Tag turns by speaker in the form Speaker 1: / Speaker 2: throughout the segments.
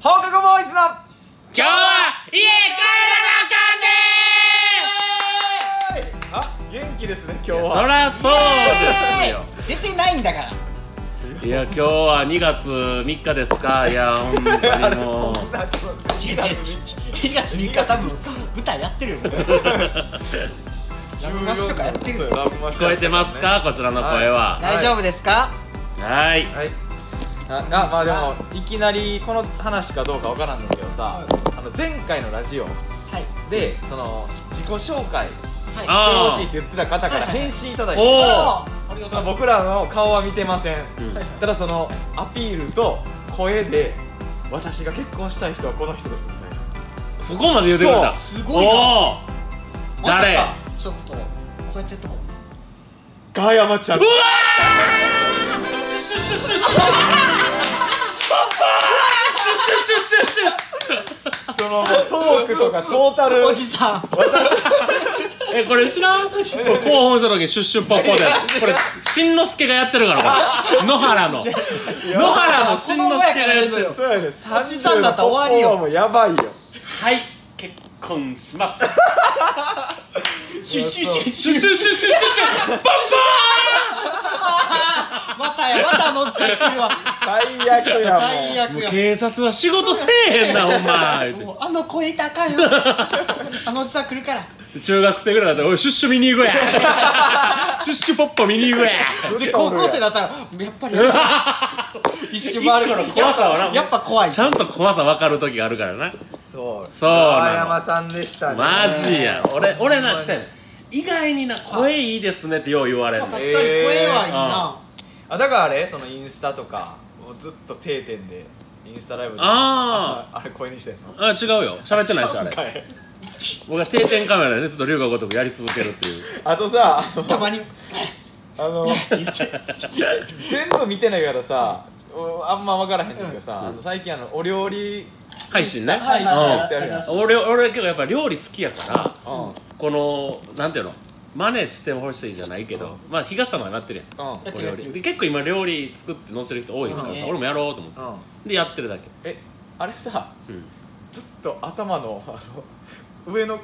Speaker 1: 放課後ボーイズの
Speaker 2: 今日は家帰
Speaker 1: あ元気ですね今日
Speaker 2: らなあかん
Speaker 1: は
Speaker 2: ねんそらそう
Speaker 3: 出てないんだから
Speaker 2: ですよいや今日は2月3日ですかいや本当にもう
Speaker 1: そんなちょっと
Speaker 3: いやいや2月3日多分舞台やってるよ落語誌とかやってる
Speaker 1: そうよ落語誌
Speaker 2: 聞こえてますかこちらの声は
Speaker 3: 大丈夫ですか
Speaker 2: はい
Speaker 1: はいああまあでもいきなりこの話かどうかわからんねんけどさあの前回のラジオ
Speaker 3: はい
Speaker 1: でその自己紹介して
Speaker 3: はい
Speaker 2: あ
Speaker 1: ほしいって言ってた方から返信いただいて
Speaker 2: おー
Speaker 3: あありが
Speaker 1: そ
Speaker 3: と
Speaker 1: の
Speaker 3: う
Speaker 1: 僕らの顔は見てません
Speaker 2: うん
Speaker 1: ただそのアピールと声で私が結婚したい人はこの人ですみたいな
Speaker 2: そこまで言うてくれた
Speaker 3: そうすごいな
Speaker 2: おー
Speaker 3: まさ
Speaker 2: 誰
Speaker 3: かちょっとこうやってとこ
Speaker 1: ガヤマちゃん
Speaker 2: うわ
Speaker 1: そのトークとかトータ ル
Speaker 3: おじさん
Speaker 2: ーえこれ知らんこれ候補者の時シュッシュッポッポでこれしんのすけがやってるからこれ野原の野原のしんのすけがやってる
Speaker 1: そうやね
Speaker 3: おじさんだったら終わりよ
Speaker 1: 30のポッポはもうやばいよ
Speaker 2: はい結婚します
Speaker 3: シュシュシュ
Speaker 2: シュッシュッシュッシュッシュッシュッ
Speaker 3: またやまたあのおじさん来てるわ
Speaker 1: 最悪やも
Speaker 3: 最
Speaker 1: ん
Speaker 3: 悪
Speaker 2: もう
Speaker 3: や
Speaker 2: 警察は仕事せえへんなお前
Speaker 3: もうあの声高いよあのおじさん来るから
Speaker 2: 中学生ぐらいだったら「おいシュッシュ見に行くや」「シュッシュポッポ見に行くや」
Speaker 1: ずっと
Speaker 3: 高
Speaker 1: おるやん
Speaker 3: 校生だったらやっぱりやっぱり一瞬回る
Speaker 2: 一個の怖さはな
Speaker 3: やっぱ怖い
Speaker 2: ちゃんと怖さ分かる時があるからな
Speaker 1: そう
Speaker 2: そうなの
Speaker 1: 川山さんでしたね
Speaker 2: マジや俺俺
Speaker 1: ほんま
Speaker 2: な
Speaker 1: に
Speaker 2: せやねん意外にな声いいですねってよう言われ
Speaker 3: ま
Speaker 2: る
Speaker 3: あ確か
Speaker 2: の
Speaker 3: に声はいいな、
Speaker 1: あだからあれそのインスタとかもうずっと定点でインスタライブとか
Speaker 2: あ
Speaker 1: あれ声にしてんの
Speaker 2: あ違うよ喋ってないしあれ
Speaker 1: れ
Speaker 2: 僕は定点カメラでずっと龍が如くやり続けるっていう
Speaker 1: あとさあの
Speaker 3: たまに
Speaker 1: あの全部見てないからさおあんま分からへんねんけどさ、
Speaker 2: うん
Speaker 1: あの最近あのお料理
Speaker 2: 配信ね
Speaker 3: はい
Speaker 1: やって
Speaker 2: う
Speaker 1: あるやん、
Speaker 2: ん俺俺結構やっぱ料理好きやから
Speaker 1: うん
Speaker 2: このなんていうの真似してほしいじゃないけどまあ日傘もやってるやん
Speaker 1: うん
Speaker 3: やって
Speaker 2: お
Speaker 3: るや
Speaker 2: 料
Speaker 3: って
Speaker 2: 理
Speaker 3: る
Speaker 2: で結構今料理作って載せる人多いからさ
Speaker 3: うんね
Speaker 2: 俺もやろうと思って
Speaker 1: うん
Speaker 2: でやってるだけ
Speaker 1: えあれさ
Speaker 2: うん
Speaker 1: ずっと頭のあの上の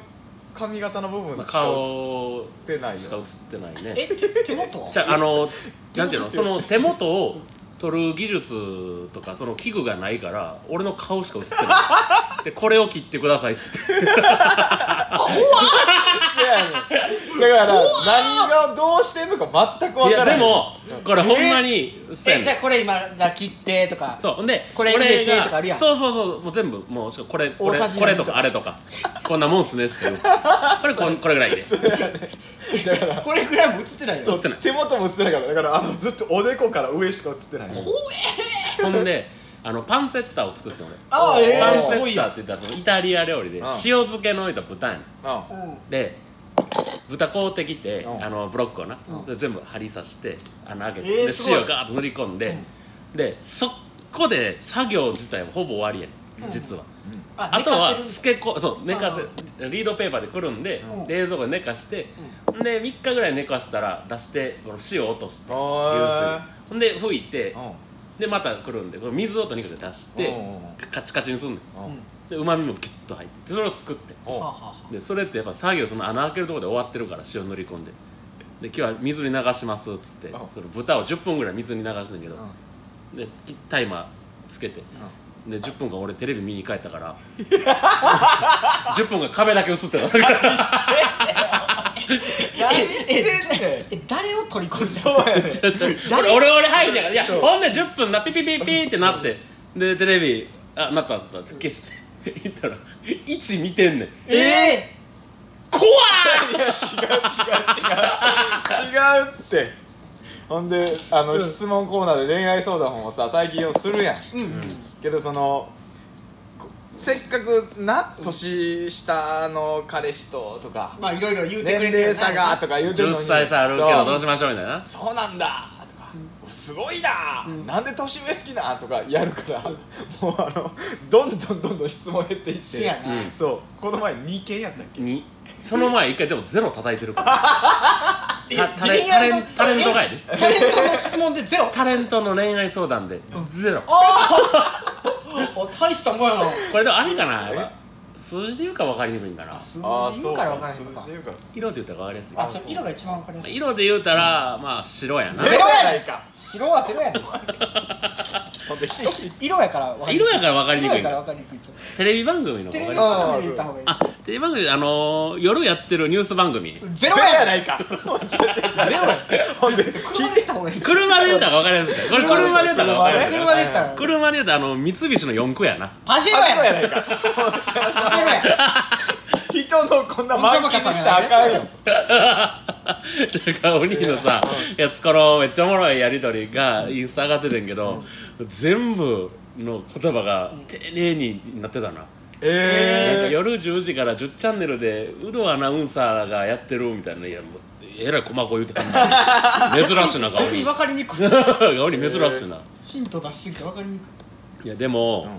Speaker 1: 髪型の部分
Speaker 2: まあ
Speaker 1: しか映
Speaker 2: 顔
Speaker 1: ってない
Speaker 2: しか映っ
Speaker 1: よ
Speaker 2: てないね
Speaker 3: え手元は
Speaker 2: じゃあ あのなんていうのその手元を取る技術とかその器具がないから俺の顔しか映っ てないでこれを切ってくださいっつって
Speaker 1: せやねんだから何がどうしてんのか全く
Speaker 2: い
Speaker 1: 分か
Speaker 2: や
Speaker 1: らへ
Speaker 2: で
Speaker 1: ん
Speaker 2: もこれほんまにそうや
Speaker 3: えじゃあ
Speaker 2: ね
Speaker 3: これ今だ切ってとか
Speaker 2: そうほんで
Speaker 3: これ入れてとかあるやん
Speaker 2: そうそうそうもう全部もうしかもこれこれ
Speaker 3: 大さじ
Speaker 2: これ
Speaker 3: 何
Speaker 2: と
Speaker 3: とか
Speaker 2: かあれとかこんなもんっすねしか言うこれこんこれぐらいで
Speaker 1: だから
Speaker 3: これぐらいも映ってないよ
Speaker 1: そ
Speaker 2: 映ってな
Speaker 1: う
Speaker 2: い
Speaker 1: 手元も映ってないからだからあのずっとおでこから上しか映ってない
Speaker 2: ほんであのパンツェッタを作って俺
Speaker 3: ああえ
Speaker 2: パン
Speaker 3: え
Speaker 2: ツ
Speaker 3: す
Speaker 2: ェ
Speaker 3: ごい
Speaker 2: ッタ
Speaker 3: や
Speaker 2: って言ったらそのイタリア料理で
Speaker 1: う
Speaker 2: 塩
Speaker 1: ん
Speaker 2: 漬けの置いた豚やねん
Speaker 1: うん
Speaker 3: うん
Speaker 2: で豚買うてきて、
Speaker 1: うん
Speaker 2: あのブロックをな、
Speaker 3: うん
Speaker 2: で全部針刺して穴開け
Speaker 3: え
Speaker 2: て、
Speaker 3: ー
Speaker 2: です
Speaker 3: ごい
Speaker 2: 塩ガーッと塗り込んで、でそこで作業自体はほぼ終わりやねん、
Speaker 3: うん
Speaker 2: 実は
Speaker 3: あ
Speaker 2: あとは
Speaker 3: 寝かせ
Speaker 2: 漬
Speaker 3: る
Speaker 2: けこそう寝か
Speaker 3: あ
Speaker 2: せリードペーパーでくるんで、
Speaker 3: うん
Speaker 2: 冷蔵庫で寝かしてで3日ぐらい寝かしたら出してこの塩落として流
Speaker 1: あ
Speaker 2: 水ほんで拭いて
Speaker 1: うん
Speaker 2: でまたくるんでこの水をとにかく出して、カチカチにすんねん
Speaker 1: う
Speaker 3: う
Speaker 1: ん
Speaker 3: ん
Speaker 1: う
Speaker 3: うん
Speaker 1: ん
Speaker 2: でうまみもギュッと入ってでそれを作って
Speaker 3: はあは
Speaker 1: お
Speaker 3: あはあ
Speaker 2: でそれってやっぱ作業その穴開けるところで終わってるから塩塗り込んでで今日は水に流しますっつって
Speaker 1: うん
Speaker 2: その豚を10分ぐらい水に流してんけ
Speaker 1: う
Speaker 2: ど
Speaker 1: ん
Speaker 2: でタイマーつけてで10分間俺テレビ見に帰ったから 10分間壁だけ映ってたから
Speaker 1: 何してんね
Speaker 3: え誰を取り込ん
Speaker 1: ん
Speaker 3: で
Speaker 1: そうやねん
Speaker 2: 俺俺俺配信やからいや
Speaker 1: そう
Speaker 2: ほんで10分なピピピピってなってでテレビあなったなった消して 行ったら位置見てんねん
Speaker 3: ええ
Speaker 2: 怖っ
Speaker 1: いや違う違う違う違うってほんであの、質問コーナーで恋愛相談もさ最近をするやん
Speaker 3: うんうん
Speaker 1: けどそのこせっかくな年下の彼氏ととか、
Speaker 3: まあいろいろ言うてくれ
Speaker 1: 年
Speaker 3: て
Speaker 1: 齢
Speaker 3: る
Speaker 1: 差がとか言うてるの
Speaker 2: 10
Speaker 1: に
Speaker 2: 歳差あるけどどう
Speaker 1: し
Speaker 2: しましょうみたいな
Speaker 1: そうそうなんだとか、すごいな、
Speaker 3: うん
Speaker 1: なんで年上好きなとかやるから、もうあのどんどんどんどん質問減っていっ
Speaker 3: せ
Speaker 1: て
Speaker 3: やな、
Speaker 2: うん
Speaker 1: そうこの前2件やったっけ
Speaker 2: にその前一回でもゼロ叩いてるから たタレ
Speaker 3: 恋
Speaker 2: タ
Speaker 3: 愛の
Speaker 2: レンタレントがやで
Speaker 3: タレントの質問でゼロ
Speaker 2: タレントの恋愛相談でゼロ
Speaker 3: おあ大したもんやな
Speaker 2: これでもあれかなやっぱ数字で言うか分かりにくいんかな
Speaker 3: 数
Speaker 1: あ
Speaker 3: 字
Speaker 1: ー
Speaker 3: 言うから分からへんのか
Speaker 1: そう数字言うから
Speaker 2: 色で言ったら分かりやすい
Speaker 3: あ
Speaker 2: か
Speaker 3: そう色が一番分かりやすい
Speaker 2: 色で言うたらまあ白やな
Speaker 3: ゼロやない
Speaker 1: か
Speaker 3: 白はゼロやねん
Speaker 1: ほんで人
Speaker 3: 色やから分かりにくい
Speaker 2: 色やから分かりにく
Speaker 3: 色
Speaker 2: い
Speaker 3: やから分かりにくいちょっ
Speaker 2: テレビ番組の
Speaker 3: と
Speaker 2: 分
Speaker 3: テレビ
Speaker 2: かり
Speaker 1: あ
Speaker 2: や
Speaker 3: 番組で言った方がいい
Speaker 2: すいあテレビ番組あのー夜やってるニュース番 組
Speaker 3: ゼロ
Speaker 1: ゼロ
Speaker 3: や
Speaker 1: や
Speaker 3: な
Speaker 1: ないいか
Speaker 3: ほんで車で言った方がいい
Speaker 2: 車で言うたら分かりやすいこれ車で言うたら分かりやすい
Speaker 3: 車で言ったら
Speaker 2: 車で言うたらあの三菱の四駆やな
Speaker 3: パシロ
Speaker 1: ゼロや
Speaker 3: や
Speaker 1: な
Speaker 3: ね
Speaker 1: いか
Speaker 3: パシロや
Speaker 1: 人のこんな満喫したらあかんよ
Speaker 2: てかお兄のさやつこのめっちゃおもろいやり取りがインスタ上がっててんけど、全部の言葉が丁寧になってたな、
Speaker 3: えー
Speaker 2: なんか夜10時から10チャンネルでウドアナウンサーがやってるみたいないやもうえらい細かい言うてはんな 珍しいな顔
Speaker 3: 意味
Speaker 2: に
Speaker 3: 分かりにくい
Speaker 2: 顔に珍しいな、
Speaker 3: ヒント出しすぎて分かりにくい
Speaker 2: いやでも、
Speaker 1: うん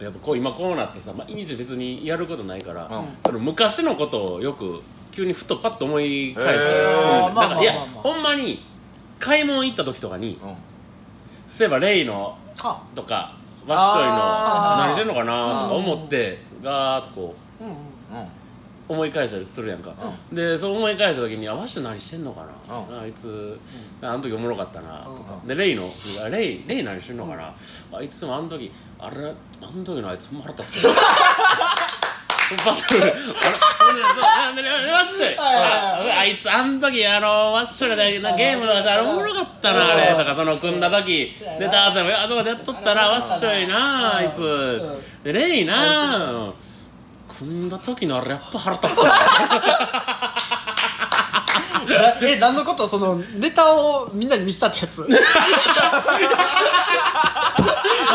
Speaker 2: やっぱこう今こうなってさ毎日別にやることないから、
Speaker 1: うん
Speaker 2: その昔のことをよく急にふとパッと思い返して
Speaker 1: へー
Speaker 2: うん
Speaker 3: まあまあまあま
Speaker 2: だか
Speaker 3: あ
Speaker 2: らいやほんまに買い物行った時とかに
Speaker 1: うん
Speaker 2: そういえばレイの
Speaker 3: か
Speaker 2: とかワッショイの
Speaker 1: あ
Speaker 3: ー
Speaker 2: 何してんのかなとか思ってガーッとこ
Speaker 3: うんうん
Speaker 2: う
Speaker 1: う
Speaker 2: 思い返したりするやんか、でそう思い返した時にあワッショイ何してんのかな、
Speaker 1: うん
Speaker 2: あいつあの時おもろかったな、
Speaker 3: うん
Speaker 2: でレイのあレイレイ何してんのかな、あいつもあの時あれあの時のあいつも腹立つよバトルあれほんでそうなんでわっしょ
Speaker 3: はい
Speaker 2: い
Speaker 3: はいはい
Speaker 2: ああいつあの時あのわっしょいのゲームとかしてあれおもろかったなあれとかその組んだ時
Speaker 3: そうやな
Speaker 2: ネタ合わせもあそこでやっとったなわっしょいなあいつ、
Speaker 3: うん
Speaker 2: でレイなうん組んだ時のあれやっと腹立つよ
Speaker 3: なえ何のことそのネタをみんなに見せたってやつあ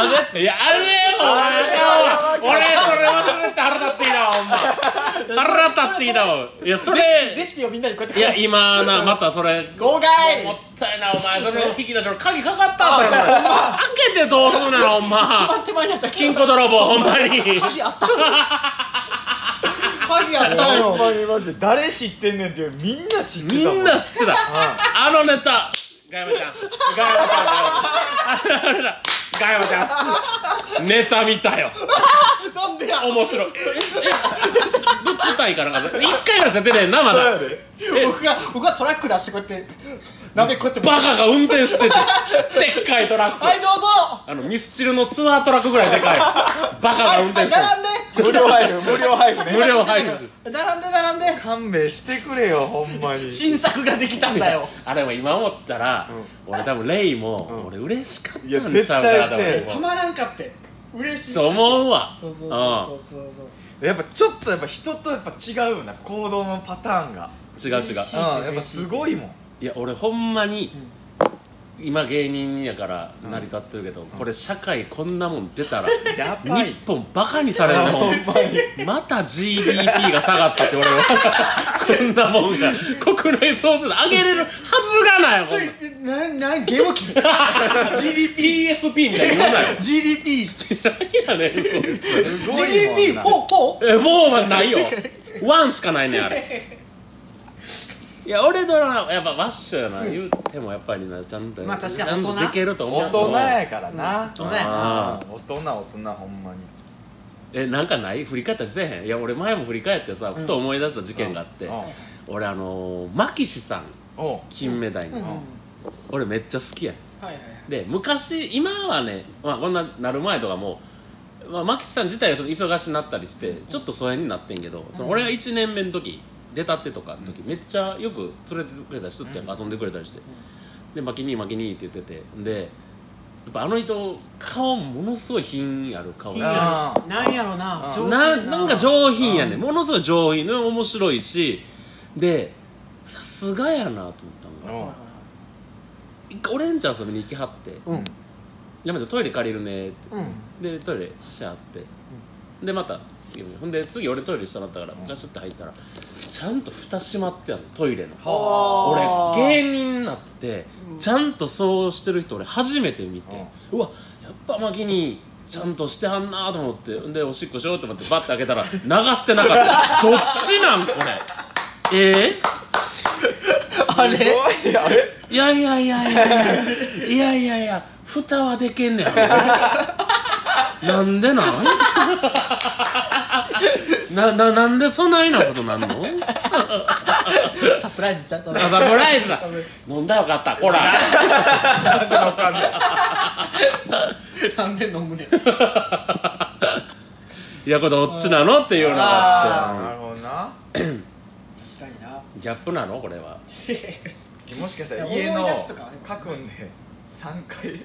Speaker 3: のやつ
Speaker 2: いや、あれもうあかんわ俺、それ忘れて腹立っていたわ、ほんま。腹立っていたわ。いや、そ
Speaker 3: レ
Speaker 2: れ、
Speaker 3: シピをみんなにこうやって
Speaker 2: いや、今な、またそれ。
Speaker 3: 号外
Speaker 2: もったいな、お前。その引き出しの鍵かかったんだよ。開けてどうすんねの、ほん
Speaker 3: パ
Speaker 2: ま。
Speaker 3: ン手前にあった
Speaker 2: 金庫泥棒、ほんまに。
Speaker 3: 鍵あった鍵あった
Speaker 1: ほんま
Speaker 3: よ
Speaker 1: にマジで誰知ってんねんっていうみんな知ってた
Speaker 2: み
Speaker 1: も
Speaker 2: んな知ってた。あのネタ。ガヤマちゃん。ガヤマちゃん。ガヤマちゃんあのネタ。ガヤマちゃん。ネタ見たよ。
Speaker 3: なんでや
Speaker 2: 面白い。ぶ舞台からかな。一回なんじゃ出ねえな、ま
Speaker 1: そう
Speaker 2: だ
Speaker 1: や。で
Speaker 2: え
Speaker 3: 僕が僕がトラック出してこうやって鍋こうやって
Speaker 2: バカが運転してて、でっかいトラック。
Speaker 3: はいどうぞ
Speaker 2: あの、ミスチルのツアートラックぐらいでかい。バカが運
Speaker 3: は
Speaker 2: 転
Speaker 3: い
Speaker 2: してる。
Speaker 3: 並んで
Speaker 1: 無料配布無料配布
Speaker 2: 無
Speaker 1: ね
Speaker 2: 料配布
Speaker 3: 並んで並んで
Speaker 1: 勘弁してくれよほんまに
Speaker 3: 新作ができたんだよ
Speaker 2: あ、でも今思ったら、俺多分レイも、
Speaker 1: う
Speaker 2: 俺
Speaker 1: ん
Speaker 2: 嬉しかったん
Speaker 1: いや絶
Speaker 2: ちゃ
Speaker 1: 対
Speaker 2: うかなと
Speaker 1: せえ
Speaker 3: た
Speaker 2: 思うわ。
Speaker 3: まらんかって嬉しい
Speaker 2: そう思うわ。
Speaker 3: そうそうそう
Speaker 2: うん
Speaker 3: そうそうそう
Speaker 1: やっぱちょっとやっぱ人とやっぱ違うよな行動のパターンが
Speaker 2: 違う違う。
Speaker 1: うんやっぱすごいもん
Speaker 2: いや、俺ほんまに
Speaker 3: う、ん
Speaker 2: 今芸人やから成り立ってるけど、これ社会こんなもん出たら、
Speaker 1: やばい
Speaker 2: 日本バカにされるの。
Speaker 1: ほんまに
Speaker 2: また GDP が下がったって俺は こんなもんが国内総数上げれるはずがないもん
Speaker 3: えななゲーム 機 GDP
Speaker 2: PSP みたいに言うなよ
Speaker 3: GDP
Speaker 2: 何やねんこいつ
Speaker 1: すごいもん
Speaker 3: GDP
Speaker 1: な
Speaker 3: ほうほう
Speaker 2: えもうはないよワンしかないねんあれいや俺とらやっぱワッシュやな、
Speaker 3: うん
Speaker 2: 言うてもやっぱりなちゃんと、
Speaker 3: まあ確
Speaker 2: ち
Speaker 3: かに
Speaker 2: ゃんと
Speaker 3: 大人
Speaker 2: できると思う
Speaker 1: 大人やからな
Speaker 3: 大人やな
Speaker 2: あー
Speaker 1: うん大人大人ほんまに
Speaker 2: えなんかない振り返ったりせえへんいや俺前も振り返ってさふと思い出した事件があって、
Speaker 1: うん
Speaker 2: 俺あのー、マキシさん
Speaker 1: おう
Speaker 2: 金目鯛
Speaker 3: うんう
Speaker 2: の、
Speaker 3: ん
Speaker 2: 俺めっちゃ好きやん
Speaker 3: はいはいはい
Speaker 2: で昔今はね、まあ、こんななる前とかも、まあ、マキさん自体がちょっと忙しになったりしてちょっと疎遠になってんけど、その俺が1年目の時出たってとかの時、めっちゃよく連れてくれたりしとって、
Speaker 1: うん
Speaker 2: 遊んでくれたりして「でマキニーマキニー」って言っててでやっぱあの人顔ものすごい品ある顔
Speaker 3: いい
Speaker 2: し
Speaker 3: や
Speaker 2: てる
Speaker 1: あー
Speaker 3: なんやろな
Speaker 1: あー
Speaker 3: 上品
Speaker 2: ななんか上品やね、、
Speaker 1: うんん
Speaker 2: ものすごい上品ね面白いしでさすがやなと思ったん
Speaker 1: う
Speaker 2: が
Speaker 1: ん
Speaker 2: 一回俺んち遊びに行きはって
Speaker 3: うんうん
Speaker 2: 「山ちゃんトイレ借りるね」って
Speaker 3: うん
Speaker 2: でトイレしてあって、でまたほんで次俺トイレしたなったから
Speaker 1: うん
Speaker 2: ガシャって入ったらちゃんと蓋閉まってやんのトイレの
Speaker 3: あ
Speaker 2: 俺
Speaker 3: ー
Speaker 2: 芸人になって
Speaker 3: うん
Speaker 2: ちゃんとそうしてる人俺初めて見て
Speaker 1: うん、
Speaker 2: うわやっぱマキにちゃんとしてはんなと思ってほんでおしっこしようと思ってバッて開けたら流してなかった どっちなんこれえー
Speaker 3: あ
Speaker 1: す
Speaker 3: れ
Speaker 1: ごいあれ
Speaker 2: いやいやいやいやいやいやいやいや蓋はでけんねやろなんでなんなななんでそないなことなんの
Speaker 3: サプライズちゃんと
Speaker 2: あサプライズだ飲んだらよかったこら
Speaker 3: なんで飲むねん
Speaker 2: いやこれどっちなのっていうのが
Speaker 1: な
Speaker 2: あ
Speaker 1: る
Speaker 2: っ
Speaker 1: ほどな
Speaker 3: 確かにな
Speaker 2: てうんギャップなのこれは
Speaker 1: もしかしたら
Speaker 3: いや
Speaker 1: 家の
Speaker 3: 思い出すとかはね
Speaker 1: 書くんで3回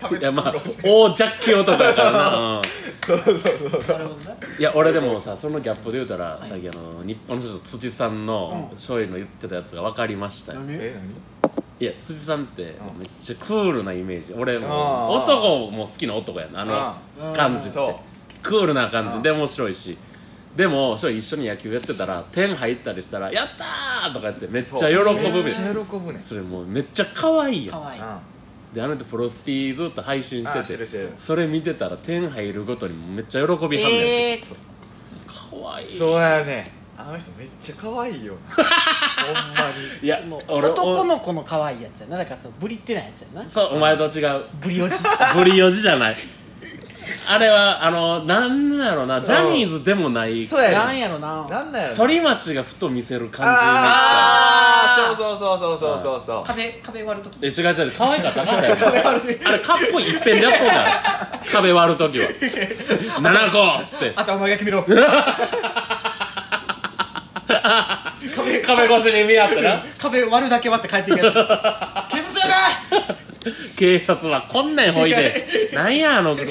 Speaker 1: 食べ
Speaker 2: い
Speaker 1: て
Speaker 2: やまあ
Speaker 1: そう
Speaker 2: 大ジャッキ男だからな、うん
Speaker 1: そうそうそ
Speaker 3: な
Speaker 1: う
Speaker 3: るほどない
Speaker 2: や俺でもさそのギャップで言うたら、
Speaker 3: はい
Speaker 2: さっきあの日本の人辻さんの
Speaker 3: うん
Speaker 2: 勝利の言ってたやつが分かりましたよ、
Speaker 3: 何
Speaker 1: え
Speaker 2: いや辻さんってめっちゃクールなイメージ俺も
Speaker 1: あー
Speaker 2: う男も好きな男やなあ
Speaker 1: 何
Speaker 2: の
Speaker 3: うん
Speaker 2: 感じって
Speaker 1: そ
Speaker 2: クールな感
Speaker 1: う
Speaker 2: じ
Speaker 1: ん
Speaker 2: で面白いしでもそう一緒に野球やってたら点入ったりしたら「やったー!」とかやってめっちゃ喜
Speaker 1: そう
Speaker 2: ぶ
Speaker 1: めっ
Speaker 2: べ
Speaker 1: ちゃ喜ぶね
Speaker 2: それもうめっちゃ可愛いや
Speaker 3: か
Speaker 2: ん
Speaker 3: わいい
Speaker 2: であの人プロスピずっと配信
Speaker 1: あ
Speaker 2: して
Speaker 1: して
Speaker 2: て
Speaker 1: るしてる
Speaker 2: それ見てたら点入るごとにめっちゃ喜びはんねん
Speaker 3: え
Speaker 2: て、可愛い
Speaker 1: そうやねあの人めっちゃ可愛い よほんまに
Speaker 2: いや
Speaker 3: ー、もう
Speaker 2: 俺
Speaker 3: 男の子の可愛いやつやなだからそうブリってないやつやな
Speaker 2: おそうお前と違う
Speaker 3: ブリオシ
Speaker 2: ブリオジじゃないあれはあのなんだろうなジャニーズでもない
Speaker 1: そうや
Speaker 3: な
Speaker 1: ね
Speaker 3: んやろな
Speaker 1: なんだよ
Speaker 2: 反町がふと見せる感じになっ
Speaker 1: ああそうそうそうそうそうそうそう
Speaker 3: 壁壁割 ると
Speaker 2: たえ
Speaker 3: き
Speaker 2: 違う違う可愛かったかったよ
Speaker 3: 壁割る時
Speaker 2: あれカップ一遍でやっとんだ壁割る時は7個っつって
Speaker 3: あとお前が決めろ壁
Speaker 2: 壁越しに見合ってな
Speaker 3: 壁割るだけ割って帰っていくやつ警察やばい
Speaker 2: 警察はこんなんほいでなんやあの男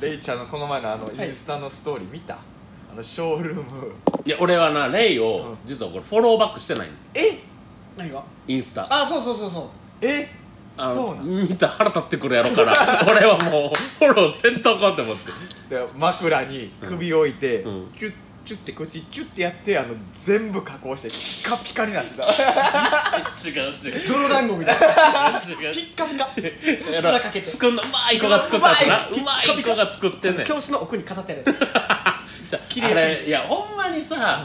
Speaker 1: レイちゃんのこの前のあのインスタのストーリー見たあのショールーム
Speaker 2: いや俺はなレイを実はこれフォローバックしてないの
Speaker 1: え
Speaker 3: 何が
Speaker 2: インスタ
Speaker 3: あそうそうそうそう
Speaker 1: え
Speaker 2: あ
Speaker 1: そ
Speaker 2: の
Speaker 1: うなん
Speaker 2: 見たら腹立ってくるやろから俺はもうフォローせんとこうって思って
Speaker 1: で枕に首置いて、
Speaker 2: うんうん
Speaker 1: キュッキュッて口キュッてやってあの全部加工してピカピカになってた
Speaker 2: 違う違う
Speaker 3: 泥団子みたいな
Speaker 2: 違う
Speaker 3: ピッカピカ
Speaker 2: 違う
Speaker 3: 砂かけて
Speaker 2: 作んのうまい子が作ったやつな
Speaker 3: う
Speaker 2: う
Speaker 3: ま
Speaker 2: ま
Speaker 3: い
Speaker 2: い子が作ってんねん
Speaker 3: 教室の奥に飾ってあるやつ
Speaker 2: じゃあ
Speaker 3: 綺
Speaker 2: あ
Speaker 3: 麗す
Speaker 2: れいやほんまにさ、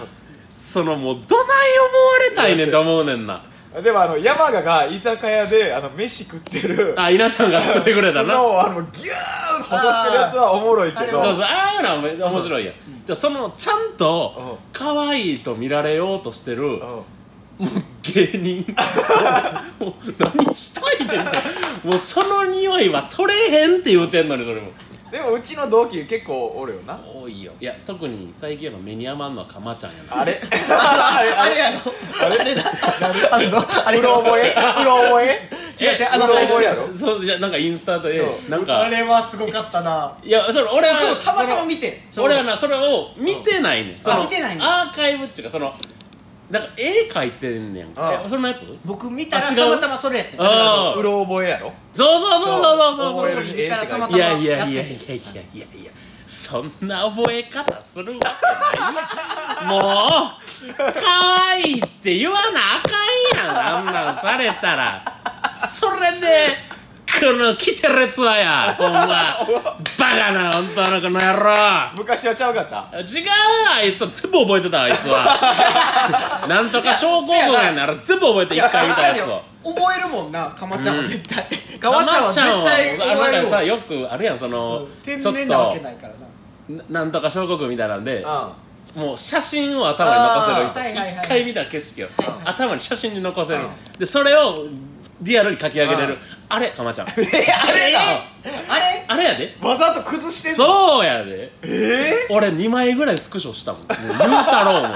Speaker 2: そのもうどない思われたいねんと思うねんな
Speaker 1: でもあの山賀が居酒屋であの飯食ってる
Speaker 2: あ稲ちゃんが作ってくれたな
Speaker 1: 角
Speaker 2: そう
Speaker 1: をあのギューンと細してるやつはおもろいけ
Speaker 3: あ
Speaker 1: ど
Speaker 3: ー
Speaker 2: そうああいうのはめ面白いやん、じゃあそのちゃんと可愛いと見られようとしてる
Speaker 1: うんうん
Speaker 2: もう芸人もう何したいねんってもうその匂いは取れへんって言うてんのにそれも
Speaker 1: でもうちの同期結構おるよな
Speaker 2: 多いよいや特に最近の目に余んのはかまちゃんやな
Speaker 1: あれ あれ
Speaker 3: あれやろあれだあれだあれ
Speaker 1: うろ覚えうろ覚え
Speaker 3: 違う違うあの
Speaker 1: うろ覚
Speaker 3: 話
Speaker 1: えやろ
Speaker 2: そうじゃあなんかインスタで
Speaker 1: そう
Speaker 2: なん
Speaker 3: あ
Speaker 2: か
Speaker 3: れはすごかったない
Speaker 2: やそれ俺
Speaker 3: 僕
Speaker 2: は
Speaker 3: もたまたま見て
Speaker 2: その俺はなそれを見てないねん、その
Speaker 3: 見てないんや
Speaker 2: アーカイブっていうかそのなんか絵描いてんねん
Speaker 1: ああ
Speaker 2: えそのやつそう
Speaker 3: 僕見たら
Speaker 2: あ
Speaker 3: た
Speaker 2: 違う
Speaker 3: またまそれやってん
Speaker 2: あー
Speaker 1: うろ覚えやろ
Speaker 2: そうそうそうそう
Speaker 1: 覚
Speaker 2: そう
Speaker 1: え
Speaker 2: そ
Speaker 1: る
Speaker 2: う
Speaker 1: にええって書い
Speaker 3: 覚
Speaker 1: て
Speaker 2: い
Speaker 3: え
Speaker 2: やいやいやいやいやい
Speaker 3: やって
Speaker 2: やいやいやそんな覚え方するわけないやんもう可愛いって言わなあかんやんあんなんされたらそれでこの来てるやつはやほんまバカな本当のこの野郎
Speaker 1: 昔はちゃうかった
Speaker 2: 違うあいつは全部覚えてたあいつはなんとか症候群やなら全部覚えて一回見たやつを
Speaker 3: 覚えるもんなかまちゃんは絶対か
Speaker 2: か
Speaker 3: ま
Speaker 2: ま
Speaker 3: ち
Speaker 2: ち
Speaker 3: ゃ
Speaker 2: ゃ
Speaker 3: んは
Speaker 2: んを
Speaker 3: 絶対
Speaker 2: あ
Speaker 3: 覚え
Speaker 2: なん
Speaker 3: る
Speaker 2: か
Speaker 3: も
Speaker 2: さ
Speaker 3: ん
Speaker 2: よくあるやんその
Speaker 3: うん
Speaker 2: ち
Speaker 3: 天
Speaker 2: ょっ
Speaker 3: 然なわ
Speaker 2: と
Speaker 3: けないからな
Speaker 2: ななんとか小国みたいなんで
Speaker 1: う
Speaker 2: もう写真を頭に残せる
Speaker 1: あー
Speaker 3: はいはいはい
Speaker 2: 一回見た景色を
Speaker 3: はいはい
Speaker 2: 頭に写真に残せる
Speaker 3: は
Speaker 2: でそれをリアルに書き上げれるあれかまちゃん
Speaker 3: あれだあれ
Speaker 2: あれやで
Speaker 1: んわざと崩してんの
Speaker 2: そうやで
Speaker 1: え
Speaker 2: 俺2枚ぐらいスクショしたもんもう言うたろうもん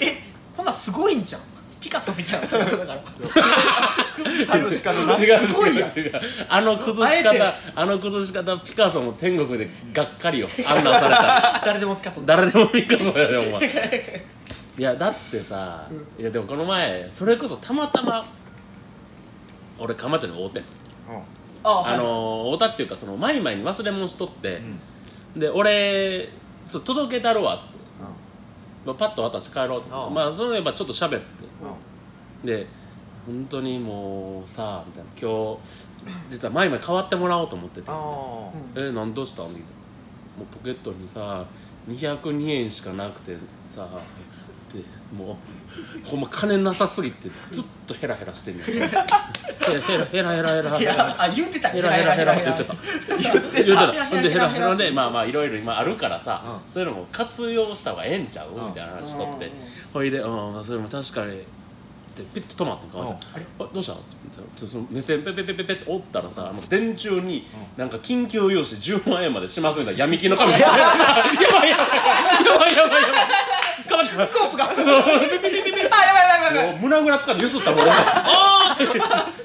Speaker 3: えほんならすごいんじゃんピカソみたいな人だから
Speaker 1: え外しかのな
Speaker 2: 違う
Speaker 3: すごい
Speaker 2: 違
Speaker 3: やん
Speaker 2: う違うあの崩し
Speaker 3: あえて
Speaker 2: 方あの崩し方ピカソも天国でがっかりよあんなんされたら
Speaker 3: 誰でもピカソだ
Speaker 2: 誰でもピカソやでお前いやだってさ、いやでもこの前それこそたまたま俺かまちゃんに会うてん
Speaker 3: あ
Speaker 2: あ
Speaker 3: あの
Speaker 2: の会うたっていうかそのマイマイに忘れ物しとって
Speaker 1: う、ん
Speaker 2: で俺そう届けたるわっつって、まあ、パッと渡して帰ろうと思って
Speaker 1: うん
Speaker 2: まあそういえばちょっと喋って、
Speaker 1: うん
Speaker 2: で本当にもうさみたいな今日実は前々変わってもらおうと思ってて
Speaker 1: あ
Speaker 2: 「え何どうした?」みたいなもうポケットにさ202円しかなくてさってもうほんま金なさすぎてずっとヘラヘラして んねんヘラヘラヘラヘラ
Speaker 3: い
Speaker 2: ヘ
Speaker 3: や
Speaker 2: ラ
Speaker 3: あ言ってた
Speaker 2: ヘラヘラヘラって言ってた
Speaker 3: 言って
Speaker 2: 言ってたほんでヘ
Speaker 3: ヘ
Speaker 2: ラ
Speaker 3: ラ
Speaker 2: ヘ
Speaker 3: ヘ
Speaker 2: ラ
Speaker 3: ラ
Speaker 2: でまあまあいろいろ今あるからさ、
Speaker 1: う
Speaker 2: そういうのも活用した方がええんちゃう、みたいな話しとって、ほいで「うんそれも確かに」ってピッと止まってんかわちゃん
Speaker 3: あれ
Speaker 2: あどうした?」ってその目線ペペペペペって折ったらさあの電柱になんか緊急用紙10万円までしますみたいな闇金の紙がやばいやばいやばいやばいやばいかわちゃん
Speaker 3: スコープがあやばい
Speaker 2: そうピピピピ
Speaker 3: やばいやばい
Speaker 2: もう胸ぐらつかんでゆすったもん俺あー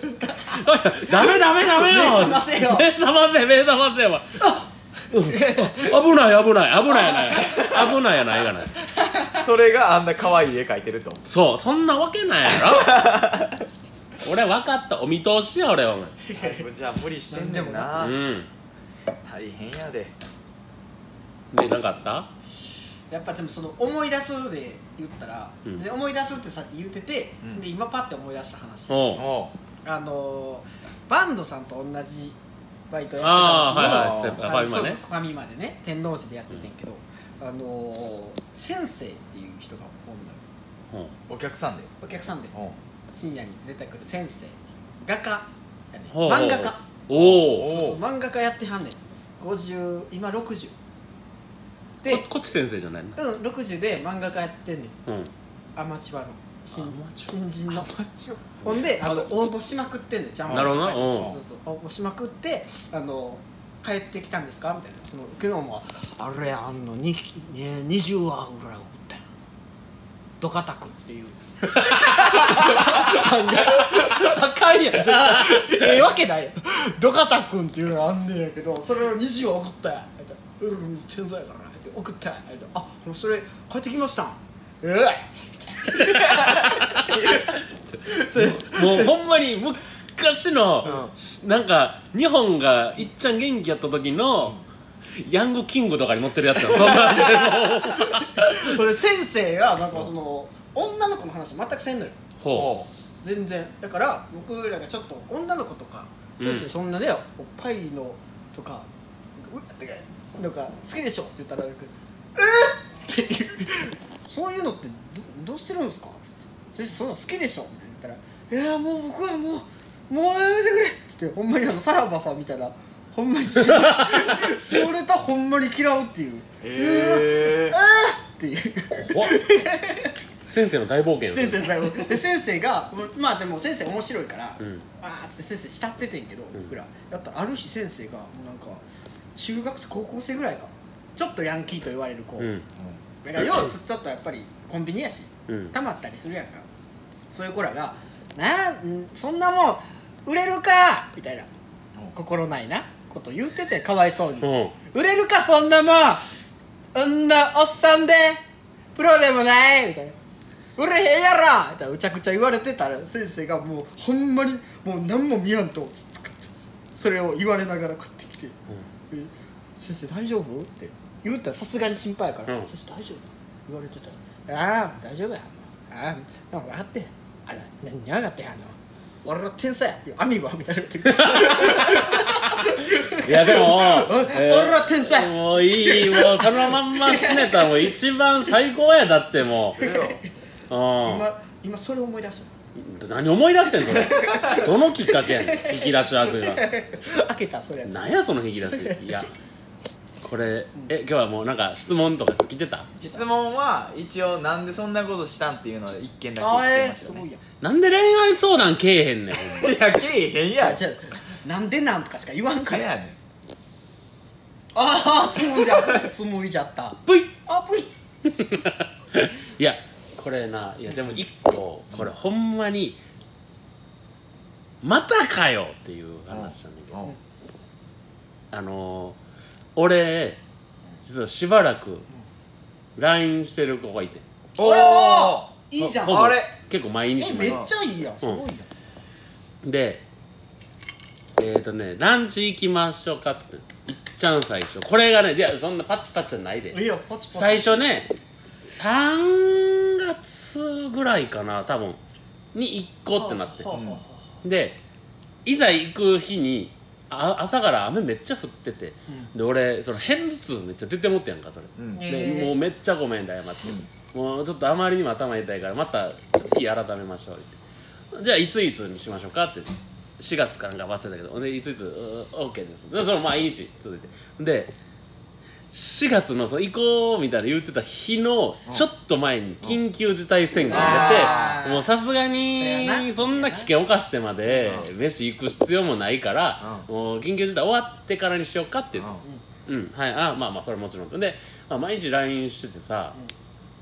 Speaker 2: ダメダメダメよ
Speaker 3: 目覚ませよ
Speaker 2: 目覚ませ目覚ませよお前うん危ない危ない危ないやない危ないやないがない
Speaker 1: それがあんな可愛い絵描いてると
Speaker 2: そうそんなわけないやろ俺分かったお見通しや俺はお前
Speaker 1: じゃあ無理してんねん
Speaker 2: う
Speaker 1: な、
Speaker 2: ん
Speaker 1: 大変やで
Speaker 2: でなんかあった
Speaker 3: やっぱでもその思い出すで言ったら、
Speaker 2: うん
Speaker 3: で思い出すってさっき言ってて、
Speaker 1: うん
Speaker 3: で今パッて思い出した話、
Speaker 2: おう
Speaker 1: お
Speaker 3: あのーバンドさんと同じバイトやってた時に
Speaker 2: あ
Speaker 1: ー
Speaker 2: あはいはい
Speaker 1: あ
Speaker 2: 先
Speaker 3: あの
Speaker 1: の
Speaker 2: 輩今
Speaker 3: そう
Speaker 2: ね
Speaker 3: そうファミマでね天王寺でやっててんけど、あのー先生っていう人がおんのよ
Speaker 2: うん
Speaker 1: お客さんで
Speaker 3: お客さんで
Speaker 1: お
Speaker 3: 深夜に絶対来る先生っていう画家やね
Speaker 2: ほうほう
Speaker 3: 漫画家
Speaker 2: おお
Speaker 1: お
Speaker 3: そうそう漫画家やってはんねん50今60で
Speaker 2: ここっち先生じゃないの
Speaker 3: うん60で漫画家やってんねん
Speaker 2: うん
Speaker 3: アマチュアの新
Speaker 2: アマチュア
Speaker 3: 新人のほんであの応募しまくってんのジャンプ
Speaker 2: なるほどな
Speaker 3: そう
Speaker 2: うん
Speaker 3: そうそう応募しまくってあの帰ってきたんですかみたいなその昨日もあれあんのにね20話ぐらい送ったよドカタクって いう赤いやん絶対ええわけないよドカタ君っていうのがあんねんやけどそれを20話送ったやんうん天才やからな送ったやんあもうそれ帰ってきましたんええ
Speaker 2: もうほんまに昔の、
Speaker 1: うん
Speaker 2: しなんか日本がいっちゃん元気やった時の、ヤングキングとかに乗ってるやつだ そんなんでもう
Speaker 3: これ先生がなんかその女の子の話全くせんのよ
Speaker 2: ほ
Speaker 1: お
Speaker 3: 全然だから僕らがちょっと女の子とか
Speaker 2: うん
Speaker 3: 先生そんなねおっぱいのとかうわてかなんか好きでしょって言ったら「えっ!」っていうそういうのってどどうしてるんですかつって先生そんなの好きでしょって言ったら「いやもう僕はもうもうやめてくれ」ってってほんまにあのさらばさんみたいなほんまにし しおれたほんまに嫌うっていう
Speaker 1: え
Speaker 3: っていう。
Speaker 2: う怖っ先生の大冒険や
Speaker 3: 先生だよで先生がまあでも先生面白いから、
Speaker 2: うん
Speaker 3: あーっつって先生慕っててんけど
Speaker 2: ん
Speaker 3: 僕ら、やったらある日先生がもうなんか中学生高校生ぐらいかちょっとヤンキーと言われる子、
Speaker 2: うん
Speaker 3: だから要はちょっとやっぱりコンビニやし
Speaker 2: うん
Speaker 3: たまったりするやんかそういう子らが「なんそんなもん売れるか!」みたいな心ないなこと言っててかわいそうに、
Speaker 2: うん
Speaker 3: 売れるかそんなもんうんなおっさんでプロでもないみたいな売れへんやろみたいなむちゃくちゃ言われてたら先生がもうほんまにもう何も見やんとずっとこうやってそれを言われながら帰ってきて「え先生大丈夫?」って言ったらさすがに心配やから「
Speaker 2: うん
Speaker 3: 先生大丈夫?」言われてたら「ああ大丈夫やああ分かってあら何やがってやんの俺の天才や」って「アミバ」みたいなこと言って
Speaker 2: いや でも、
Speaker 3: 俺ら天才
Speaker 2: もういいもうそのまんま死ねたもう一番最高やだっても う、う
Speaker 3: 今今それ思い出した
Speaker 2: ん、何思い出してんのそれどのきっかけやねん引き出し悪意は
Speaker 3: 開けたそれ
Speaker 2: 何やその引き出しいやこれえ今日はもうなんか質問とか来てた
Speaker 1: 質問は一応なんでそんなことしたんっていうのは一件だけ
Speaker 3: あ
Speaker 1: 言って
Speaker 3: え
Speaker 1: まし
Speaker 3: す
Speaker 1: た
Speaker 3: ご
Speaker 1: ね
Speaker 3: いやん
Speaker 2: なんで恋愛相談けえへんねんほんま
Speaker 1: いやけえへんや
Speaker 3: じゃあなんでなんとかしか言わんか
Speaker 1: せ
Speaker 3: ら
Speaker 1: やね
Speaker 3: ああつむいじゃったつむいじゃった
Speaker 2: ぷい
Speaker 3: あぷい
Speaker 2: いやこれないやでも一個これほんまにまたかよっていう話なんだけ
Speaker 1: ん
Speaker 2: ど
Speaker 1: うん
Speaker 2: あのー俺実はしばらく LINE してる子がいて
Speaker 1: お
Speaker 3: あ
Speaker 1: お
Speaker 3: らいいじゃん
Speaker 2: ほぼ
Speaker 1: あれ
Speaker 2: 結構毎
Speaker 3: え
Speaker 2: 日
Speaker 3: め
Speaker 2: 毎
Speaker 3: っ
Speaker 2: 日
Speaker 3: ちゃいいやんすごいやん
Speaker 2: でえっ、ー、とねランチ行きましょうかっつっていっちゃん最初これがねいやそんなパチパチじゃないで
Speaker 3: いいよパチパチ
Speaker 2: 最初ね3月ぐらいかな多分に行こうってなって
Speaker 3: はあはあはあ
Speaker 2: でいざ行く日にあ朝から雨めっちゃ降っててで俺その片頭痛めっちゃ出てもってやんかそれ
Speaker 1: うん
Speaker 3: え
Speaker 2: で
Speaker 3: へー
Speaker 2: もうめっちゃごめんだ謝って、もうちょっとあまりにも頭痛いからまた日改めましょうってじゃあいついつにしましょうかって4月かなんか忘れたけどでいついつうー OK ですでその毎日続いてで4月のその行こうみたいな言ってた日の
Speaker 1: うん
Speaker 2: ちょっと前に緊急事態宣言が出て、
Speaker 1: あー
Speaker 2: もうさすが
Speaker 3: そや
Speaker 2: に
Speaker 3: な
Speaker 2: そんな危険を犯してまで
Speaker 1: う
Speaker 2: 飯行く必要もないから、もう緊急事態終わってからにしようかって言ってうんはいあまあまあそれはもちろんで、まあ、毎日 LINE しててさ、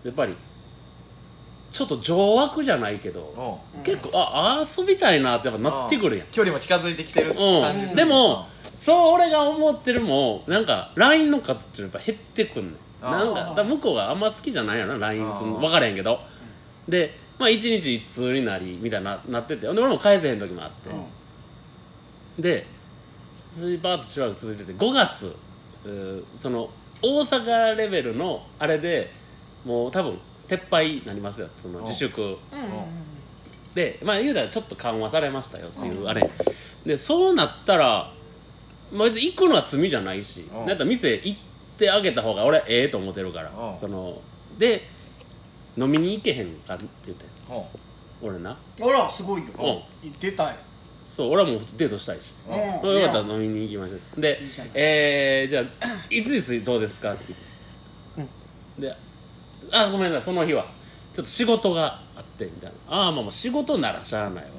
Speaker 2: やっぱりちょっと情枠じゃないけど、
Speaker 1: うん
Speaker 2: 結構あ遊びたいなってやっぱなってくるやん、
Speaker 1: 距離も近づいてきてる感じす
Speaker 2: うん、
Speaker 1: る
Speaker 2: でもそう俺が思ってるもなんか LINE の数っていうのはやっぱ減ってくんねん
Speaker 1: あー
Speaker 2: なんかだから向こうがあんま好きじゃないやな LINE するの
Speaker 1: あー
Speaker 2: 分からへんけどでまあ一日一通になりみたいにななっててほんで俺も返せへん時もあって、
Speaker 1: うん
Speaker 2: でそれでバーッとしばらく続いてて5月うーその大阪レベルのあれでもう多分撤廃になりますよその自粛でまあ言うたらちょっと緩和されましたよっていううんあれでそうなったら、まあ、別に行くのは罪じゃないし
Speaker 1: うん
Speaker 2: だったら店行ってあげた方が俺はええと思ってるから
Speaker 1: うん
Speaker 2: そので飲みに行けへんかって言って俺な
Speaker 3: あらすごいよ出たよ
Speaker 2: そう俺はもう普通デートしたいし
Speaker 1: うんうん
Speaker 3: うん
Speaker 2: よかったら飲みに行きましょうで
Speaker 3: いいじゃない
Speaker 2: えー、じゃあいついつどうですかって聞いて、で「あごめんなさいその日はちょっと仕事があって」みたいな「ああまあもう仕事ならしゃあないわ」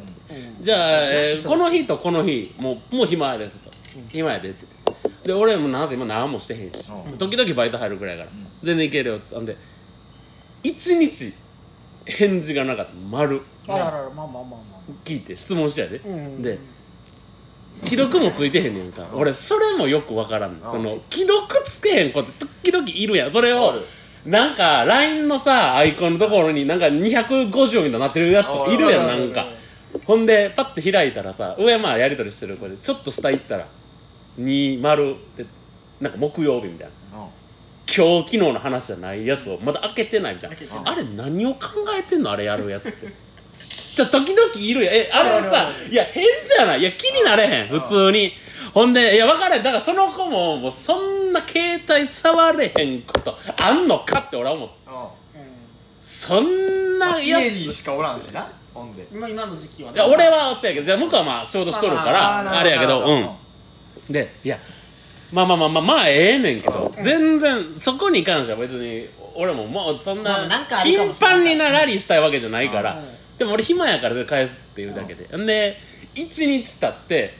Speaker 2: じゃあ、えーこの日とこの日もうもう暇です」と
Speaker 3: うん
Speaker 2: 「暇やで」って言ってで俺もなぜ今何もしてへんし
Speaker 1: うん
Speaker 2: 時々バイト入るぐらいやから
Speaker 1: うん
Speaker 2: 全然いけるよって言ったんで1日返事がなかった丸
Speaker 3: あらららまあまあまあま
Speaker 2: 聞いて質問したやで
Speaker 3: あうん
Speaker 2: で既読もついてへんねんか
Speaker 1: うん
Speaker 2: 俺それもよくわからんねん
Speaker 1: うん
Speaker 2: その既読つけへん子って時々いるやんそれ
Speaker 1: あ
Speaker 2: を
Speaker 1: る
Speaker 2: なんか LINE のさアイコンのところになんか250みたいになってるやつとかいるやんなんかほんでパッて開いたらさ上まあやり取りしてる子でちょっと下行ったら20ってなんか木曜日みたいな今日昨日の話じゃないやつをまだ開けてないみたいな
Speaker 1: うん
Speaker 2: あれ何を考えてんのあれやるやつってじゃ時々いるやんえあれ
Speaker 3: ある
Speaker 2: さ
Speaker 3: ある
Speaker 2: いや変じゃないいや気になれへん
Speaker 1: うん
Speaker 2: 普通にほんでいや分からへんだからその子ももうそんな携帯触れへんことあんのかって俺は思うそん
Speaker 1: ま
Speaker 2: な
Speaker 1: あ
Speaker 2: やつ
Speaker 1: 家にしかおらんしなほんで
Speaker 3: 今今の時期はい
Speaker 2: や俺はそうやけどじゃあ向こうはまあ仕事しとるから、
Speaker 3: ま
Speaker 2: あ
Speaker 3: あまあまあ
Speaker 2: れやけど
Speaker 1: なるほ
Speaker 2: うんでいやまあまあまあまあまあええねんけど、
Speaker 3: うん
Speaker 2: 全然そこに関しては別に俺ももうそん
Speaker 3: ま
Speaker 2: な
Speaker 3: あなんかあるか
Speaker 2: 頻
Speaker 3: もしれない
Speaker 2: 繁になラリーしたいわけじゃないか
Speaker 1: あ
Speaker 2: ら、でも俺暇やから返すっていうだけで、ん、で1日経って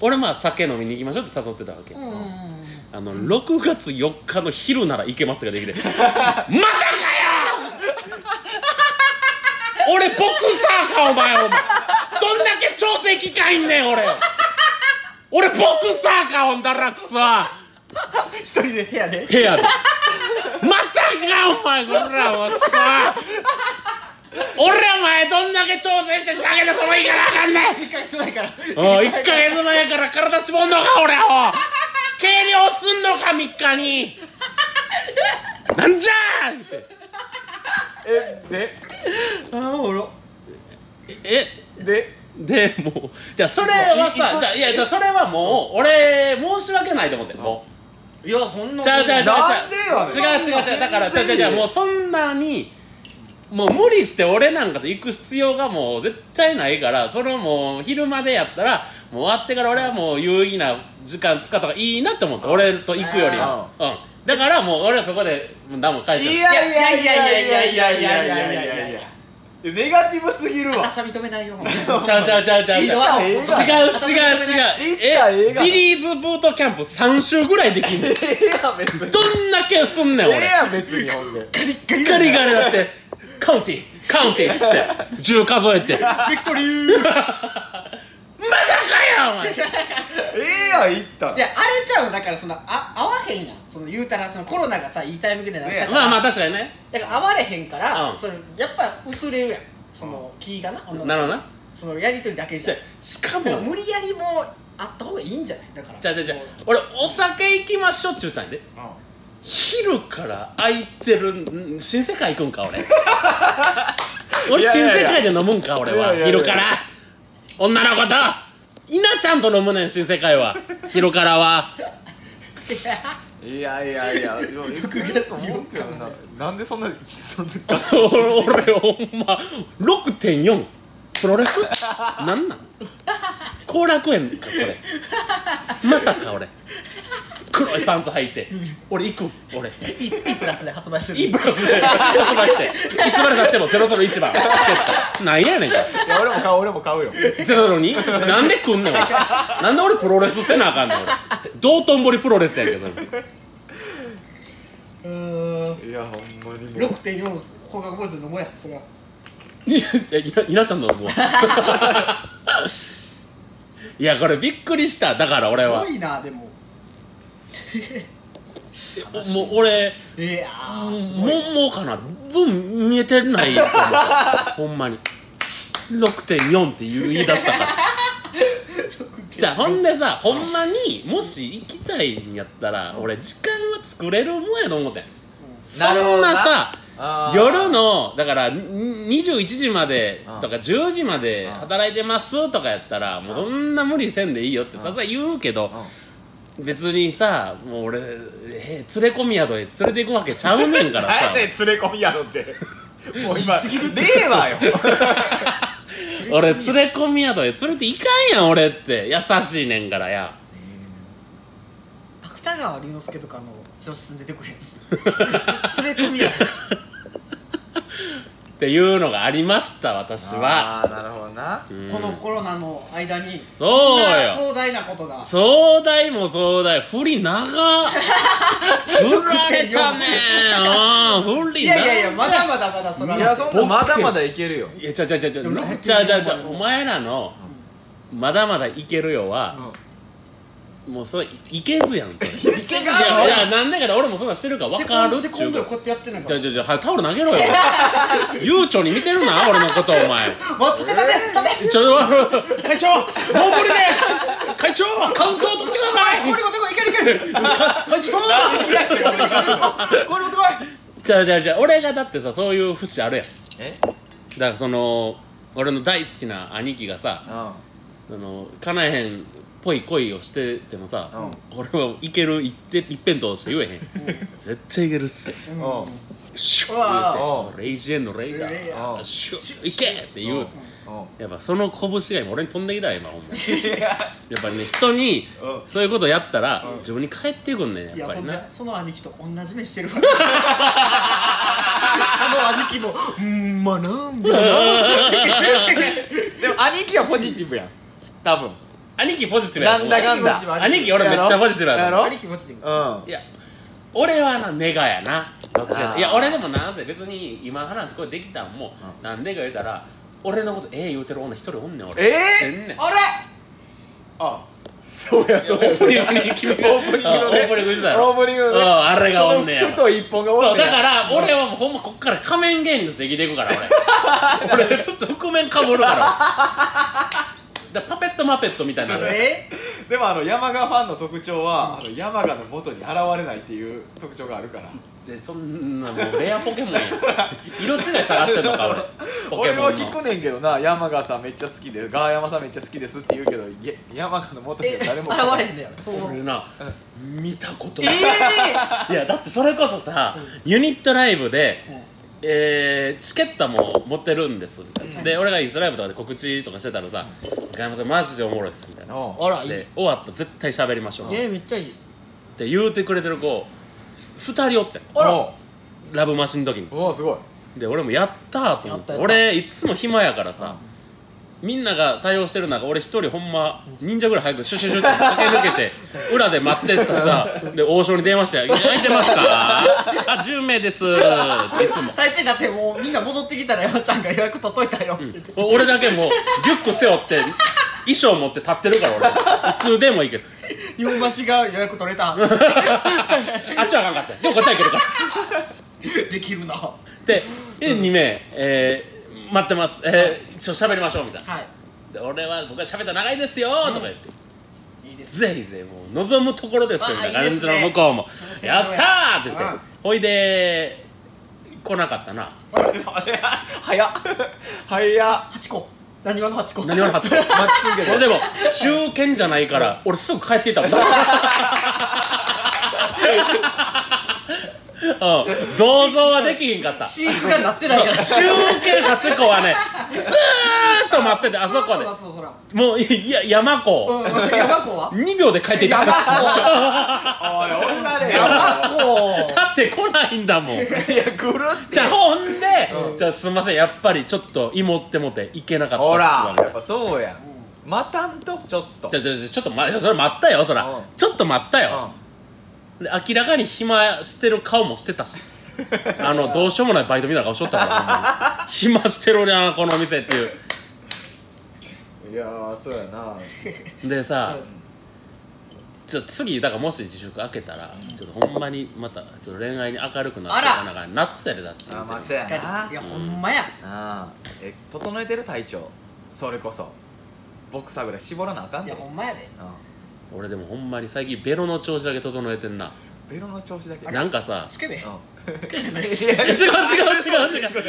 Speaker 2: 俺まあ酒飲みに行きましょうって誘ってたわけ、あの6月4日の昼なら行けますができてまたかよ俺ボクサーかお前お前どんだけ調整機会んねん俺俺ボクサーかほんだらくそ
Speaker 3: 一人で部屋で
Speaker 2: 部屋でまたかお前こらもうくそ俺お前どんだけ調整して仕上げてこのいいからあかんねん
Speaker 3: 一回つないから
Speaker 2: おい1ヶ月前から体絞んのか俺を計量すんのか3日になんじゃーって
Speaker 1: えで
Speaker 3: ああおろ
Speaker 2: え
Speaker 1: で
Speaker 2: でもうじゃあそれはさじゃあいやじゃあそれはもう俺申し訳ないと思っても
Speaker 3: いやそん
Speaker 2: う
Speaker 3: な
Speaker 2: じゃあじゃあじゃあ
Speaker 1: なんでよ
Speaker 2: じゃあ違う違う違うだからじゃあじゃあじゃあもうそんなにもう無理して俺なんかと行く必要がもう絶対ないからそれをもう昼までやったらもう終わってから俺はもう有意義な時間使った方がいいなって思った俺と行くよりは、うん、だからもう俺はそこで何も返
Speaker 1: い
Speaker 2: してない
Speaker 1: やいやいやいやいやいやいやいやいやいやネガティブすぎるわ
Speaker 3: 私は認めないよほんまに
Speaker 2: ちゃうちゃうちゃうちゃう
Speaker 1: い
Speaker 2: ち
Speaker 1: い
Speaker 2: ゃう
Speaker 1: わええわ
Speaker 2: 違う違う違う
Speaker 1: いやええが
Speaker 2: ビリーズブートキャンプ3週ぐらいできんね
Speaker 1: え
Speaker 2: ん
Speaker 1: えやん別に
Speaker 2: どんだけすんねん
Speaker 1: ええ
Speaker 2: 俺
Speaker 1: やん別にほんで
Speaker 3: ガリッガリ
Speaker 2: ガリガ
Speaker 3: リ
Speaker 2: リだってカウンティカウンティっつって10数えて
Speaker 3: ビクトリー
Speaker 2: まだかよお前
Speaker 1: ええやんいった
Speaker 3: いやあれちゃうだからそのあ合わへんやんその言うたらそのコロナがさいいタイミングでなったから
Speaker 2: まあまあ確かにね
Speaker 3: だから合われへんから、
Speaker 2: うん
Speaker 3: そのやっぱ薄れるやんその気がな女の子
Speaker 2: なるほどな
Speaker 3: そのやりとりだけじゃん
Speaker 2: でしか
Speaker 3: だから
Speaker 2: も
Speaker 3: 無理やりもうあった方がいいんじゃないだから
Speaker 2: じゃあじゃあじゃあ
Speaker 3: もう
Speaker 2: 俺お酒行きましょうって言ったんやで昼から空いてるん新世界行くんか 俺俺
Speaker 1: いやいやいや
Speaker 2: 新世界で飲むんか俺はい
Speaker 1: やいやいや
Speaker 2: 昼から女の子と稲ちゃんと飲むねん新世界はヒロカラは
Speaker 1: ないやいやいやでもよく言うと思うけどななんでそんなそんな
Speaker 2: 俺ほんま6.4プロレスなんなん後楽園かこれまたか俺黒いパンツ履いて俺行く俺
Speaker 3: いいいプラスで発売する
Speaker 2: いいブラスで発売していつまでたっても001番チケットなんやねんか
Speaker 1: いや俺も買う俺も買うよ
Speaker 2: 002なんで来んのなんで俺プロレスせなあかんの俺道頓堀プロレスやけどそれ
Speaker 3: うーん
Speaker 1: いやほんまにもう
Speaker 3: 6.4です高額ボイス飲もうやそれはい
Speaker 2: やいやいなちゃんのもういやこれびっくりしただから俺は
Speaker 3: 多いなでも
Speaker 2: もう俺
Speaker 3: いやーす
Speaker 2: も
Speaker 3: ごいう
Speaker 2: もうかな分見えてないと思ったほんまに6.4って言う言い出したからじゃあほんでさほんまにもし行きたいんやったら俺時間は作れるもんやと思ってんそ
Speaker 1: なるほ
Speaker 2: ん
Speaker 1: ど
Speaker 2: な
Speaker 1: な
Speaker 2: さ
Speaker 1: あー
Speaker 2: 夜のだからに21時までとか10時まで
Speaker 1: うん
Speaker 2: 働いてますとかやったらもうそんな無理せんでいいよって
Speaker 1: うん
Speaker 2: さすがに言うけど
Speaker 1: う
Speaker 2: 別にさもう俺え連れ込み宿へ連れて行くわけちゃうねんか
Speaker 1: ん
Speaker 2: ら
Speaker 1: 何
Speaker 2: さ
Speaker 1: やねん連れ込みやろってもう今
Speaker 3: しすぎるって
Speaker 1: 令和よ
Speaker 2: 俺連れ込み宿へ連れて行かんやん俺って優しいねんからや
Speaker 3: 芥川龍之介とかの教室に出てくるやつ連れ込みや
Speaker 2: っていうのがありました私は
Speaker 1: あーなるほどな
Speaker 2: うん
Speaker 3: このコロナの間に
Speaker 2: そうよ
Speaker 3: んな壮大なことが
Speaker 2: 壮大も壮大振り長っ 振られたねうん振
Speaker 3: い
Speaker 2: り長
Speaker 3: やいやいやまだまだまだそれはい
Speaker 1: やそんなまだまだいけるよ
Speaker 2: いやちゃうちゃうちゃうちゃう
Speaker 3: でも6.4
Speaker 2: ちゃうちゃうちゃ
Speaker 3: ま
Speaker 2: う
Speaker 3: で
Speaker 2: お前らの「まだまだいけるよは」もうそれいけずやんそれい
Speaker 3: 違う
Speaker 2: やいやなんでかって俺もそんなんしてるから分かるっ
Speaker 3: セ
Speaker 2: ちゅ
Speaker 3: コン
Speaker 2: う
Speaker 3: ド
Speaker 2: か
Speaker 3: をこうやってやってるの
Speaker 2: ちゃ
Speaker 3: か
Speaker 2: うちゃうちゃうはいタオル投げろよ悠長に見てるな俺のことお前
Speaker 3: 待って立て立て
Speaker 2: ちょっと会長大盛りです会長カウントを取ってくださ
Speaker 3: こ
Speaker 2: い
Speaker 3: れもてこいいけるいける
Speaker 2: 会長
Speaker 3: これもてこ
Speaker 2: じゃあじゃあじゃあ俺がだってさそういう節あるやん
Speaker 1: え
Speaker 2: だからその俺の大好きな兄貴がさ
Speaker 1: うん
Speaker 2: その叶えへんっぽい恋をしててもさ、
Speaker 1: う
Speaker 2: 俺はいけるいって一辺倒しか言えへん
Speaker 3: い
Speaker 2: 絶対いけるっす
Speaker 3: うんん
Speaker 1: うん
Speaker 2: シュ
Speaker 3: うわ
Speaker 2: ッ言うてレイジエンのレイが
Speaker 3: レイヤ
Speaker 1: ー
Speaker 2: シュッいけって言うて
Speaker 1: う
Speaker 2: や
Speaker 1: ん
Speaker 2: っぱその拳が今俺に飛んできたよ今ほんまにやっぱりね人にそういうことやったら、
Speaker 1: うん
Speaker 2: 自分に返ってくんねん
Speaker 3: い
Speaker 2: や
Speaker 3: や
Speaker 2: っぱ
Speaker 3: ほ
Speaker 2: り
Speaker 3: ん
Speaker 2: な
Speaker 3: でその兄貴と同じ目してるわその兄貴もうんまあなんだ
Speaker 1: でも兄貴はポジティブやん多分
Speaker 2: 兄貴ポジティブや
Speaker 1: なんだかんだ
Speaker 3: だ
Speaker 2: 兄貴俺めっちゃポジティブや
Speaker 1: や
Speaker 2: と
Speaker 1: ろ
Speaker 2: 思
Speaker 3: 兄貴持ちで
Speaker 1: う
Speaker 2: う
Speaker 1: ん
Speaker 2: いや俺はなネガやなどっちかっ
Speaker 1: あ
Speaker 2: て
Speaker 1: ー
Speaker 2: いや俺でもなんせ別に今話これできたんも
Speaker 1: う
Speaker 2: なんでか言うたら俺のことええ言うてる女一人おんねん俺
Speaker 1: えー
Speaker 2: えんねん
Speaker 3: あれ
Speaker 1: あそうや
Speaker 2: オ
Speaker 1: そうや
Speaker 2: ープニングに決め
Speaker 1: オープニングのね
Speaker 2: オープニングしてた
Speaker 1: オ
Speaker 2: よ
Speaker 1: ープニングのね
Speaker 2: うんあれがおんねや
Speaker 1: その太い一本がお
Speaker 2: そ
Speaker 1: ん
Speaker 2: う
Speaker 1: ねや
Speaker 2: だから俺はもうほんまこっから仮面芸人として生きていくから俺俺ちょっと覆面かぶるからだからパペットマペットみたいなのよ
Speaker 3: え
Speaker 1: でもあの山賀ファンの特徴はあの山賀の元に現れないっていう特徴があるから
Speaker 2: でそんなもうレアポケモンや色違い探してんのか俺ポケ
Speaker 1: 俺
Speaker 2: モ
Speaker 1: は
Speaker 2: ン
Speaker 1: 聞
Speaker 2: の
Speaker 1: くねんけどな山賀さんめっちゃ好きでガーヤマさんめっちゃ好きですって言うけどいえ山賀の元に
Speaker 3: え
Speaker 1: は誰も
Speaker 3: 現れへんのやろ
Speaker 2: 俺な見たこと
Speaker 3: え
Speaker 2: ない、いやだってそれこそさユニットライブで、
Speaker 3: え
Speaker 2: えーチケットも持ってるんですみたいな、
Speaker 3: うん
Speaker 2: で俺がインスタライブとかで告知とかしてたらさ「ガヤマさんマジでおもろいです」みたいな
Speaker 1: お
Speaker 3: あらいい
Speaker 2: で終わったら絶対喋りましょうっ
Speaker 3: えめっちゃいい
Speaker 2: て言うてくれてる子2人おってん
Speaker 3: あら
Speaker 1: お
Speaker 2: ラブマシンの時に
Speaker 1: うおうすごい
Speaker 2: で俺もやったーと思っ
Speaker 3: やっ
Speaker 2: て
Speaker 3: たやった
Speaker 2: 俺いつも暇やからさ、みんなが対応してる中俺一人ほんま忍者ぐらい早くシュシュシュって駆け抜け て裏で待ってってさで王将に電話して「空いてますか?」「あ10名です」っていつも、
Speaker 3: 大抵だってもうみんな戻ってきたら山ちゃんが予約取っといたよって
Speaker 2: う
Speaker 3: 言って
Speaker 2: ん、俺だけもうリュック背負って衣装持って立ってるから俺普通でもいいけど
Speaker 3: 日本橋が予約取れた
Speaker 2: あっちはあかんかったでもこっちはいけるから
Speaker 3: できるなは
Speaker 2: でで2名、えー待ってますえー、ちょっと喋りましょう」みたいな「で俺は僕は喋ったら長いですよ」とか言って。
Speaker 3: いいいです
Speaker 2: ぜひぜひもう望むところですよみたいな
Speaker 3: わあいいで
Speaker 2: 感
Speaker 3: す
Speaker 2: じ
Speaker 3: ね
Speaker 2: の向こうも「
Speaker 3: そう
Speaker 2: やったー!」って言
Speaker 3: う
Speaker 2: って
Speaker 3: ん
Speaker 2: ほいで 来なかったな
Speaker 1: あれ早っ早っ
Speaker 3: 八個なにわの八個
Speaker 2: 何を初子待ち続けて俺でも中堅じゃないから俺すぐ帰っていった もん うん銅像はできひんかった
Speaker 3: 飼育がなってない
Speaker 2: そう
Speaker 3: から
Speaker 2: 中堅8個はねずーっと待っててあそこで
Speaker 3: だとそら
Speaker 2: もういや山
Speaker 3: う
Speaker 2: 子
Speaker 3: ん山子は
Speaker 2: 2秒で帰っていった
Speaker 3: 山子
Speaker 1: おい女れよ
Speaker 3: 山子
Speaker 2: だって来ないんだもん
Speaker 1: いや来るって
Speaker 2: じゃあほんで、
Speaker 3: ん
Speaker 2: じゃあすみませんやっぱりちょっと芋ってもていけなかったっす
Speaker 1: ほら
Speaker 2: わ
Speaker 1: やっぱそうやん待たんとちょっと
Speaker 2: じゃあじゃあじゃあちょっとまそれ待ったよそら、
Speaker 1: うん
Speaker 2: ちょっと待った
Speaker 1: う
Speaker 2: よ、
Speaker 1: ん
Speaker 2: で明らかに暇してる顔もして たしあのどうしようもないバイトみたいな顔しとったからほんまに暇してるなこの店っていう
Speaker 1: いやーそうやな
Speaker 2: でさ、
Speaker 3: うん
Speaker 2: ちょっと次だからもし自粛開けたら、ちょっとほんまにまたちょっと恋愛に明るくなっていかなあかん夏だれだって言
Speaker 1: あ
Speaker 2: うて
Speaker 1: ま
Speaker 2: る
Speaker 1: あそうや
Speaker 3: 確か
Speaker 1: な
Speaker 3: にいやほんまや
Speaker 1: あーえ整えてる体調それこそボクサーぐらい絞らなあかん
Speaker 3: い
Speaker 1: で
Speaker 3: や
Speaker 1: う
Speaker 3: ほ
Speaker 1: ん
Speaker 3: んまやで
Speaker 2: 俺でもほんまに最近ベロの調子だけ整えてんな
Speaker 1: ベロの調子だけ
Speaker 2: なんかさ
Speaker 3: スケベ
Speaker 1: うんい
Speaker 2: 違う
Speaker 1: や
Speaker 2: 違う違う違う違う違う違う違う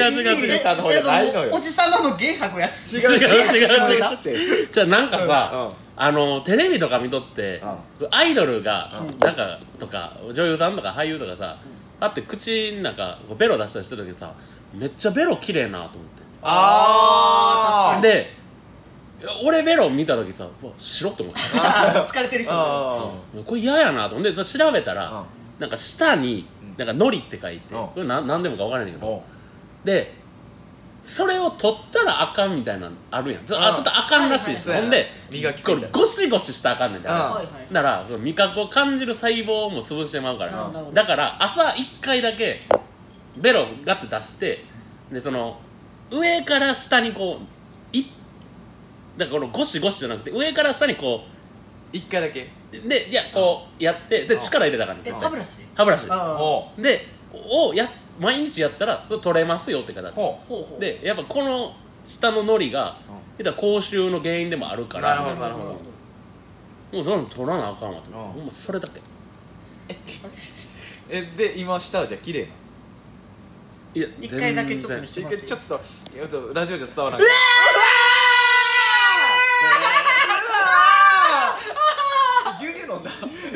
Speaker 2: 違う
Speaker 1: いいさんの方じゃないのよ
Speaker 3: やでもおじさんなのゲイ吐くやつ
Speaker 2: 違う違う違う
Speaker 1: だってうん
Speaker 2: じゃあなんかさ
Speaker 1: あ
Speaker 2: あのテレビとか見とってアイドルが
Speaker 1: うん
Speaker 2: なんかとか女優さんとか俳優とかさあって口なんかこうベロ出したりしてる時にさめっちゃベロ綺麗なと思っ
Speaker 1: あー
Speaker 2: てで俺ベロ見た時さうわ白って思った
Speaker 1: あ
Speaker 3: 疲れてる人
Speaker 1: あ
Speaker 2: これ嫌やなと思ってさ調べたら
Speaker 1: あ
Speaker 2: なんか舌に
Speaker 1: うん
Speaker 2: なんかのりって書いて
Speaker 1: うん
Speaker 2: これな何でもか分からないけど
Speaker 1: お
Speaker 2: でそれを取ったらあかんみたいなのあるやんず
Speaker 1: う
Speaker 2: あ
Speaker 1: ん
Speaker 2: 取ったらあかんらしいし
Speaker 1: はい
Speaker 2: ほ
Speaker 1: はいはい
Speaker 2: んで
Speaker 1: 磨き
Speaker 2: こ
Speaker 1: 粉みた
Speaker 2: れ
Speaker 1: いな
Speaker 2: ゴシゴシしたらあかんねんて
Speaker 1: うん
Speaker 2: あ
Speaker 3: はいはい
Speaker 2: れならその味覚を感じる細胞も潰してまうか
Speaker 3: なる
Speaker 2: ら
Speaker 3: ほどなるほど
Speaker 2: だから朝1回だけベロガッて出してでその上から下にこういだからこのゴシゴシじゃなくて上から下にこ
Speaker 1: 一回だけ
Speaker 2: うでいやこうやってで
Speaker 1: うん
Speaker 2: 力入れたからね
Speaker 3: え
Speaker 2: 絶
Speaker 3: 歯
Speaker 2: 対
Speaker 3: ブラシで
Speaker 2: 歯ブラシで
Speaker 3: あーほ
Speaker 1: おう
Speaker 2: でをや毎日やったらそれ取れますよって形
Speaker 1: ほ
Speaker 3: うほう
Speaker 2: でやっぱこの下のノリが
Speaker 1: うん
Speaker 2: 言ったら口臭の原因でもあるか
Speaker 1: な
Speaker 2: ら
Speaker 1: るほどなるほど
Speaker 2: もうそんなの取らなあかんわと
Speaker 1: うん
Speaker 2: ほんまそれだけ
Speaker 1: うえで今下はじゃあ綺麗ない
Speaker 2: や
Speaker 3: 一回だけちょっと見せ
Speaker 1: ちょっとちょっといやちょっとラジオじゃ伝わらない牛乳飲んだ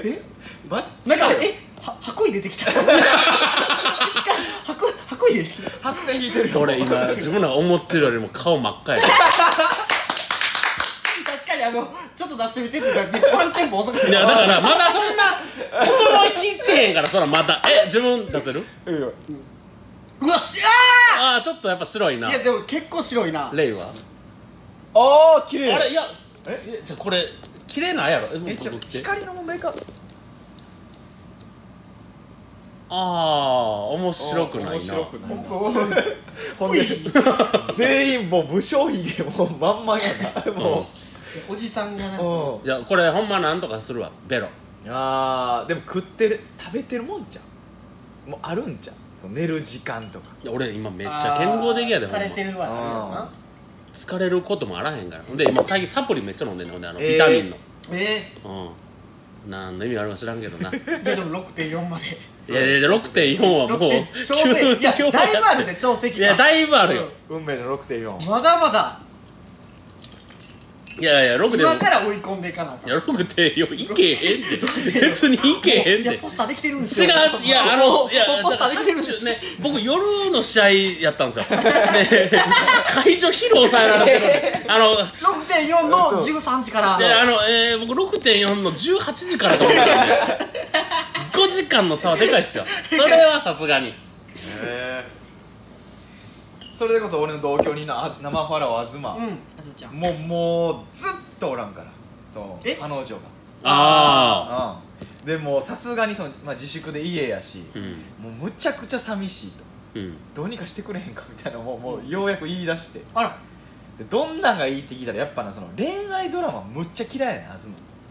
Speaker 3: え
Speaker 1: マッ
Speaker 3: なん
Speaker 1: チ
Speaker 3: か
Speaker 1: か
Speaker 3: えは箱入れて きた確かに箱箱入れてきた
Speaker 1: 白線引いてるよ
Speaker 2: 俺今自分らが思ってるよりも顔真っ赤やで
Speaker 3: 確かにあのちょっと出してみてって言ったらワンテンポ遅くて
Speaker 2: いやだからまだそんな整いきってへんからそらまたえ自分出せる
Speaker 1: うん
Speaker 3: うわし
Speaker 2: ああちょっとやっぱ白い
Speaker 3: あ
Speaker 2: な
Speaker 3: ーいやでも結構白いな
Speaker 2: レイは
Speaker 1: ああ綺麗
Speaker 2: あれいや
Speaker 1: え
Speaker 2: えじゃあこれ綺麗なんやろえもう
Speaker 1: え
Speaker 2: こ
Speaker 1: ちょ
Speaker 2: こ来てあ
Speaker 1: 光の問題か
Speaker 2: あー面白くない
Speaker 1: 面
Speaker 2: な
Speaker 1: 白くないな
Speaker 3: おお
Speaker 1: ほん
Speaker 3: おい
Speaker 1: で全員もう無精ひげもうまんまやなも
Speaker 3: おじさんがな
Speaker 1: ううん
Speaker 2: じゃあこれほんまなんとかするわベロ
Speaker 1: あーでも食ってる食べてるもんじゃんもうあるんじゃんその寝る時間とか
Speaker 2: いや俺今めっちゃ健康的やで
Speaker 3: あ
Speaker 2: ほ
Speaker 3: ー
Speaker 2: んま
Speaker 3: 疲れてるわな
Speaker 2: 疲れることもあらへんからほんで今最近サプリめっちゃ飲んでんねんほんであの、
Speaker 1: えー
Speaker 2: ビタミンの
Speaker 3: え
Speaker 2: うん何の意味あるか知らんけど ない
Speaker 3: ーででも6.4まで
Speaker 2: やいやいや6.4はもう
Speaker 3: 6.4調整いや
Speaker 2: 急に
Speaker 3: だいぶあるで調整期
Speaker 2: いやだいぶあるよ、
Speaker 1: 運命の6.4
Speaker 3: まだまだ
Speaker 2: いやいや6.4
Speaker 3: 今から追い込んでいかなあかん
Speaker 2: いや6.4いけへんって別にいけへんって
Speaker 3: いやポスターできてるんです
Speaker 2: 違
Speaker 3: よ
Speaker 2: ういやあ
Speaker 3: も
Speaker 2: の
Speaker 3: う
Speaker 2: いや
Speaker 3: ポスターできてるんで
Speaker 2: ち
Speaker 3: す
Speaker 2: ょ
Speaker 3: よ
Speaker 2: ね僕夜の試合やったんですよで会場疲労さえならせる んであの
Speaker 3: 6.4の13時から
Speaker 2: であの、えー、僕6.4の18時からと思ってたんで5時間の差はでかいっすよそれはさすがに
Speaker 1: へえそれでこそ俺の同居人のあ生ファラオ東、
Speaker 3: うんあずちゃん
Speaker 1: もうもうずっとおらんからその
Speaker 3: え
Speaker 1: 彼女
Speaker 2: ああ
Speaker 1: がうんでもうさすがにその、まあ、自粛で家やし、
Speaker 2: うん
Speaker 1: もうむちゃくちゃ寂しいと
Speaker 2: うん
Speaker 1: どうにかしてくれへんかみたいなのをもうようやく言い出して
Speaker 3: あら
Speaker 1: でどんなんがいいって聞いたらやっぱなその恋愛ドラマむっちゃ嫌いやな東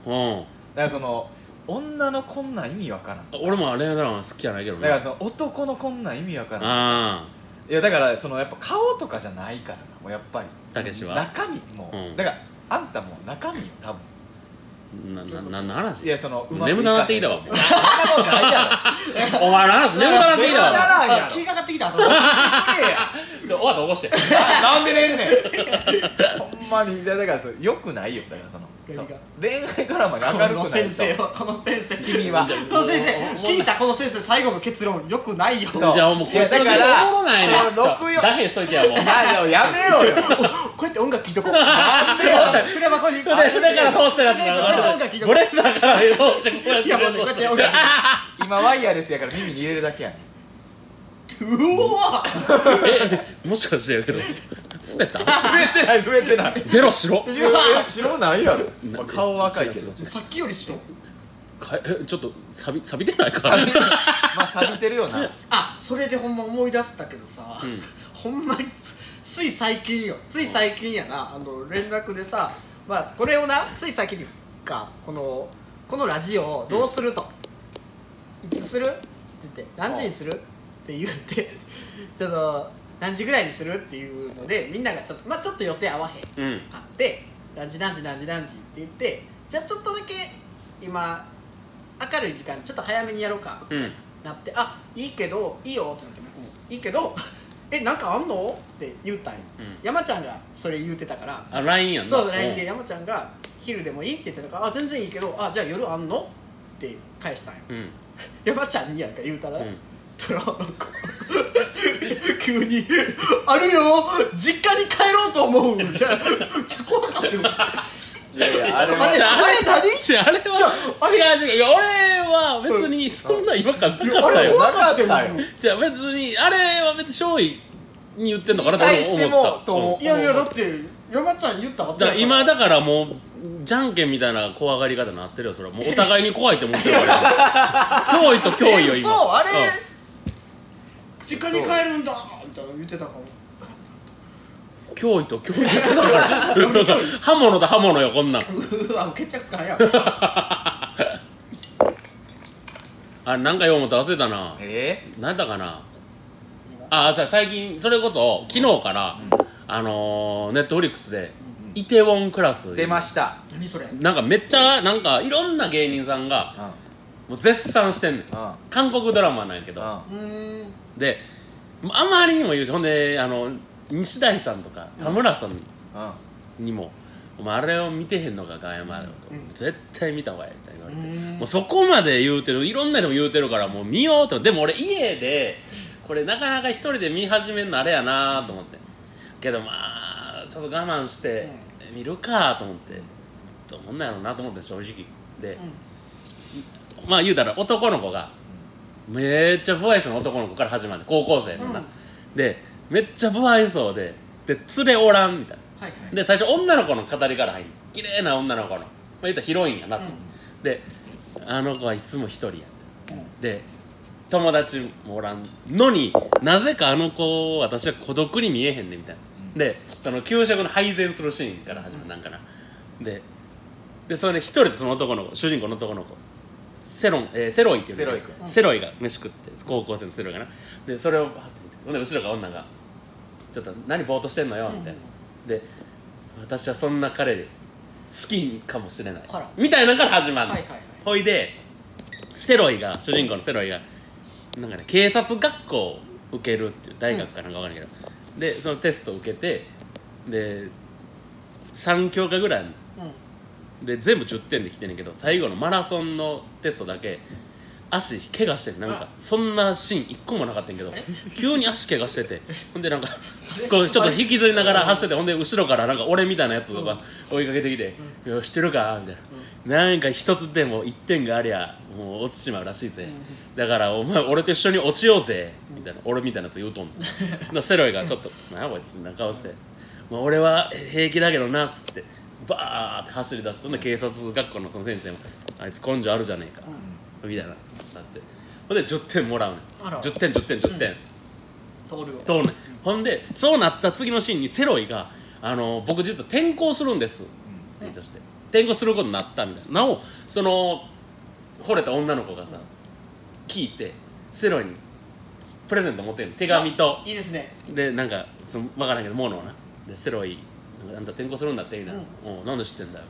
Speaker 2: うん
Speaker 1: だからその女のこんなん意味わからんだか
Speaker 2: 俺もあれドラマ好きじゃないけどね
Speaker 1: らその男のこんなん意味わからん
Speaker 2: あ
Speaker 1: いやだからそのやっぱ顔とかじゃないからなもうやっぱり
Speaker 2: たけしは
Speaker 1: 中身もう、
Speaker 2: うん
Speaker 1: だからあんたもう中身よ多分
Speaker 2: あなな何の話
Speaker 1: いやそのうまくい
Speaker 2: 眠たなっていいだわ
Speaker 1: か
Speaker 2: も
Speaker 1: へ
Speaker 2: うん
Speaker 1: そんなことないやろ
Speaker 2: お前の話眠たなっていいだ
Speaker 1: 眠た
Speaker 2: わ
Speaker 1: ならんやろ
Speaker 3: 気がかかってきたあの
Speaker 1: いやいや
Speaker 2: ちょ終わった起こして
Speaker 1: なんでねんねんほんまにいやだからそれよくないよだからその
Speaker 3: 何
Speaker 1: そ
Speaker 3: が
Speaker 1: う恋愛ドラマに明る
Speaker 3: この
Speaker 1: くない
Speaker 3: 先生
Speaker 1: と
Speaker 3: はこの先生
Speaker 1: 君は
Speaker 3: この先
Speaker 2: もう
Speaker 3: 生聞いたこの先生最後の結論よくないよ
Speaker 1: そう
Speaker 2: じゃあもうこ
Speaker 1: い
Speaker 2: れ
Speaker 1: やだから
Speaker 2: おもろないね
Speaker 1: その
Speaker 2: ちょ
Speaker 1: 六四
Speaker 2: 大変しといてやもうだ
Speaker 1: あでもやめろよ
Speaker 3: こうやって音楽聴いとこうなんでよフレ箱にフ
Speaker 2: からだから通したやつ
Speaker 3: 音楽
Speaker 2: だ
Speaker 3: 聴い
Speaker 2: か
Speaker 3: と
Speaker 2: らブ
Speaker 3: こ
Speaker 2: レザーから通してこうやっ
Speaker 3: うい
Speaker 2: て
Speaker 3: やもうねこうやって音楽聴
Speaker 1: 今ワイヤレスやから耳に入れるだけやねん
Speaker 3: いとこううわ
Speaker 2: えもしかしてやけど滑った
Speaker 1: 滑ってない滑ってない
Speaker 2: ベロ白
Speaker 1: いやいや白ないやろ、まあ、顔は赤いけ
Speaker 2: 違う違
Speaker 1: ど
Speaker 2: う違う
Speaker 3: さっきよりしと
Speaker 2: か えちょっと錆び錆びてないか
Speaker 1: 錆びてまあ錆びてるよな
Speaker 3: あそれでほんま思い出したけどさ、
Speaker 2: うん
Speaker 3: ほんまにつつい最近よつい最近やなあの連絡でさまあこれをなつい最近かこのこのラジオをどうすると、いつするって言って何時にするって言ってちょっと何時ぐらいにするっていうのでみんながちょっとまあちょっと予定合わへん
Speaker 2: うん
Speaker 3: 買って何時何時何時何時って言ってじゃあちょっとだけ今明るい時間ちょっと早めにやろうか
Speaker 2: うん
Speaker 3: なって「あいいけどいいよ」ってなって僕も「いいけど えなんかあんの?」って言うたんよ
Speaker 2: うん
Speaker 3: 山ちゃんがそれ言うてたから
Speaker 2: あラインやんな
Speaker 3: そう LINE で山ちゃんが「昼でもいい?」って言ってたから「あ全然いいけどあじゃあ夜あんの?」って返したんよ
Speaker 2: うん
Speaker 3: 山ちゃんにやんか言うた
Speaker 2: う
Speaker 3: ら、
Speaker 2: ん
Speaker 3: たらなんか急に「あるよ実家に帰ろうと思う」じゃあめっちゃ怖かったよ
Speaker 1: いやいやあれ
Speaker 3: あ
Speaker 1: は
Speaker 3: れあれ何
Speaker 2: 違うあれ
Speaker 3: じゃあ
Speaker 2: は
Speaker 3: あれ
Speaker 2: 違う違ういや俺は別にそんな違和感なか
Speaker 3: あ
Speaker 2: った
Speaker 3: れ
Speaker 2: よ
Speaker 3: 怖かったよ
Speaker 1: なかったよ
Speaker 2: じゃあ別にあれは別に勝利に言ってんのかなと俺
Speaker 1: 対しても
Speaker 2: 思った
Speaker 1: と思
Speaker 3: いやいやだって山ちゃん言ったば
Speaker 2: うん
Speaker 3: っ
Speaker 2: だ
Speaker 3: か
Speaker 2: から
Speaker 3: りやから
Speaker 2: 今だからもうじゃんけんみたいな怖がり方になってるよそれはもうお互いに怖いと思ってるから脅威と脅威よ
Speaker 3: え
Speaker 2: 今
Speaker 3: そうあれ、
Speaker 2: うん
Speaker 3: 実家に帰るんだみたいなの言ってたかも
Speaker 2: 脅威と脅威だ からなんか刃物と刃物よこんなん
Speaker 3: うわ決着つかないやん
Speaker 2: あなんかよう思った忘れたな
Speaker 1: え
Speaker 2: 何だかなあじゃあ最近それこそ昨日から、あのネットフリックスで「イテウォンクラス」
Speaker 1: 出ました、
Speaker 3: 何それ
Speaker 2: なんかめっちゃなんかいろんな芸人さんが
Speaker 1: うん
Speaker 2: もう絶賛してんねん
Speaker 1: うん
Speaker 2: 韓国ドラマなんやけど
Speaker 3: うーん
Speaker 2: であまりにも言うしほんであの西大さんとか田村さん
Speaker 1: うんうん
Speaker 2: にも「お前あれを見てへんのかガヤマと、
Speaker 3: うん
Speaker 2: 絶対見た方がええ」みたいに言われて、
Speaker 3: うん
Speaker 2: もうそこまで言うてるいろんな人も言うてるからもう見ようとでも俺家でこれなかなか一人で見始めるのあれやなと思ってけどまあちょっと我慢して見るかと思ってどうもんなんやろうなと思って正直で、まあ言うたら男の子がめっちゃ不愛想な男の子から始まる高校生
Speaker 3: うん
Speaker 2: のな、
Speaker 3: うん
Speaker 2: でめっちゃ不愛想でで連れおらんみたいな
Speaker 3: はいはい
Speaker 2: で最初女の子の語りから入る綺麗な女の子の、まあ、言ったらヒロインやなと、であの子はいつも一人や
Speaker 3: うんうん
Speaker 2: で友達もおらんのになぜかあの子私は孤独に見えへんねんみたいな
Speaker 1: うん
Speaker 2: でその給食の配膳するシーンから始まるなんかなででそれで一人でその男の子主人公の男の子セロン、えーセロイっていうの
Speaker 1: セロイ君
Speaker 3: うん
Speaker 2: セロイが飯食って高校生のセロイがなでそれをバーッて見てほんで後ろから女が「ちょっと何ぼーっとしてんのよ」みたいな、で私はそんな彼好きかもしれない
Speaker 3: あら
Speaker 2: みたいなのから始ま
Speaker 3: はい
Speaker 2: るの、
Speaker 3: はいはい
Speaker 2: ほいでセロイが主人公のセロイがなんかね警察学校を受けるっていう大学かなんかわかんないけど、でそのテストを受けてで3教科ぐらいあんの
Speaker 3: うん
Speaker 2: で全部10点で来てんねんけど最後のマラソンのテストだけ足怪我してんなん
Speaker 3: あ
Speaker 2: からそんなシーン一個もなかったんやけど
Speaker 3: あれ
Speaker 2: 急に足怪我しててほんでなんか
Speaker 3: れ
Speaker 2: こうちょっと引きずりながら走っててほんで後ろからなんか俺みたいなやつが追いかけてきて「よ知ってるか?」みたいな「なんか一つでも一点がありゃもう落ちちまうらしいぜ」だからお前俺と一緒に落ちようぜみたいな俺みたいなやつ言う とんのセロイがちょっと「なあこいつ」な顔して「まあ、俺は平気だけどな」っつってバーって走り出してそんで警察学校のその先生も「あいつ根性あるじゃねえか」みたいななってほんで10点もらうねん
Speaker 3: あら
Speaker 2: 10点10点10点、
Speaker 3: うん通るよ
Speaker 2: 通るねんほんでそうなった次のシーンにセロイが「あの僕実は転校するんです」って言い出して転校することになったみたいななおその惚れた女の子がさ聞いてセロイにプレゼント持ってる手紙と
Speaker 3: いいですね
Speaker 2: でなんかその分からんけどものをなでセロイなんかあんた転校するんだってみたいな「おうなんで知ってんだよ」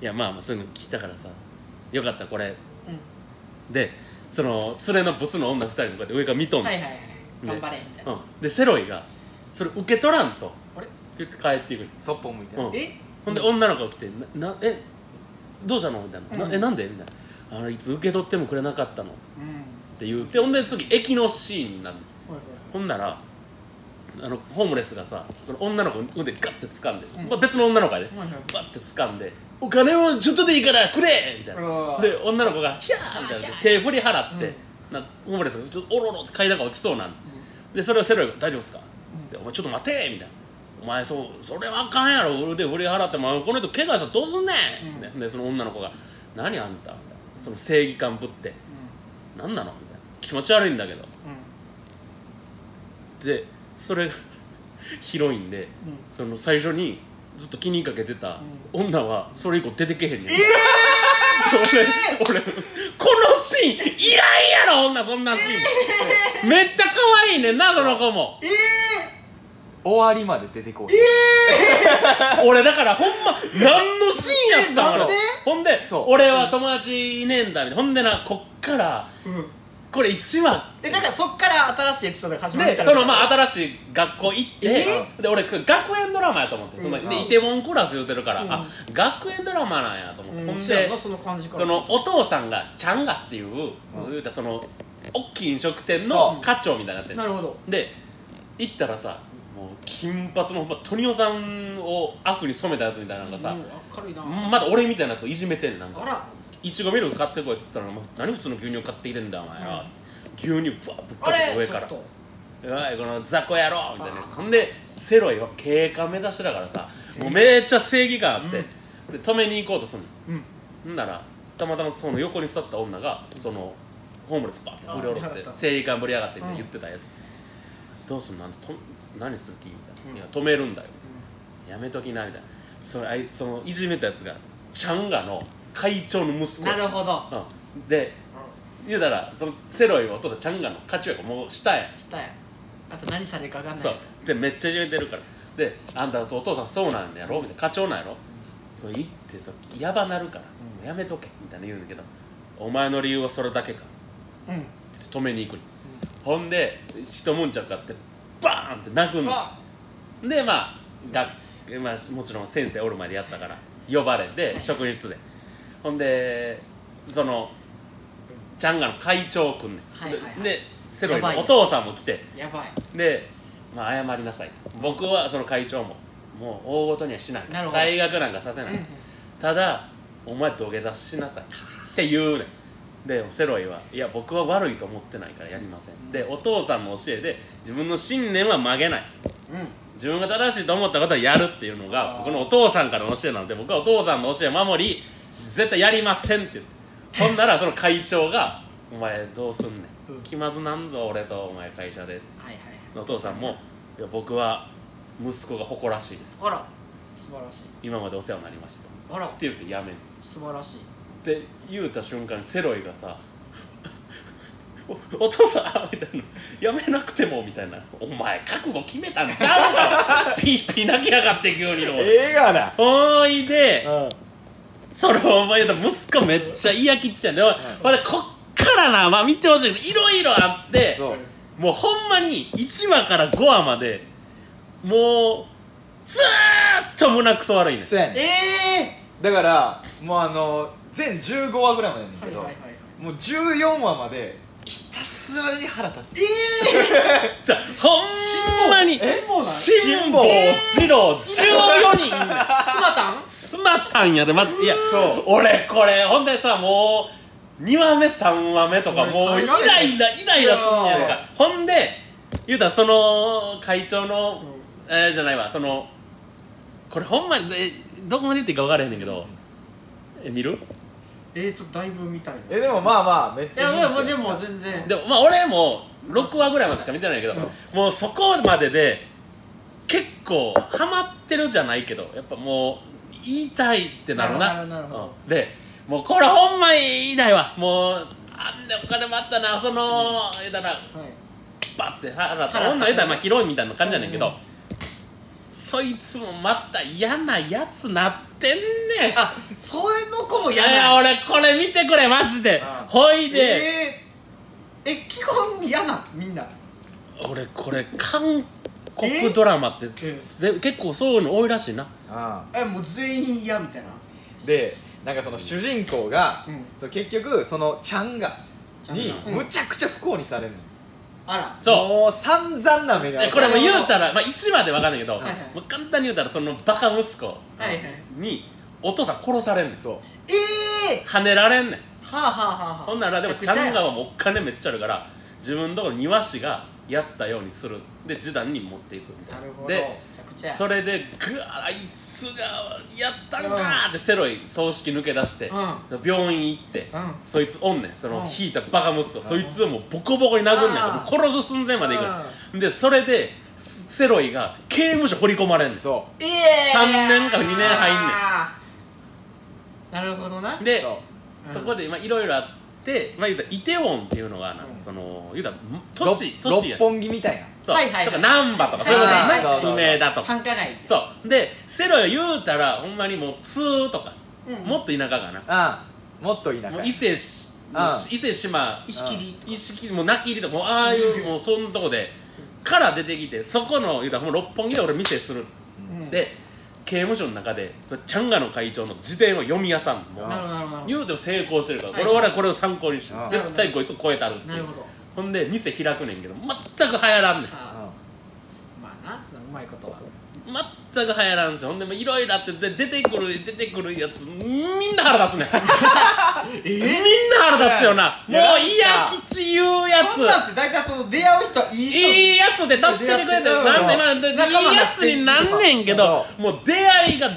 Speaker 2: みたいな「いやまあまあそういうの聞いたからさよかったらこれ
Speaker 3: う」
Speaker 2: でその連れのブスの女2人もこうやって上から見とん
Speaker 3: ん
Speaker 2: の
Speaker 3: はいはいはい頑張れみたいな
Speaker 2: うん、でセロイがそれ受け取らんと
Speaker 3: あれ
Speaker 2: 言って帰っていくの
Speaker 1: そっぽ向いて、
Speaker 2: うん
Speaker 3: え
Speaker 2: ほんで女の子が来て「ななえどうしたの?」みたいな「
Speaker 3: うん
Speaker 2: なえなんで?」みたいな「あのいつ受け取ってもくれなかったの」っ
Speaker 3: うん
Speaker 2: て言うてほんで次駅のシーンになる
Speaker 3: はいはい
Speaker 2: ほんならあのホームレスがさその女の子の腕ガッて掴んで、
Speaker 3: うん
Speaker 2: まあ、別の女の子がね
Speaker 3: はいはい
Speaker 2: バッて掴んで「お金をちょっとでいいからくれ!」みたいな
Speaker 3: あー
Speaker 2: で女の子が「ヒャー!」みたいな手振り払って、なホームレスがちょっとおろろって階段が落ちそうなんでそれをセロリが「大丈夫ですか?」
Speaker 3: うん
Speaker 2: でお前ちょっと待て!」みたいな「お前そうそれはあかんやろ腕振り払ってお前この人怪我したらどうすんねん
Speaker 3: うん
Speaker 2: ででその女の子が「何あんた」みたいなその正義感ぶって
Speaker 3: う
Speaker 2: 「何なの?」みたいな気持ち悪いんだけど
Speaker 3: ん
Speaker 2: でそれが ヒロインで
Speaker 3: うんうん
Speaker 2: その最初にずっと気にかけてた女はそれ以降出てけへんねん、俺俺このシーンいらんやろ女そんなシーン、めっちゃ可愛いねんなその子も
Speaker 3: え
Speaker 1: 終わりまで出てこい、
Speaker 2: 俺だからほんま何のシーンやったの
Speaker 1: えなんで
Speaker 2: ほんで
Speaker 1: そう
Speaker 2: 俺は友達いねえんだみたいなほんでなこっから
Speaker 3: ーうん
Speaker 2: これ1話
Speaker 3: でなんかそっから新しいエピソードが始まるみ
Speaker 2: で
Speaker 3: たい
Speaker 2: そ
Speaker 3: な
Speaker 2: のまあ新しい学校行って
Speaker 1: え
Speaker 2: で俺学園ドラマやと思ってそ
Speaker 3: う
Speaker 2: の
Speaker 3: ん
Speaker 2: でイテウォンクラス言うてるから、
Speaker 3: うん
Speaker 2: あ学園ドラマなんやと思って、
Speaker 3: うん
Speaker 2: ほん
Speaker 3: そうや
Speaker 2: で
Speaker 3: なその感じから
Speaker 2: そのお父さんがチャンガっていう、
Speaker 1: うん
Speaker 2: 言うたらその大きい飲食店の
Speaker 3: そう
Speaker 2: 課長みたいになってる
Speaker 3: なるほど
Speaker 2: で行ったらさもう金髪のほんまトニオさんを悪に染めたやつみたいなのがさ、
Speaker 3: うん明るいな
Speaker 2: まだ俺みたいなやつをいじめてんねんなん
Speaker 3: あ
Speaker 2: からいちごミルク買ってこいって言ったらもう何普通の牛乳買ってきてんだお前は、
Speaker 3: うん
Speaker 2: 牛乳ぶわぶっ
Speaker 3: あ
Speaker 2: かけて
Speaker 3: れ
Speaker 2: 上
Speaker 3: ちょ
Speaker 2: から
Speaker 3: っと
Speaker 2: 「おいこの雑魚野郎」みたいな
Speaker 3: あー
Speaker 2: ほんでセロイは警官目指してたからさもうめっちゃ正義感あって、で止めに行こうとすんの
Speaker 3: うん
Speaker 2: ほんならたまたまその横に座ってた女がそのホームレスバッて振り下ろ
Speaker 3: あ見晴
Speaker 2: っ
Speaker 3: ら
Speaker 2: て
Speaker 3: した
Speaker 2: 正義感ぶりやがってみたいな
Speaker 3: うん
Speaker 2: 言ってたやつ、どうすんのあんたと何する気みたいな、
Speaker 3: うん
Speaker 2: いや止めるんだよやめときなみたいなそれあいそのいじめたやつがチャンガの会長の息子
Speaker 3: なるほど
Speaker 2: うん、で言うたらそのセロイはお父さんチャンガの課長やからもう下や
Speaker 3: したやあと何されるか分かんない
Speaker 2: そうでめっちゃいじめてるからであんたそうお父さんそうなんやろみたいな課長なんやろこれいいってそうやばなるから、
Speaker 1: うん
Speaker 2: やめとけみたいな言うんだけどお前の理由はそれだけか
Speaker 3: うんうん
Speaker 2: って止めに行くにほんで一悶着あってバーンって泣くん
Speaker 3: う
Speaker 2: だ
Speaker 3: わ
Speaker 2: でまあ学、まあ、もちろん先生おる前でやったから呼ばれて
Speaker 3: はい
Speaker 2: 職員室でほんでそのチャンガの会長くんねん、
Speaker 3: はいはいはい
Speaker 2: でセロ
Speaker 3: や
Speaker 2: リ
Speaker 3: ばい
Speaker 2: の
Speaker 3: よ
Speaker 2: お父さんも来て
Speaker 3: やばい
Speaker 2: で、まあ、謝りなさいと僕はその会長ももう大ごとにはしない
Speaker 3: なるほど
Speaker 2: 大学なんかさせない、ただお前土下座しなさいって言うねんでセロイはいや僕は悪いと思ってないからやりませんでお父さんの教えで自分の信念は曲げない
Speaker 3: うん
Speaker 2: 自分が正しいと思ったことはやるっていうのが
Speaker 3: あー
Speaker 2: 僕のお父さんからの教えなので僕はお父さんの教えを守り絶対やりませんって言ってほんならその会長が「お前どうすんね
Speaker 3: うん
Speaker 2: ん気まずなんぞ俺とお前会社で」
Speaker 3: はいはい
Speaker 2: お父さんも「いや僕は息子が誇らしいです
Speaker 3: あら素晴らしい
Speaker 2: 今までお世話になりました」
Speaker 3: あら
Speaker 2: って言ってやめん
Speaker 3: 素晴らしい
Speaker 2: って言うた瞬間にセロイがさ「おお父さん」みたいな「やめなくても」みたいな「お前覚悟決めたんちゃうのピーピー泣きやがって急にの
Speaker 1: 映画だ
Speaker 2: おいで
Speaker 1: うん
Speaker 2: それをお前と息子めっちゃ嫌きっちゃんでおいほんでこっからなまあ見てほしいけどいろいろあって
Speaker 1: そう
Speaker 2: もうほんまに1話から5話までもうずーっと胸くそ悪いねん
Speaker 1: そうやねん
Speaker 3: え
Speaker 1: だからもうあの全15話ぐらいまでやねん
Speaker 3: ーは
Speaker 1: け
Speaker 3: い
Speaker 1: ど、
Speaker 3: はいはいはい
Speaker 1: もう14話までひたすらに腹立つ
Speaker 2: じゃあほんまに
Speaker 3: 辛抱え
Speaker 2: 辛抱二郎14人
Speaker 3: スマタン
Speaker 2: すまったんやでマジいや
Speaker 1: そう
Speaker 2: 俺これほんでさもう2話目3話目とかもうイ
Speaker 3: それ
Speaker 2: ライライライラすんねやん
Speaker 1: い
Speaker 2: かほんで言うたらその会長のえーじゃないわそのこれほんまにえどこまで言っていいか分からへんねんけどえ見る
Speaker 3: えーちょっとだいぶ見たいな
Speaker 1: えでもまあまあめっ
Speaker 3: い
Speaker 1: ち
Speaker 3: や
Speaker 1: ゃ見
Speaker 3: い
Speaker 1: て
Speaker 3: やもうでも全然
Speaker 2: でもまあ俺も6話ぐらいまでしか見てないけど、もうそこまでで結構ハマってるじゃないけどやっぱもう言いたいってなるな
Speaker 3: なるほどなるほど
Speaker 2: うんでもうこれほんま言いたいわもうあんなお金もあったなその言うたら
Speaker 3: はい
Speaker 2: バッて腹立っ
Speaker 3: 腹立
Speaker 2: た
Speaker 3: つ
Speaker 2: 女言うたらまあ広いみたいな感じやねんけど、
Speaker 3: うん
Speaker 2: そいつもまた嫌なやつなってんねん
Speaker 3: あそういうの子も
Speaker 2: い
Speaker 3: 嫌
Speaker 2: やい
Speaker 3: な
Speaker 2: や
Speaker 3: の
Speaker 2: 俺これ見てくれマジで
Speaker 1: うん
Speaker 2: ほいで、
Speaker 3: えーえ基本嫌なのみんな
Speaker 2: 俺これ韓国ドラマって
Speaker 3: え
Speaker 2: ぜ結構そういうの多いらしいな
Speaker 1: あ
Speaker 3: えもう全員嫌みたいな
Speaker 1: あでなんかその主人公が
Speaker 3: う、ん
Speaker 1: そう結局そのちゃんが
Speaker 2: ち
Speaker 1: に
Speaker 2: ゃん
Speaker 3: が
Speaker 1: むちゃくちゃ不幸にされるの、
Speaker 3: あら
Speaker 2: そう
Speaker 1: もう散々な目に遭
Speaker 2: え
Speaker 1: う
Speaker 2: これも言うたら、まあ、1話で分かんないけど、
Speaker 3: はいはい
Speaker 2: もう簡単に言うたらそのバカ息子
Speaker 3: はいはい
Speaker 2: にお父さん殺されんねん
Speaker 1: そ
Speaker 3: ええ
Speaker 2: 跳ねられんねん
Speaker 3: ー、はあはあはあはあ
Speaker 2: ほんならでもチャンガはもうお金めっちゃあるから自分のところに庭師がやったようにするで示談に持っていくみたい
Speaker 3: なるほど
Speaker 2: で
Speaker 3: めちゃくちゃや
Speaker 2: それでぐわあいつがやったんかーってセロイ葬式抜け出して
Speaker 3: うんうん
Speaker 2: 病院行ってそいつおんねんその
Speaker 3: うん
Speaker 2: 引いたバカ息子
Speaker 1: ん
Speaker 2: そいつをもうボコボコに殴んねん
Speaker 3: あ
Speaker 2: も
Speaker 3: ー
Speaker 2: う殺す寸前までいくんでそれでセロイが刑務所掘り込まれんね
Speaker 1: うんそ
Speaker 3: ええ
Speaker 2: 三年か二年入んねん
Speaker 3: んなるほどな
Speaker 1: う
Speaker 2: で
Speaker 1: そ
Speaker 3: うん
Speaker 2: そこでまあいろいろあってまあ言うたらイテウォンっていうのがな
Speaker 3: うん
Speaker 2: その言うたら
Speaker 1: う
Speaker 2: 都市
Speaker 1: 六
Speaker 2: 都市や
Speaker 1: 六本木みたいな
Speaker 2: そう、
Speaker 3: はいはいはい
Speaker 2: とか難波とかそういうこ
Speaker 1: はいはい
Speaker 2: と
Speaker 1: はい
Speaker 2: ですね梅田とか
Speaker 3: 繁華街
Speaker 2: そうでセロイ言うたらほんまにもう通とか
Speaker 3: うん
Speaker 2: もっと田舎かな
Speaker 1: ああもっと田舎
Speaker 2: もう伊勢し
Speaker 1: ああ
Speaker 2: 伊勢島
Speaker 3: 石切り
Speaker 2: 一式もう泣き入りとかもうああいうもうそんなとこでから出てきてそこの言うたらもう六本木で俺店する
Speaker 3: うん
Speaker 2: で刑務所の中でそのチャンガの会長の辞典を読み屋さんも
Speaker 1: あ
Speaker 3: なるほどなるほど
Speaker 2: 言うても成功してるから、
Speaker 3: はい
Speaker 2: 俺はこれを参考にして
Speaker 1: ああ
Speaker 2: 絶対こいつ超えたるって
Speaker 3: ないる
Speaker 2: う
Speaker 3: ほどは
Speaker 2: ほんで店開くねんけど全く流行らんねん
Speaker 3: あまあなそのうまいことは
Speaker 2: 全く流行らんしほんでもいろいろあってで出てくる出てくるやつみんな腹 立つねんみんな腹立つよなもう
Speaker 1: いやなんか
Speaker 2: いや吉言うや
Speaker 3: そんなん
Speaker 2: つ
Speaker 3: って大体その出会う人はいい人
Speaker 2: いいやつで助けてくれて
Speaker 3: うん
Speaker 2: なんでなんでいい
Speaker 3: 仲間にな
Speaker 2: や
Speaker 3: っ
Speaker 2: つ
Speaker 3: て
Speaker 2: になんねんけど
Speaker 1: そ
Speaker 2: もう出会いが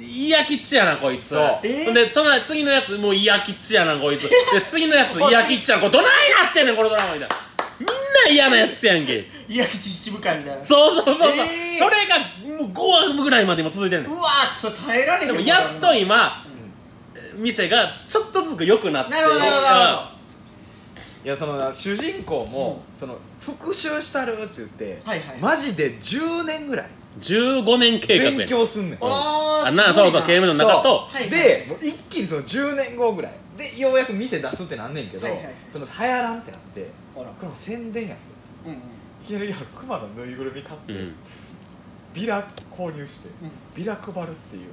Speaker 2: いや吉やなこいつ
Speaker 1: そう
Speaker 3: え
Speaker 2: ほんでその次のやつもういや吉やなこいつで次のやついや吉やなこれどないなってんねんこのドラマみたいなみんな嫌なやつやんけ
Speaker 3: いや秩父会みたいな
Speaker 2: そうそうそうそう、
Speaker 3: えー
Speaker 2: それがもう5話ぐらいまでも続いてるねん
Speaker 3: うわーそれ耐えられへん
Speaker 2: でも
Speaker 3: わ
Speaker 2: やっと今
Speaker 3: うん
Speaker 2: 店がちょっとずつ良くなって
Speaker 3: なるほどなるほどなるほ
Speaker 1: いやそのな主人公も、その復讐したるって言って、
Speaker 3: どはいはい
Speaker 1: マジで10年ぐらい
Speaker 2: うん15年計画やね
Speaker 1: 勉強すんねん
Speaker 3: あー
Speaker 2: あな
Speaker 3: すご
Speaker 2: そ
Speaker 3: いう
Speaker 2: そう刑務所の中と
Speaker 1: そう
Speaker 3: はいはい
Speaker 1: でもう一気にその10年後ぐらいでようやく店出すってなんねんけど、
Speaker 3: はいはい
Speaker 1: その流行らんってなって
Speaker 3: ほら
Speaker 1: これも宣伝やって
Speaker 3: うんうん
Speaker 1: いきなりクマのぬいぐるみ買って、
Speaker 2: うん
Speaker 1: ビラ購入して
Speaker 3: うん
Speaker 1: ビラ配るっていう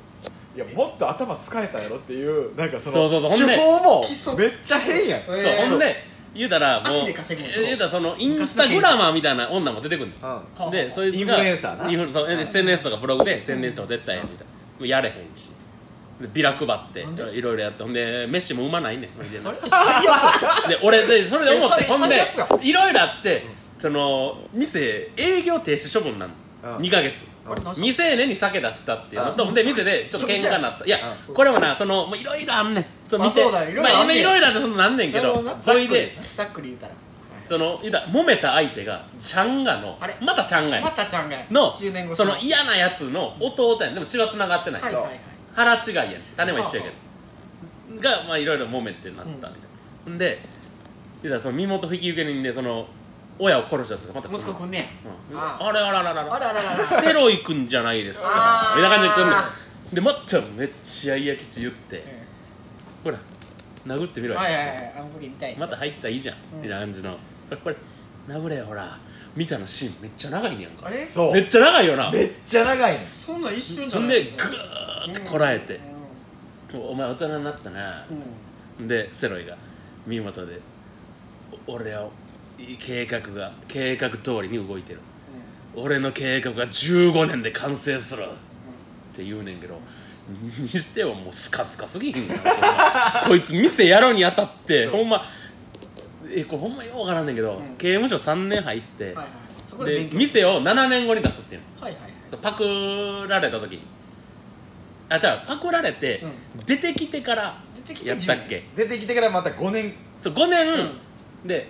Speaker 1: いやもっと頭使えたやろっていうなんかその
Speaker 2: そうそうそうほんで
Speaker 1: 手法も
Speaker 3: 基礎
Speaker 1: めっちゃ変やん、
Speaker 3: えー
Speaker 2: そうほんで言うたらもう
Speaker 3: 足で稼ぐのそう
Speaker 2: 言うたらそのインスタグラマーみたいな女も出てくるんだ
Speaker 1: うん
Speaker 3: はあ
Speaker 2: よでそいつが
Speaker 1: インフルエンサーな
Speaker 2: インフルそう
Speaker 1: うん
Speaker 2: SNS とかブログで宣伝しても絶対やるみたいなもうやれへんしでビラ配って
Speaker 3: なんで
Speaker 2: いろいろやってほんで飯もうまないねんほいでな
Speaker 3: あれ最悪
Speaker 2: で俺でそれで思っ
Speaker 3: え
Speaker 2: て
Speaker 3: それ
Speaker 2: ほんで
Speaker 3: 最悪や
Speaker 2: いろいろあってその店営業停止処分なの
Speaker 1: うん
Speaker 2: 2ヶ月
Speaker 1: うん
Speaker 3: 俺何
Speaker 2: 未成年に酒出したっていうのと
Speaker 1: あ
Speaker 2: ほんで店でちょっと喧嘩になったいや
Speaker 3: うん
Speaker 2: これもなそのもういろいろあんねんその
Speaker 3: まあ
Speaker 2: 店
Speaker 3: そうだよいろいろあんねん
Speaker 2: いろいろあってそんなんねんけ
Speaker 1: なる
Speaker 2: ど
Speaker 1: ほどな
Speaker 2: それで
Speaker 3: ざっくり言うたら
Speaker 2: その言うたら揉めた相手がチャンガの
Speaker 3: あれ
Speaker 2: またチャンガ
Speaker 3: ま
Speaker 2: や
Speaker 3: たちゃんが
Speaker 2: の
Speaker 3: 10年後
Speaker 2: その嫌なやつの弟やねんでも血は繋がってない
Speaker 3: はいはいはい
Speaker 2: 腹違いやねん種も一緒や
Speaker 3: は
Speaker 2: けどがまあいろいろ揉めてなったみたいなで言うたらその身元引き受け人でその親を殺したやつがまた来る
Speaker 3: 息子くんね
Speaker 2: うん
Speaker 3: あ
Speaker 2: あれあらららら
Speaker 3: あらら らら
Speaker 2: セロイくんじゃないですか
Speaker 3: あー
Speaker 2: みたいな感じで来んのよでまためっちゃ嫌吉言って
Speaker 3: え
Speaker 2: ほら殴ってみ
Speaker 3: え
Speaker 2: ろよ
Speaker 3: はいはいはいあの時みたい
Speaker 2: また入ったらいいじゃん
Speaker 3: うん
Speaker 2: みたいな感じのこれ殴れよほら見たのシーンめっちゃ長いねやん
Speaker 3: あ
Speaker 2: か
Speaker 3: れ
Speaker 1: そう
Speaker 2: めっちゃ長いよな
Speaker 1: めっちゃ長いねん
Speaker 3: そんなん一瞬じ
Speaker 2: ほ
Speaker 3: ゃ
Speaker 2: ん
Speaker 3: ない
Speaker 2: でグーってこらえて「おお前大人になったな
Speaker 3: うんうん」
Speaker 2: でセロイが身元で「お俺は計画が計画通りに動いてる俺の計画が15年で完成する」って言うねんけどにしてはもうスカスカすぎひんやんこいつ店やろうにあたって
Speaker 3: そう
Speaker 2: ほんまえこれほんまようわからんねんけど、
Speaker 3: うん
Speaker 2: 刑務所3年入って、
Speaker 3: うんはいはいそこで
Speaker 2: で
Speaker 3: 勉強
Speaker 2: 店を7年後に出すっていうの
Speaker 3: はいはいはい
Speaker 2: そうパクられた時にあじゃあパクられて、出てきてから
Speaker 3: 出てきて
Speaker 2: やったっけ
Speaker 1: 出てきてからまた5年
Speaker 2: そう5年、
Speaker 3: 10年
Speaker 2: で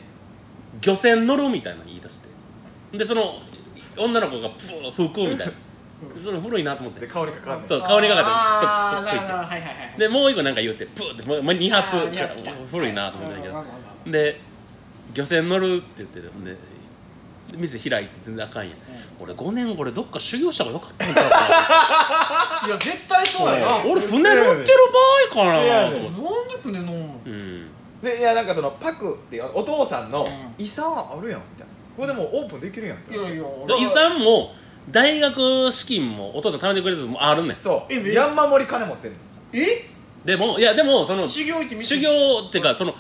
Speaker 2: 漁船乗るみたいなの言い出してでその女の子がプー吹くみたいな
Speaker 3: うん
Speaker 2: その古いなと思って
Speaker 1: で香りかかんねん
Speaker 2: そう香りがか
Speaker 3: あ
Speaker 2: か
Speaker 3: あ
Speaker 2: っ
Speaker 3: な
Speaker 2: て
Speaker 3: る
Speaker 2: る
Speaker 3: ほ
Speaker 2: と
Speaker 3: ど
Speaker 2: っ
Speaker 3: はいはいはい
Speaker 2: でもう一個なんか言うてプーってもうもう2発
Speaker 3: あー二発来た
Speaker 2: 古いなと思ってたけ
Speaker 3: まあま
Speaker 2: ど
Speaker 3: あまあまあ
Speaker 2: で漁船乗るって言っててほんで店開いて全然あかんやん俺5年後俺どっか修行した方がよかったんだ
Speaker 3: いや絶対そうやな
Speaker 1: そ
Speaker 2: 俺船乗ってる場合かなと
Speaker 1: う
Speaker 3: な
Speaker 2: 思
Speaker 3: ん
Speaker 2: って
Speaker 3: で船乗んの
Speaker 2: うん
Speaker 1: でいやなんかそのパクっていうお父さんの
Speaker 3: うん
Speaker 1: 遺産あるやんみたいなこれでもうオープンできるやん
Speaker 3: いやいや
Speaker 2: で
Speaker 3: 俺
Speaker 2: 遺
Speaker 3: は
Speaker 2: 産も大学資金もお父さん貯めてくれてるのもあるねん
Speaker 1: そう
Speaker 3: え
Speaker 1: ヤンマ盛り金持ってんの
Speaker 3: え
Speaker 2: でもいやでもその
Speaker 3: 修行行って見て
Speaker 2: 修行っていうかその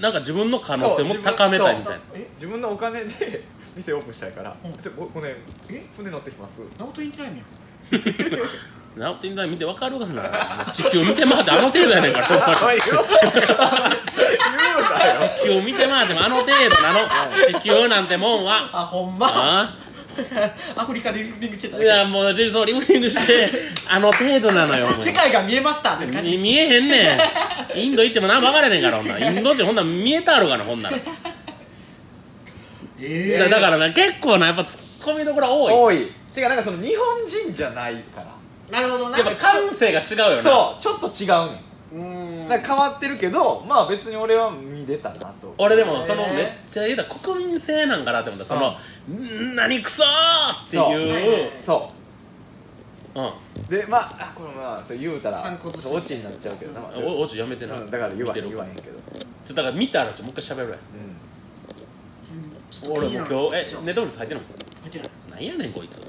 Speaker 2: なんか自分の可能性も
Speaker 1: そう
Speaker 2: 高めたいみ
Speaker 1: 自
Speaker 2: たい
Speaker 1: 分
Speaker 2: な
Speaker 3: え
Speaker 1: 自分のお金で 店オープンしたいから、
Speaker 3: うん
Speaker 1: ちょごごめん
Speaker 3: え
Speaker 1: 船乗ってきます
Speaker 3: ナオトインティライミやん
Speaker 2: ナオティンダイ見てわかるかな地球見て回ってあの程度やねんからほんまに
Speaker 1: いよ言うなよ
Speaker 2: 地球見て回ってもあの程度なの地球なんてもんは
Speaker 3: あほんま
Speaker 2: あ
Speaker 3: アフリカでリフティングしてた
Speaker 2: あ
Speaker 3: だ
Speaker 2: い
Speaker 3: け
Speaker 2: やもうリゾリムティングしてあの程度なのよもう
Speaker 3: 世界が見えましたって感じ
Speaker 2: み見えへんねんインド行ってもな分からへんねんからほんならインド人ほんなら見えたあるかなほんなら
Speaker 3: え
Speaker 2: じゃあだからな結構なやっぱツッコミどころ多い
Speaker 1: 多いてかなんかその日本人じゃないから
Speaker 3: なるほどな
Speaker 2: やっぱ感性が違うよな
Speaker 1: そうちょっと違うね
Speaker 3: うーん
Speaker 1: んだから変わってるけどまあ別に俺は見れたなと
Speaker 2: 俺でもその
Speaker 3: へー
Speaker 2: めっちゃ言うたら国民性なんかなって思ったその「ん何クソ!」っていう
Speaker 3: そう
Speaker 1: そ
Speaker 2: うん
Speaker 1: うでまああこれまあそれ言うたら
Speaker 3: 反骨心
Speaker 1: オチになっちゃうけどな、まあ
Speaker 2: おおちやめてな
Speaker 1: うんだから言わへん
Speaker 2: 見て
Speaker 1: 言
Speaker 2: る
Speaker 1: わへんけど、
Speaker 2: ちょだから見たらちょもう一回喋ろうや
Speaker 3: ちょっと
Speaker 2: 俺
Speaker 3: 気
Speaker 2: も
Speaker 3: になる
Speaker 2: う今
Speaker 3: ち
Speaker 2: 日
Speaker 3: ょ
Speaker 2: えネットフリックス入ってんの
Speaker 3: 入ってない
Speaker 2: なんやねんこいつ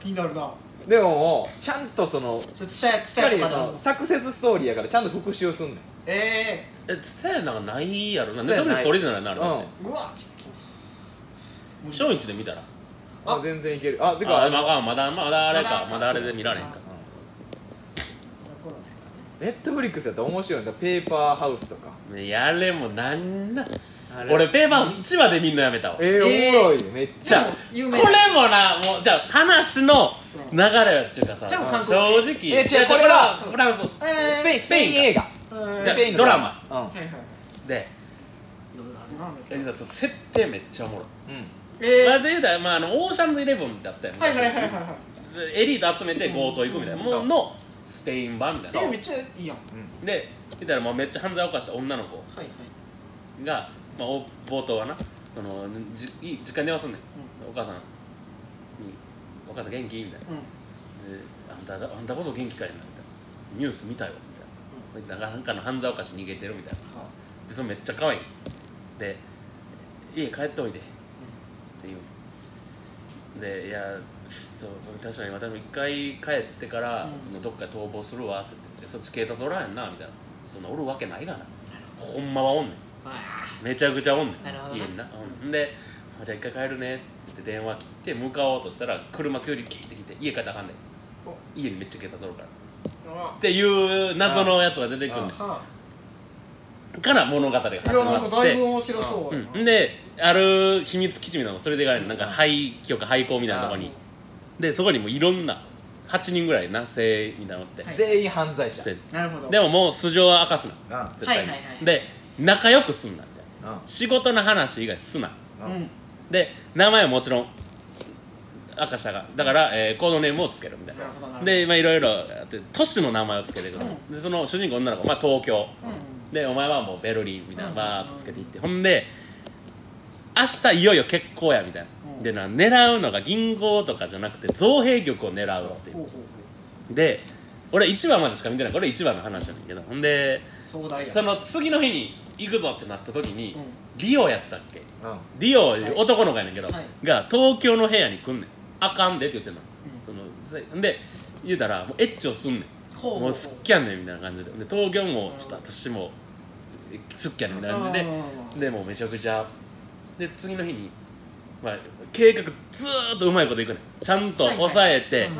Speaker 3: 気になるな
Speaker 1: うん、でももうちゃんとその
Speaker 3: それ伝え
Speaker 1: しっ
Speaker 3: 伝
Speaker 1: か
Speaker 3: える
Speaker 1: り
Speaker 3: か
Speaker 1: そ
Speaker 3: な
Speaker 1: のサクセスストーリーやからちゃんと復習すんねん
Speaker 3: え
Speaker 2: え伝えなんかないやろな
Speaker 1: そう
Speaker 2: ネッ
Speaker 1: や
Speaker 2: トフリ
Speaker 1: な
Speaker 2: ックスオリジナルになるのね
Speaker 3: ー、うわちょっと
Speaker 2: 松陰寺で見たら
Speaker 1: あ
Speaker 3: あ
Speaker 1: 全然いけるあて
Speaker 2: て
Speaker 1: か
Speaker 2: か
Speaker 1: あの
Speaker 2: まあまだまだあれか
Speaker 3: まだ
Speaker 2: まだあれで見られへんか
Speaker 3: そう
Speaker 1: ネットフリックスやったら面白いんだペーパーハウスとか
Speaker 2: ねやれもなんな
Speaker 1: あれ
Speaker 2: 俺ペーパー1話で見んのやめたわこ
Speaker 1: えー、
Speaker 3: えー
Speaker 1: おもろいよめっち
Speaker 2: じゃあ
Speaker 3: 有
Speaker 2: れ
Speaker 3: 名な
Speaker 2: もなもうじゃあ話の流れっていうかさ
Speaker 3: でも韓
Speaker 2: 正
Speaker 3: 国
Speaker 2: 直
Speaker 1: え違う
Speaker 2: いや
Speaker 1: これは
Speaker 2: フランス
Speaker 3: え
Speaker 1: ゃ
Speaker 3: ー
Speaker 1: スペイン
Speaker 2: ス
Speaker 1: ス
Speaker 2: ペ
Speaker 1: ペ
Speaker 2: イ
Speaker 1: イ
Speaker 2: ン
Speaker 1: ン
Speaker 2: か
Speaker 1: 映画
Speaker 3: えー
Speaker 1: スペインの
Speaker 2: ドラマ
Speaker 1: マ
Speaker 3: はいはい
Speaker 2: で
Speaker 3: いろいろあるな
Speaker 2: えじゃあその設定めっちゃおもろい、
Speaker 1: うん、うん、
Speaker 3: えー
Speaker 2: まあ、で言うたら、まあ、あのオーシャンズイレブンだったよ、
Speaker 3: はいはいはいはいは
Speaker 2: でエリート集めて強盗行くみたいなもののスペイン版みたい
Speaker 3: い
Speaker 2: な
Speaker 3: えーめっちゃいいやんはい
Speaker 2: で言ったらもうめっちゃ犯罪を犯した女の子
Speaker 3: はい
Speaker 2: が、まあ、お冒頭はなそのじい実家に電話すんねんお母さんに「お母さん元気?」みたいな
Speaker 3: うんうん
Speaker 2: であんたが「あんたこそ元気かいな」みたいな「ニュース見たよ」みたいななんかの犯罪を犯して逃げてるみたいな
Speaker 3: は
Speaker 2: でそれめっちゃ可愛いで「家帰っておいで」って言うでいやそう確かに私も一回帰ってから、
Speaker 3: うん
Speaker 2: そのどっか逃亡するわって言ってでそっち警察おらんやんなみたいなそんなおるわけないがなほんまはおんねん
Speaker 3: あ
Speaker 2: めちゃくちゃおんね
Speaker 3: なるほど
Speaker 2: ん
Speaker 3: な
Speaker 2: 家にな、うん、でじゃあ一回帰るねって言って電話切って向かおうとしたら車急にキーって来て家帰ったらあかんねん
Speaker 3: お
Speaker 2: 家にめっちゃ警察おるからっ
Speaker 3: ーは
Speaker 2: ていう謎のやつが出てくるね
Speaker 1: あ
Speaker 2: ん
Speaker 1: あ
Speaker 3: あ
Speaker 2: から物語が始
Speaker 3: これはな
Speaker 2: ま
Speaker 3: ん
Speaker 2: って
Speaker 3: かだいぶ面白そうやな
Speaker 2: うん、である秘密基地みたいなの連れていかれるなんか廃墟か廃校みたいなとこにでそこにもういろんな8人ぐらいな精鋭みたいなのって、
Speaker 3: はい
Speaker 1: 全員犯罪者
Speaker 2: で
Speaker 3: なるほど
Speaker 2: でももう素性は明かすな
Speaker 1: うんうん
Speaker 2: 絶対に、
Speaker 3: はいはいはい
Speaker 2: で仲良くすんなって仕事の話以外すな
Speaker 3: う
Speaker 1: うん
Speaker 3: ん
Speaker 2: で名前はもちろん明かしたがだから、えーコードネームをつけるみたい
Speaker 3: なる
Speaker 2: な
Speaker 3: ほどなるほど
Speaker 2: でまあいろいろやって都市の名前をつけてくる、でその主人公女の子、まあ、東京
Speaker 3: うん
Speaker 2: でお前はもうベルリンみたいな
Speaker 3: うん
Speaker 2: バーッとつけていってほんで明日いよいよ結構やみたいな、
Speaker 3: うん
Speaker 2: でな狙うのが銀行とかじゃなくて造幣局を狙うってい
Speaker 3: ほう
Speaker 2: う
Speaker 3: ほうほう
Speaker 2: で俺1話までしか見てないこれ1話の話なんだけどほんで
Speaker 3: 壮大や
Speaker 2: その次の日に行くぞってなった時に、
Speaker 3: うん
Speaker 2: リオやったっけ
Speaker 1: うんうん
Speaker 2: リオ、
Speaker 3: い
Speaker 2: 男の子やねんけど、
Speaker 3: はい
Speaker 2: が東京の部屋に来んねんあかんでって言ってんのそのせんで言うたらもうエッチをすんねん
Speaker 3: ほほ
Speaker 2: もうすっきやんねんみたいな感じでで東京もちょっと私もすっきやねんみたいな感じ
Speaker 3: うん
Speaker 2: ででもうめちゃくちゃで次の日に、まあ、計画ずーっとうまいこといくねんちゃんと抑えて、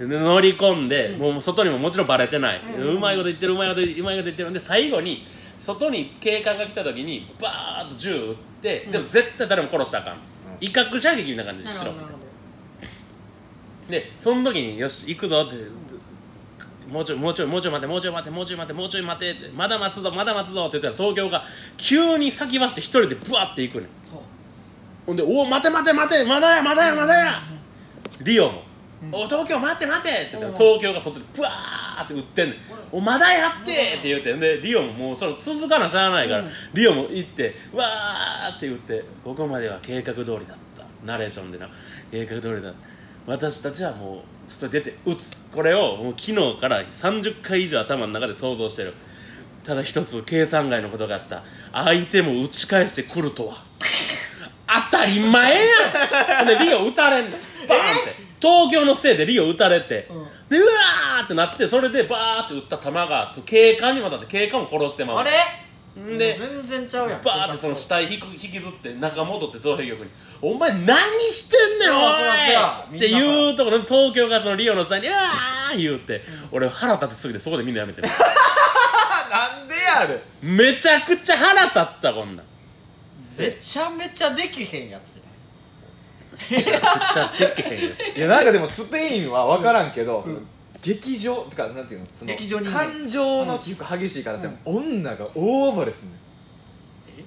Speaker 3: うん
Speaker 2: で乗り込んで、
Speaker 3: うん
Speaker 2: もう外にももちろんバレてない、
Speaker 3: う
Speaker 2: うん
Speaker 3: うん
Speaker 2: まいこと言ってるうまいこと言ってるうまいこと言ってるんで最後に外に警官が来た時にバーッと銃撃って、
Speaker 3: うん
Speaker 2: でも絶対誰も殺したらあかん威嚇射撃みたいな感じで
Speaker 3: なる
Speaker 2: し
Speaker 3: ほ
Speaker 2: ろ
Speaker 3: どなるほど
Speaker 2: でその時によし行くぞってもうちょいもうちょいもうちょい待てもうちょい待てもうちょい待てもうちょい待てってまだ待つぞまだ待つぞって言ったら東京が急に先走って一人でブワって行くねん
Speaker 3: ほう
Speaker 2: ほんで「おお待て待て待てまだやまだやまだや!」リオも
Speaker 3: うん
Speaker 2: 「お東京待って待て!」って言ったら
Speaker 3: うん
Speaker 2: 東京が外でブワーって打ってんねん「おまだやって!」って言うてんでリオももうそれ続かなしゃあないから、
Speaker 3: うん
Speaker 2: リオも行ってわーって言って「ここまでは計画通りだった」ナレーションでな「計画通りだ私たちはもう外に出て打つ」これをもう昨日から30回以上頭の中で想像してるただ一つ計算外のことがあった相手も打ち返してくるとは当たり前やんでリオ打たれんのバーンって東京のせいでリオ打たれて、
Speaker 3: うん
Speaker 2: でうわーってなってそれでバーって打った球が警官に渡って警官を殺してまう
Speaker 3: あれ
Speaker 2: んで
Speaker 3: もう全然ちゃうやん
Speaker 2: バーってその死体引く引きずって中戻って造幣局に「お前何してんねん
Speaker 3: そうそう
Speaker 2: お
Speaker 3: そ
Speaker 2: い!」って
Speaker 3: うみんなが
Speaker 2: 言うところに東京がそのリオの下に「うわー!」言うて俺腹立ちすぎてそこでみんなやめてる
Speaker 1: なんでやる
Speaker 2: めちゃくちゃ腹立ったこんなん
Speaker 3: めちゃめちゃできへんやつや
Speaker 2: めちゃくちゃでけへんや
Speaker 1: いやなんかでもスペインは分からんけど、その劇場とかなんていうのその
Speaker 3: 劇場に
Speaker 1: 感情の起伏激しいからさ、女が大暴れすんねん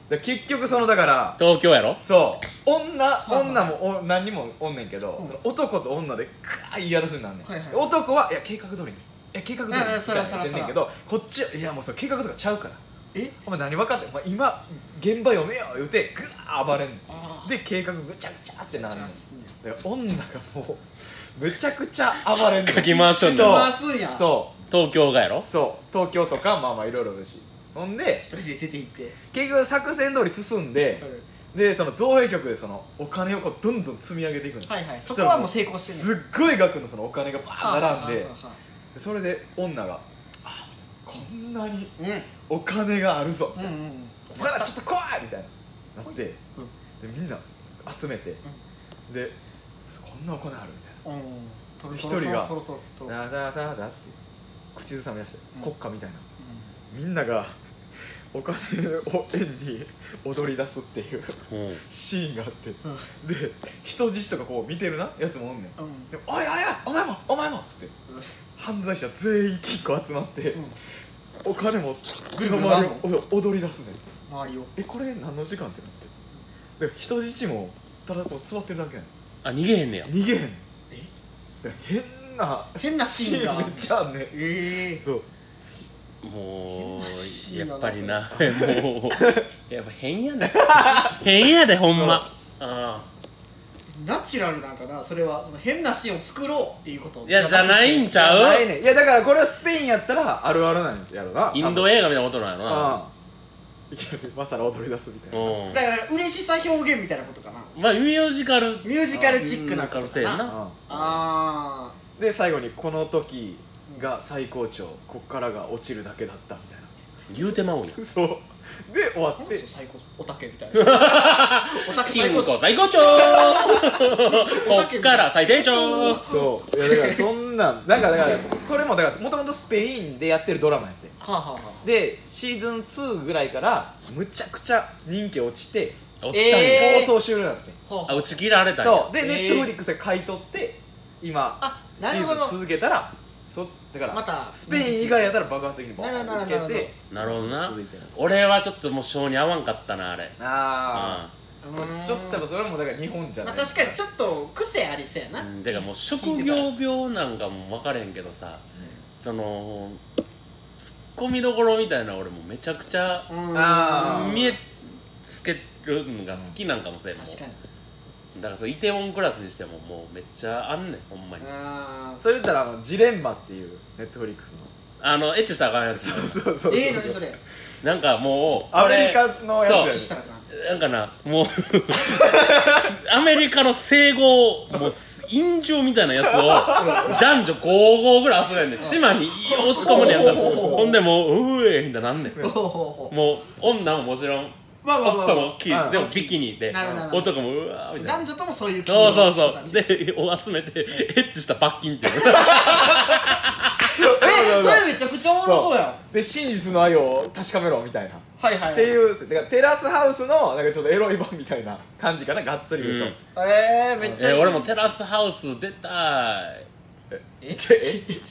Speaker 1: だから結局そのだから
Speaker 2: つ東京やろ
Speaker 1: そう女
Speaker 3: いはい
Speaker 1: 女もお何にもおんねんけど、
Speaker 3: うん
Speaker 1: その男と女でカー言い争いになんねん、
Speaker 3: はいはい
Speaker 1: 男はいや計画通りにえ計画通りに
Speaker 3: うんうんそら
Speaker 1: みたいな言ってんねんけどこっちはいやもうそれ計画とかちゃうから
Speaker 3: え
Speaker 1: お前何分かってんお前今現場読めよ言うてグワー暴れんねん
Speaker 3: あー
Speaker 1: で計画ぐちゃぐちゃってなるねん
Speaker 3: すね
Speaker 1: だから女がもうむちゃくちゃ暴れんねん
Speaker 2: かき回しとんねん
Speaker 1: そう
Speaker 3: すんやん
Speaker 1: そ
Speaker 2: 東京がやろ
Speaker 1: うそう東京とかまあまあいろいろあるしほんで
Speaker 3: 一人で出て行って
Speaker 1: 結局作戦通り進んで、でその造幣局でそのお金をこうどんどん積み上げていくの、
Speaker 3: はいはいそこはもう成功してる
Speaker 1: すっごい額のそのお金がバーッ並んでそれで女が「あこんなに
Speaker 3: んで
Speaker 1: お金があるぞ」
Speaker 3: うんうんうん
Speaker 1: お前らちょっと来い!」みたいななって、で
Speaker 3: うん
Speaker 1: みんな集めて、でこんなお金あるみたいな。
Speaker 3: うんトロ
Speaker 1: 一
Speaker 3: トロ
Speaker 1: 人が
Speaker 3: トロトロトロ
Speaker 1: ダダダダって口ずさみ出して、
Speaker 3: うん
Speaker 1: 国歌みたいな
Speaker 3: う
Speaker 1: みんながお金を円に踊り出すっていう
Speaker 2: うん
Speaker 1: シーンがあって
Speaker 3: ん
Speaker 1: で人質とかこう見てるなやつもおんねん
Speaker 3: うん
Speaker 1: でも「おいおいおいお前もお前も!」っつって犯罪者全員金庫集まって、
Speaker 3: うん
Speaker 1: お金も
Speaker 3: ぐ
Speaker 1: グ
Speaker 3: る
Speaker 1: の
Speaker 3: ぐる
Speaker 1: 周りをお踊り出すねん
Speaker 3: 周りを
Speaker 1: えこれ何の時間ってなってで人質もただこう座ってるだけやね
Speaker 2: あ逃げへんねや
Speaker 1: ん逃げへんえ変な
Speaker 3: 変なシーンが
Speaker 1: めっちゃあんねん
Speaker 3: ええ
Speaker 1: そう
Speaker 3: 変
Speaker 2: も
Speaker 3: なシー
Speaker 2: う
Speaker 3: ン
Speaker 2: や
Speaker 3: やな
Speaker 2: っぱりな もうやっぱ変や ね変やでほんまあ
Speaker 3: ナチュラルなんかなそれはその変なシーンを作ろうっていうこと
Speaker 2: あいやじゃないんちゃ
Speaker 1: な
Speaker 2: う
Speaker 1: いねんいやだからこれはスペインやったらあるあるなんやろな
Speaker 2: インド
Speaker 1: 映
Speaker 2: 映画みたいなことなんやろな
Speaker 1: うんいきなりまさら踊り出すみたいな
Speaker 2: う
Speaker 3: だから嬉しさ表現みたいなことかなん
Speaker 2: まあミュージカル
Speaker 3: ミュージカルチックなことか
Speaker 2: ミュージカルせや
Speaker 3: な
Speaker 2: な
Speaker 1: あ
Speaker 3: あ
Speaker 1: ーで最後にこの時が最高潮こっからが落ちるだけだったみたいな
Speaker 2: 言うてまうんや
Speaker 1: そうで終わ
Speaker 3: あ
Speaker 1: って
Speaker 3: 最高おたけみたいなおたけ
Speaker 2: 金
Speaker 3: 最
Speaker 2: 庫
Speaker 3: 高
Speaker 2: 最高 潮こっから最低潮
Speaker 1: そういやだからそんなんなんかだからそれもだからもともとスペインでやってるドラマやって
Speaker 3: はあ、はあはあ、
Speaker 1: でシーズン2ぐらいからむちゃくちゃ人気落ちて
Speaker 2: 落ちたんや、
Speaker 3: えー
Speaker 1: 放送終了になって
Speaker 3: はあ
Speaker 2: あ打ち切られたんや
Speaker 1: そうで、
Speaker 3: え
Speaker 1: ネ
Speaker 3: ー
Speaker 1: ットフリックスで買い取って今
Speaker 3: あな
Speaker 1: シ
Speaker 3: る
Speaker 1: ー
Speaker 3: ほ
Speaker 1: ズン
Speaker 3: ど
Speaker 1: 続けたらそだから、
Speaker 3: また
Speaker 1: スペイン以外やったら爆発的にバ
Speaker 3: なるほ
Speaker 1: ー
Speaker 3: ど
Speaker 1: ンと
Speaker 3: な
Speaker 1: 受
Speaker 3: るほど
Speaker 1: けて
Speaker 2: なるほどな
Speaker 1: 続いてる
Speaker 2: 俺はちょっともう性に合わんかったなあれ
Speaker 1: あ
Speaker 3: う
Speaker 1: あ
Speaker 3: ーん
Speaker 1: ちょっとやっぱそれもだから日本じゃな
Speaker 3: まあ
Speaker 1: い、
Speaker 3: 確かにちょっと癖ありそうやな、
Speaker 2: うんてかもう職業病なんかも分かれへんけどさそのツッコミどころみたいな俺もめちゃくちゃ
Speaker 3: うーん
Speaker 1: あー
Speaker 2: 見えつけるんが好きなんかもせんも
Speaker 3: 確かに
Speaker 2: うだからそうイテウォンクラスにしてももうめっちゃあんねんほんまに
Speaker 3: あ
Speaker 1: それ言ったらあのジレンマっていうネットフリックスの
Speaker 2: あのエッチしたらあかんやつ
Speaker 1: そうそうそう
Speaker 3: ーええ何それ
Speaker 2: なんかもう
Speaker 1: アメリカのやつや
Speaker 2: そう
Speaker 1: ね
Speaker 3: 知したらかな
Speaker 2: 俺なんかなもう アメリカの整合もう陰情みたいなやつを男女合合ぐらい遊べんねん島に押し込むねやったらほんでもううえみたいになんねん
Speaker 3: おほほほ
Speaker 2: もう女ももちろん
Speaker 3: まあま
Speaker 2: お
Speaker 3: あ
Speaker 2: っ
Speaker 3: ま
Speaker 2: ぱ
Speaker 3: あ、
Speaker 2: も大きい
Speaker 1: うん
Speaker 2: でもビキニで
Speaker 3: なるほどなるほど
Speaker 2: 男もうわーみたいな
Speaker 3: 男女ともそういう気
Speaker 2: そうそう
Speaker 3: の人
Speaker 2: そ
Speaker 3: た
Speaker 2: う
Speaker 3: ち
Speaker 2: でを集めてエッチした罰金っていう
Speaker 3: え
Speaker 1: そう
Speaker 3: こ
Speaker 1: そうそう
Speaker 3: れめちゃくちゃおもろそうやん
Speaker 1: で真実の愛を確かめろみたいな
Speaker 3: はいはい
Speaker 1: っていうだからテラスハウスのなんかちょっとエロい版みたいな感じかながっつり言うと、
Speaker 2: うん
Speaker 3: えー、めっちゃ
Speaker 2: え
Speaker 3: いい
Speaker 2: 俺もテラスハウス出た
Speaker 3: え
Speaker 1: ちょえ
Speaker 2: い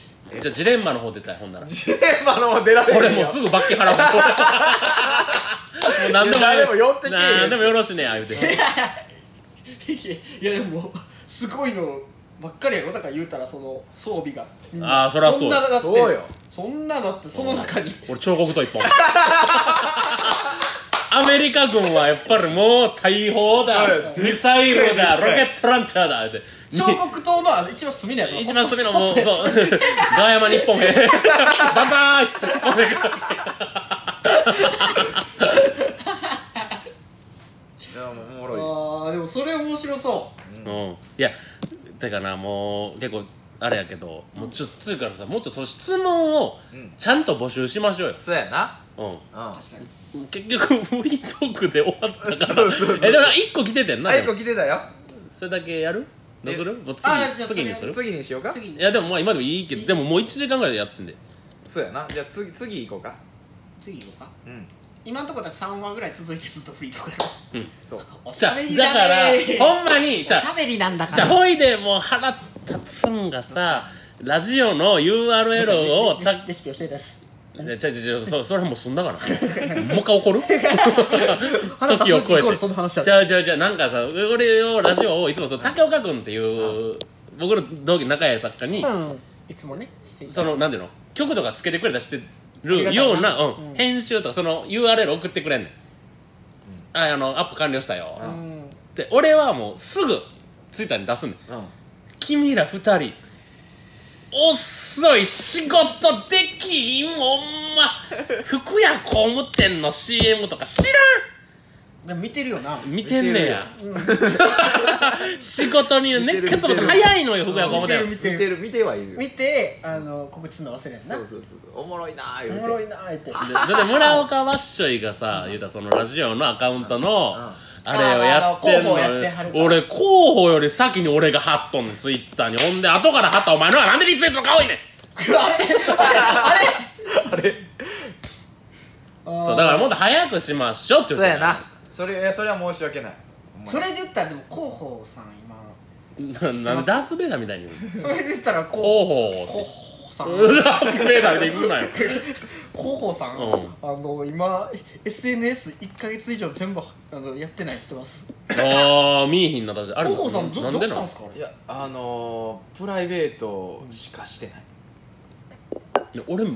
Speaker 2: じゃあジレンマの方出たいほんなら
Speaker 1: ジレンマの方出られる
Speaker 2: 俺もうすぐ罰金払うもう何でも
Speaker 1: いや誰も寄ってけえへん
Speaker 2: 何でもよろしねえ言うて
Speaker 3: いやでもすごいのばっかりやろだから言うたらその装備がみんな
Speaker 2: あーそりゃそう
Speaker 3: そんなだって
Speaker 1: そうよ
Speaker 3: そんなだってその中に
Speaker 2: 俺彫刻刀一本アメリカ軍はやっぱりもう大砲
Speaker 1: そう
Speaker 2: だ
Speaker 1: よ
Speaker 2: ミサイルだロケットランチャーだって
Speaker 3: 彫刻刀のあの一番隅のやつ
Speaker 2: 一番隅のもうそうガーヤマ日本へバンバーイっつって突っ込んでくる
Speaker 1: いやもうおもろい
Speaker 3: あーでもそれ面白そ
Speaker 2: うん、いやてかなもう結構あれやけどもうちょっとつうからさもうちょっとその質問を
Speaker 1: うん
Speaker 2: ちゃんと募集しましょう
Speaker 1: そうやな
Speaker 2: よ、
Speaker 1: う
Speaker 3: うん確かに
Speaker 2: うん、結局フリートークで終わったから
Speaker 1: そうそうそう
Speaker 2: えでも1個来ててんな、
Speaker 1: あい
Speaker 2: で
Speaker 1: こ
Speaker 2: も
Speaker 1: 来てたよ
Speaker 2: それだけやるどうするもう
Speaker 3: あじゃ
Speaker 2: 次
Speaker 3: あ
Speaker 2: 次にする
Speaker 1: 次にしようか
Speaker 3: 次
Speaker 2: いやでもまあ今でもいいけどでももう1時間ぐらいでやってんで
Speaker 1: そうやなじゃあ次次行こうか
Speaker 3: 次行こうか
Speaker 1: うん
Speaker 3: 今のところだって3話ぐらい続いてずっとフリーとか
Speaker 1: そう
Speaker 3: おし
Speaker 2: じ
Speaker 3: ゃ
Speaker 2: ゃ
Speaker 3: べり
Speaker 2: だから
Speaker 3: ね
Speaker 2: ほんまにじゃ
Speaker 3: おしゃべりなんだか
Speaker 2: じゃ
Speaker 3: ら
Speaker 2: ほいでもう腹立つんがさラジオの URL をた
Speaker 3: レシレシピ教えです
Speaker 2: いやちゃうちゃうちゃうそそれはもうそんだからもう一回怒る時を
Speaker 3: 花田
Speaker 2: 超
Speaker 3: イコー
Speaker 2: え
Speaker 3: ル
Speaker 2: て
Speaker 3: その話
Speaker 2: じ
Speaker 3: だ
Speaker 2: ゃあじゃあじゃあなんかさ俺をラジオをいつもその竹岡君っていう僕の同期の仲良い作家に
Speaker 3: うんいつもねしていた
Speaker 2: そのなんていうの曲とかつけてくれたりして
Speaker 3: あ
Speaker 2: る
Speaker 3: りがた
Speaker 2: よう
Speaker 3: いな
Speaker 2: なうん
Speaker 3: うん
Speaker 2: 編集とかその URL 送ってくれんねんああのアップ完了したよ
Speaker 3: うん
Speaker 2: で俺はもうすぐツイッターに出すねん
Speaker 1: うん
Speaker 2: 君ら二人遅い仕事できんほん ま服や工務店の CM とか知ら
Speaker 3: でも見てるよなん
Speaker 2: 見てんねや
Speaker 3: うん
Speaker 2: 仕事に熱血も早いのよ服や工務
Speaker 3: 見てる見
Speaker 2: 店
Speaker 1: 見
Speaker 3: て
Speaker 1: て
Speaker 3: る
Speaker 1: る見てはいる
Speaker 3: 見てあの告知するの忘れんな
Speaker 1: そうそうそうそうおもろいなー
Speaker 3: お
Speaker 1: 言うて
Speaker 3: もろ いなあえて
Speaker 2: でそれで村岡わっしょいがさ言うたらそのラジオのアカウントの
Speaker 1: うん
Speaker 2: あれをやってん
Speaker 3: ああの候補やってはるか
Speaker 2: の
Speaker 3: ら
Speaker 2: 俺候補より先に俺が貼っとんのツイッターにほんで後から貼ったお前のはなんでリツイートの顔いねん
Speaker 3: あれあれ
Speaker 1: あれ
Speaker 2: そうだからもっ
Speaker 3: う
Speaker 2: と早くしましょうって
Speaker 1: そう
Speaker 2: 言
Speaker 1: やなそれいやそれは申し訳ない
Speaker 3: それで言ったらでも広報さん今
Speaker 2: な なんでダースベイダーみたいに言うの
Speaker 3: それで言ったら広
Speaker 2: 候補っ
Speaker 3: 広
Speaker 2: て
Speaker 3: 報さん
Speaker 2: ダースベイダーみたいに言うなよ
Speaker 3: 広報さん、
Speaker 2: うん
Speaker 3: あの今 SNS1 か月以上全部あのやってない人ます
Speaker 2: ああ見えひんな確かに
Speaker 3: 広報さんど
Speaker 2: な
Speaker 3: ど
Speaker 2: ん
Speaker 3: う
Speaker 2: で
Speaker 3: し
Speaker 2: な
Speaker 3: たんで
Speaker 2: の
Speaker 3: すかあ
Speaker 1: い
Speaker 3: れ
Speaker 1: やあのー、プライベートしかしてない、
Speaker 2: いや俺も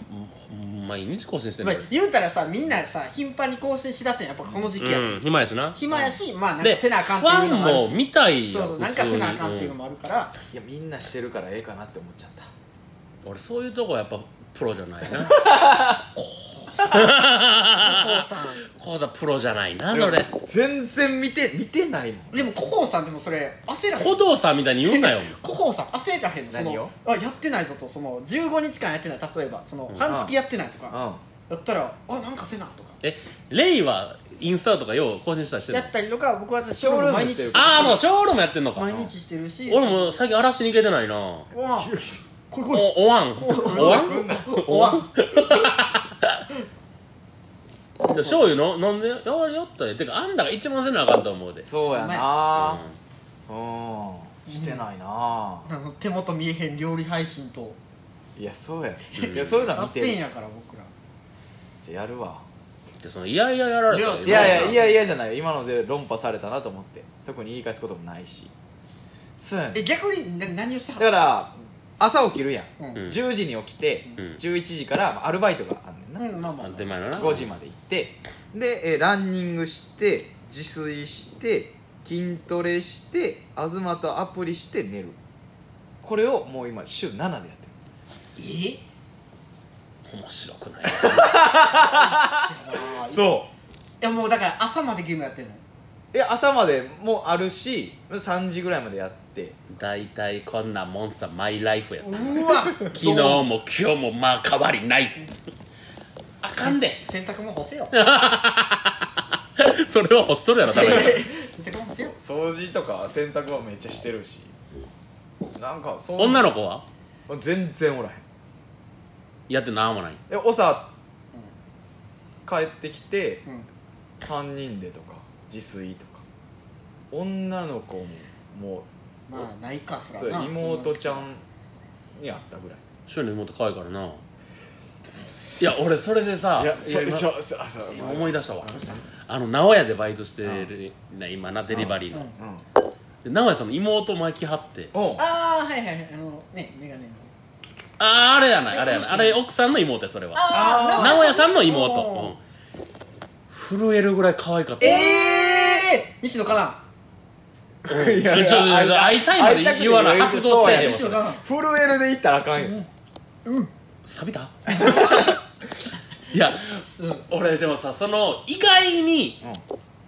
Speaker 2: うん毎日更新して
Speaker 3: まあ
Speaker 2: る、
Speaker 3: 言うたらさみんなさ頻繁に更新しだせんやっぱこの時期やし、
Speaker 2: うん暇やしな
Speaker 3: 暇やし、まあなんか
Speaker 2: で
Speaker 3: せ
Speaker 2: フ
Speaker 3: なあかんってい
Speaker 2: ァ
Speaker 3: うの
Speaker 2: ン
Speaker 3: もある
Speaker 2: も
Speaker 3: し
Speaker 2: 見たい
Speaker 3: そう
Speaker 2: や
Speaker 3: そうんなんかせなあかんっていうのもあるから、
Speaker 1: いやみんなしてるからええかなって思っちゃった
Speaker 2: うん俺そういうとこはやっぱプロじゃない な
Speaker 3: 広報さん
Speaker 2: 講座プロじゃないなそれ
Speaker 1: 全然見て見てないもん
Speaker 3: でもコホさんでもそれ焦らへん
Speaker 2: 小道さんみたいに言うなよ
Speaker 3: コホさん焦らへんのそ
Speaker 1: 何を
Speaker 3: のあやってないぞとその15日間やってない例えばその
Speaker 2: うん
Speaker 3: 半月やってないとか
Speaker 1: うん
Speaker 3: やったらあなんかせなとか
Speaker 2: レイはインスタとかよう更新したりしてる
Speaker 3: やったりとか僕は私ショールーム毎日
Speaker 1: ショールームしてる
Speaker 2: ああもうショールームやってんのか
Speaker 3: 毎日してるし
Speaker 2: 俺も最近荒らしに行けてないな
Speaker 3: うわこいこい
Speaker 2: おおわんおわん
Speaker 3: おわん
Speaker 2: じゃあ醤油の飲んでややったでてかあんだが一番せなあかんと思うで
Speaker 1: そうやなうん、してないな
Speaker 3: あの手元見えへん料理配信と
Speaker 1: いやそうや、
Speaker 2: うん
Speaker 1: いやそういうの
Speaker 3: あ
Speaker 1: は見
Speaker 3: っててん
Speaker 1: る
Speaker 3: やから僕ら
Speaker 1: じゃあやるわ
Speaker 2: でそのいやいややられたら
Speaker 3: い
Speaker 1: いやい
Speaker 3: そう
Speaker 1: やいやいやじゃない今ので論破されたなと思って特に言い返すこともないしそうやね
Speaker 3: え
Speaker 1: ん
Speaker 3: 逆にな何をした
Speaker 1: だから朝起きるやん、
Speaker 3: うん
Speaker 2: うん
Speaker 1: 10時に起きて
Speaker 2: うん
Speaker 1: 11時からアルバイトがあんねんな、
Speaker 3: うんまあまあまあ
Speaker 2: なんて前のな
Speaker 1: 5時まで行ってで、えーランニングして自炊して筋トレして東とアプリして寝るこれをもう今週7でやってる
Speaker 3: え
Speaker 2: 面白くない
Speaker 3: う
Speaker 1: そ
Speaker 3: いやもうだから朝までゲームやってんの
Speaker 1: ういや朝までもあるし3時ぐらいまでやって
Speaker 2: 大体こんなもんさマイライフやさ
Speaker 3: うわ
Speaker 2: 昨日も今日もまあ変わりない あかんで
Speaker 3: 洗濯も干せよ
Speaker 2: それは干しとるやろ多分
Speaker 3: 洗濯も干せよ
Speaker 1: 掃除とか洗濯はめっちゃしてるしなんかそう
Speaker 2: 女の子は
Speaker 1: 子全然おらへん
Speaker 2: やってなんもない
Speaker 1: え朝帰ってきて
Speaker 3: うん
Speaker 1: 3人でとか自炊とか女の子ももう
Speaker 3: まあないかそら
Speaker 1: そう
Speaker 3: な
Speaker 1: 妹ちゃんに会ったぐらい
Speaker 2: 翔の妹可愛いからないや俺それでさいや今
Speaker 1: ょそ
Speaker 2: 今思い出したわ
Speaker 3: どうした
Speaker 2: あの直屋でバイトしてるな今なデリバリー
Speaker 3: う
Speaker 2: の
Speaker 3: ん
Speaker 1: うん
Speaker 2: で直屋さんの妹巻き張って
Speaker 1: おう
Speaker 3: ああはいはいはいあのねメガネの
Speaker 2: あああれやないあれやないあれ奥さんの妹やそれは
Speaker 1: あー
Speaker 2: 直屋さんの妹
Speaker 3: お、
Speaker 2: うん、震えるぐらい可愛かった
Speaker 3: ーえー西野かな
Speaker 2: うん
Speaker 1: いや
Speaker 2: ちょちょちょ
Speaker 1: 会いた
Speaker 2: 会いたいまで
Speaker 1: 会いたくて
Speaker 2: 言わな
Speaker 1: 言うて
Speaker 2: 発動せえへんわ
Speaker 3: 西野かな
Speaker 1: 震えるで行ったらあかんよ
Speaker 3: うん
Speaker 2: 錆びた いや俺でもさその意外に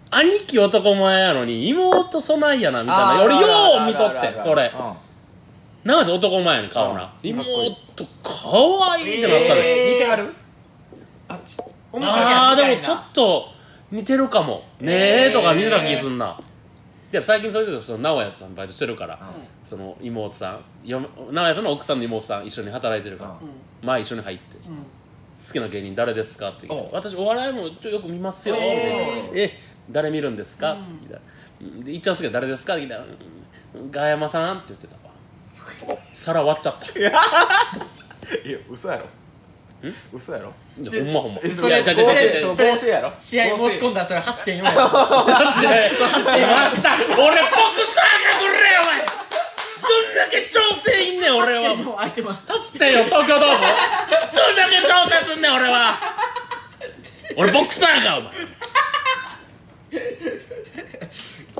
Speaker 2: 兄貴男前やのに妹そないやなみたい
Speaker 1: あ
Speaker 2: な
Speaker 1: ー
Speaker 2: 俺よ
Speaker 1: あ
Speaker 2: う
Speaker 1: る
Speaker 2: 見と
Speaker 1: あるあるあ
Speaker 2: って
Speaker 1: る
Speaker 2: それ
Speaker 1: うん
Speaker 2: なんせ男前やねん顔な
Speaker 1: うん
Speaker 2: 妹可愛いってなったね
Speaker 1: えー似てはるあっち
Speaker 3: 思った
Speaker 2: ああ
Speaker 3: みた
Speaker 2: で
Speaker 3: い
Speaker 2: も
Speaker 3: な
Speaker 2: ちょっと似てるかもねえとか似てた気すんな、いや最近それでその直哉さんバイトしてるからその妹さんよ直哉さんの奥さんの妹さん一緒に働いてるから、
Speaker 1: う
Speaker 3: うん
Speaker 2: まあ一緒に入って「
Speaker 3: うんうん
Speaker 2: 好きな芸人誰ですか?」って聞いて
Speaker 1: お
Speaker 2: 私お笑いもちょよく見ますよ」みたいな
Speaker 3: え
Speaker 2: え誰見るんですか?」
Speaker 3: う
Speaker 2: っ
Speaker 3: ん
Speaker 2: て聞いたらうんで一番好きな誰ですか?」って聞いたらうん「ガヤマさん」って言ってたわ皿割っちゃったい
Speaker 1: いや嘘やろ嘘やろ
Speaker 2: やほんまほんま
Speaker 1: え
Speaker 2: い
Speaker 1: それ
Speaker 2: やじゃじゃじゃ
Speaker 1: 合成
Speaker 2: じゃ
Speaker 1: その
Speaker 3: それ
Speaker 1: 合成やろ
Speaker 3: 試合申し込んだらそれ8.4や
Speaker 2: マジでまた俺ボクサーが来れよお前どんだけ調整いんねん俺は
Speaker 3: 8.4空いてます
Speaker 2: 8.4東京ドームどんだけ調整すんねん俺は俺ボクサーかお前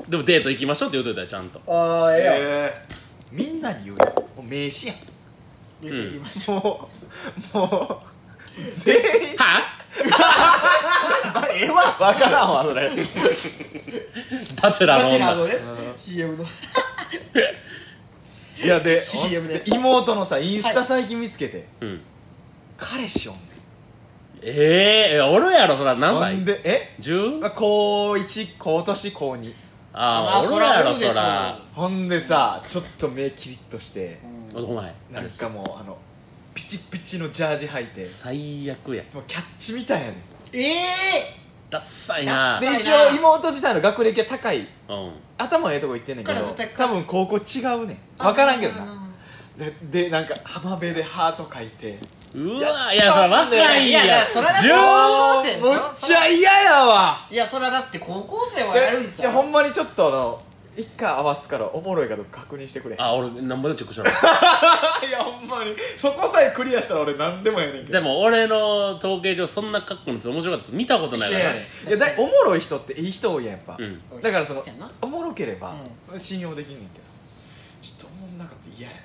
Speaker 2: でもデート行きましょうって言うといたよちゃんと
Speaker 3: ああええやん
Speaker 1: えーみんなに言うよもう名刺やん
Speaker 3: 言ってみましょ
Speaker 1: もうもう全員
Speaker 3: う
Speaker 2: は
Speaker 3: あええわ
Speaker 1: 分からんわそれ
Speaker 2: バチェラー
Speaker 3: バチェラー
Speaker 2: の
Speaker 3: の
Speaker 2: 女
Speaker 3: ね
Speaker 1: う
Speaker 3: CM の
Speaker 1: いやで
Speaker 3: CM で
Speaker 1: 妹のさインスタ最近見つけて、
Speaker 2: うん
Speaker 1: 彼氏おんね
Speaker 2: ええおるやろそら何
Speaker 1: んなん
Speaker 2: 歳
Speaker 1: でえ
Speaker 2: ?10?
Speaker 1: 高1今年高2
Speaker 2: ああ
Speaker 3: まあ
Speaker 2: おるや
Speaker 3: そらお
Speaker 2: ろ
Speaker 3: る
Speaker 2: そ
Speaker 3: でしょう
Speaker 2: ら
Speaker 1: ほんでさちょっと目キリッとして
Speaker 2: お前あ
Speaker 1: なん
Speaker 2: れ
Speaker 1: かもうあのピチピチのジャージ履いて
Speaker 2: 最悪や
Speaker 1: もうキャッチみたいやね
Speaker 3: ええ
Speaker 2: ダッサい
Speaker 3: ダッ
Speaker 2: な
Speaker 3: セ
Speaker 1: ん
Speaker 3: い
Speaker 1: で
Speaker 3: な
Speaker 1: 一応妹自体の学歴は高い
Speaker 2: うん
Speaker 1: 頭ええとこ行ってんねんけど
Speaker 3: だから絶対
Speaker 1: 多分高校違うねん
Speaker 3: ー
Speaker 1: 分からんけど
Speaker 3: あ
Speaker 1: な
Speaker 3: ー
Speaker 1: ででなんか浜辺でハート書いて
Speaker 2: うわいやそら若いや
Speaker 3: いやいやそらだって
Speaker 2: 十
Speaker 3: 高校生でしょ
Speaker 1: もうむっちゃ嫌やわ
Speaker 3: いやそれはだって高校生はやるん
Speaker 1: で
Speaker 3: じ
Speaker 1: い
Speaker 3: ゃ
Speaker 1: や
Speaker 3: ん
Speaker 1: ほんまにちょっとあの一回合わすからおもろいかどうか確認してくれ い
Speaker 2: あ俺なんぼでもチェックしろ
Speaker 1: やほんまにそこさえクリアしたら俺何でもやねんけど
Speaker 2: でも俺の統計上そんな格好のやつ面白かったやつ見たことない
Speaker 1: い
Speaker 2: か
Speaker 1: や
Speaker 2: ら
Speaker 1: いやいやだいおもろい人っていい人多いやんやっぱ、
Speaker 2: うん
Speaker 1: だからその
Speaker 3: そうやな
Speaker 1: おもろければ、信用できんねんけどちょっとおもんなかったら嫌やな